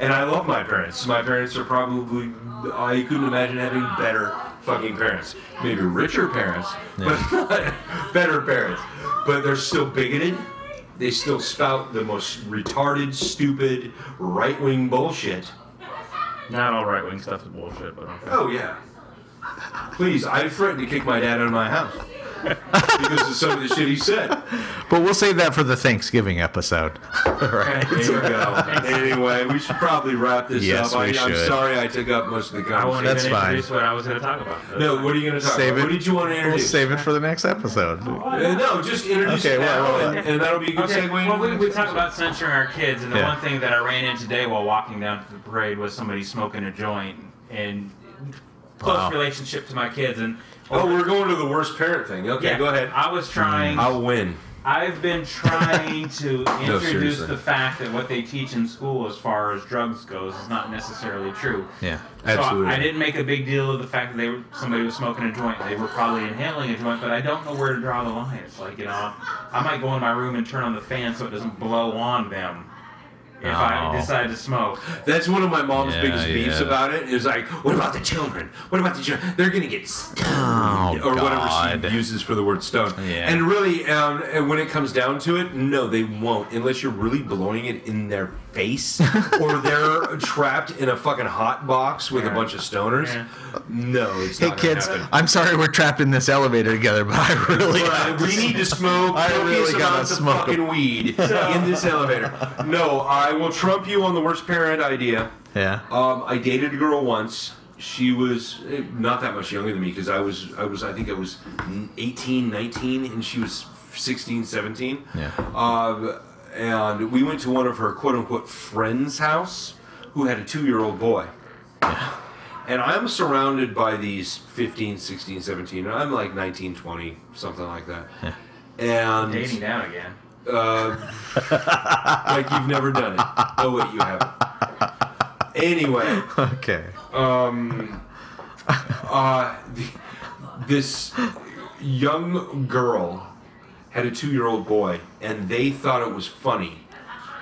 S1: and I love my parents. My parents are probably. I couldn't imagine having better fucking parents. Maybe richer parents, but [LAUGHS] not better parents. But they're still bigoted. They still spout the most retarded, stupid, right wing bullshit.
S2: Not all right wing stuff is bullshit, but okay.
S1: Oh, yeah. Please, I threatened to kick my dad out of my house because of some of the shit he said.
S3: But we'll save that for the Thanksgiving episode. [LAUGHS] right.
S1: There we go. anyway, we should probably wrap this
S3: Yes,
S1: up. I,
S3: we
S1: I'm
S3: should.
S1: sorry I took up most of the
S2: I won't
S1: conversation.
S3: That's
S2: even
S3: fine.
S2: introduce what I was going to talk about.
S1: No, what are you going to talk
S3: Save
S1: about?
S3: it.
S1: What did you want to
S3: We'll
S1: introduce?
S3: save it for the next episode.
S1: Uh, no, just introduce
S3: Okay,
S1: it
S3: well,
S1: now,
S3: well,
S1: and, and that'll be a good
S2: Okay,
S1: segue.
S2: well, we,
S1: into
S2: we
S1: the
S2: talk
S1: next
S2: about censoring our kids, and the
S3: Yeah.
S2: one thing that I ran into today while walking down to the parade was somebody smoking a joint, and close
S3: Wow.
S2: relationship to my kids. And
S1: episode. Oh, we're going to the worst parent thing. Okay,
S2: yeah,
S1: go ahead.
S2: I was
S3: Mm.
S2: trying.
S1: I'll win.
S2: I've been trying
S3: [LAUGHS]
S2: to introduce
S1: seriously.
S2: the fact that what they teach in school, as far as drugs goes, is not necessarily true.
S3: Yeah.
S2: So I, I didn't make a big deal of the fact that they were, somebody was smoking a joint. They were probably inhaling a joint, but I don't know where to draw the line. It's like you know, I might go in my room and turn on the fan so it doesn't blow on them if I
S3: Oh.
S2: decide to smoke.
S1: That's one of my mom's
S3: Yeah,
S1: biggest beefs
S3: yeah.
S1: about it. Is like, what about the children? What about the children? They're gonna get stoned, or whatever
S3: Oh, God.
S1: she uses for the word stoned.
S3: Yeah.
S1: And really, um, and when it comes down to it, no, they won't unless you're really blowing it in their
S3: [LAUGHS]
S1: face, or they're trapped in a fucking hot box with a bunch of stoners.
S2: Yeah.
S1: No, it's
S3: Hey
S1: not gonna
S3: kids,
S1: happen.
S3: I'm sorry we're trapped in this elevator together, but I really
S1: But we need
S3: [LAUGHS]
S1: to smoke
S3: I
S1: copious
S3: really gotta
S1: amounts of
S3: smoke 'em.
S1: fucking
S3: [LAUGHS]
S1: weed in this elevator. No, I will trump you on the worst parent idea.
S3: Yeah.
S1: Um, I dated a girl once. She was eh, not that much younger than me because I was I was I think I was 18, 19 and she was 16, 17.
S3: Yeah.
S1: Um, and we went to one of her quote unquote friends' house who had a 2-year-old boy. And I'm surrounded by these 15, 16, 17 and I'm like 19, 20, something like that. And
S2: Dating down again.
S1: uh, like you've never done it. Oh wait, you have. Anyway,
S3: Okay.
S1: um, uh, the, this young girl had a two-year-old boy, and they thought it was funny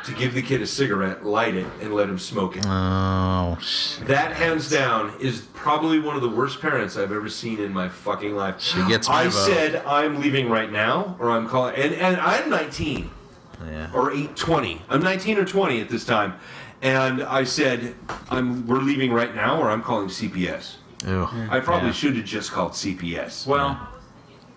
S1: to give the kid a cigarette, light it, and let him smoke it.
S3: Oh shit.
S1: That hands down is probably one of the worst parents I've ever seen in my fucking life. She
S3: gets my
S1: I
S3: vote.
S1: said I'm leaving right now, or I'm calling, and and I'm 19
S3: Yeah.
S1: or 820. I'm 19 or 20 at this time. And I said, I'm, we're leaving right now or I'm calling CPS.
S3: Ew.
S1: I probably
S3: Yeah.
S1: should have just called CPS.
S2: Well,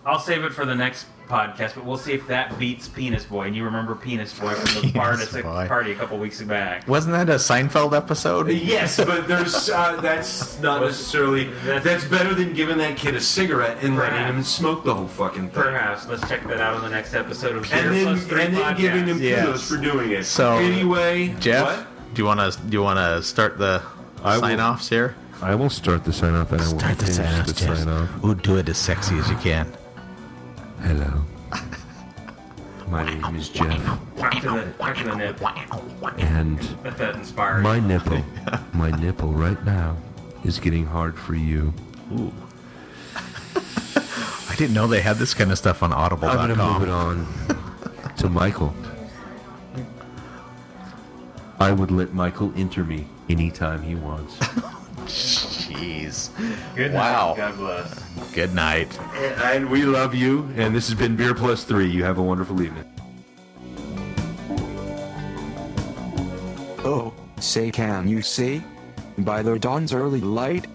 S2: I'll save it for the next podcast, but we'll see if that beats Penis Boy. And you remember Penis Boy from the
S3: [LAUGHS]
S2: bar
S3: Penis
S2: to
S3: Boy.
S2: party a couple weeks back.
S3: Wasn't that a Seinfeld
S1: Uh,
S3: episode?
S9: Uh, Yes, but there's uh, that's not necessarily that's better than giving that kid a cigarette and letting him smoke the whole fucking thing.
S2: Perhaps let's check that out on the next episode of Beer
S9: And then,
S2: Plus Three
S9: and then
S2: Podcast.
S9: giving him
S3: Yes.
S9: kudos for doing it.
S3: So,
S9: anyway,
S3: Jeff,
S9: what?
S3: do you want to do you want to start the
S1: I will-
S3: sign offs here?
S1: I will start the sign off and I will finish the sign off.
S3: Oh, do it as sexy as you can.
S1: Hello. My name is Jeff,
S2: Talk to the, talk to the nip.
S1: and
S2: Let that inspire.
S1: my nipple, my nipple right now is getting hard for you.
S3: I didn't know they had this kind of stuff on
S1: I'm gonna move it
S3: Audible.com.
S1: on to Michael. I would let Michael enter me anytime he wants.
S3: Jeez.
S2: Good
S3: Wow.
S2: Night. God bless.
S3: Good night.
S1: and we love you. And this has been Beer Plus Three. You have a wonderful evening.
S15: Oh, say can you see? By the dawn's early light?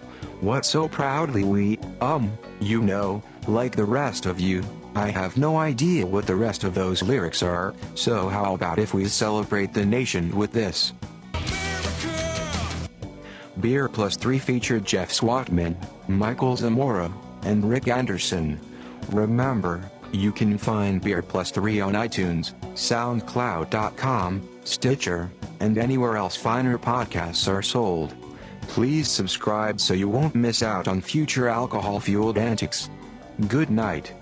S15: What so proudly we, um, you know, like the rest of you, I have no idea what the rest of those lyrics are, so how about if we celebrate the nation with this? Beer Plus 3 featured Jeff Swatman, Michael Zamora, and Rick Anderson. Remember, you can find Beer Plus 3 on iTunes, SoundCloud.com, Stitcher, and anywhere else finer podcasts are sold. Please subscribe so you won't miss out on future alcohol fueled antics. Good night.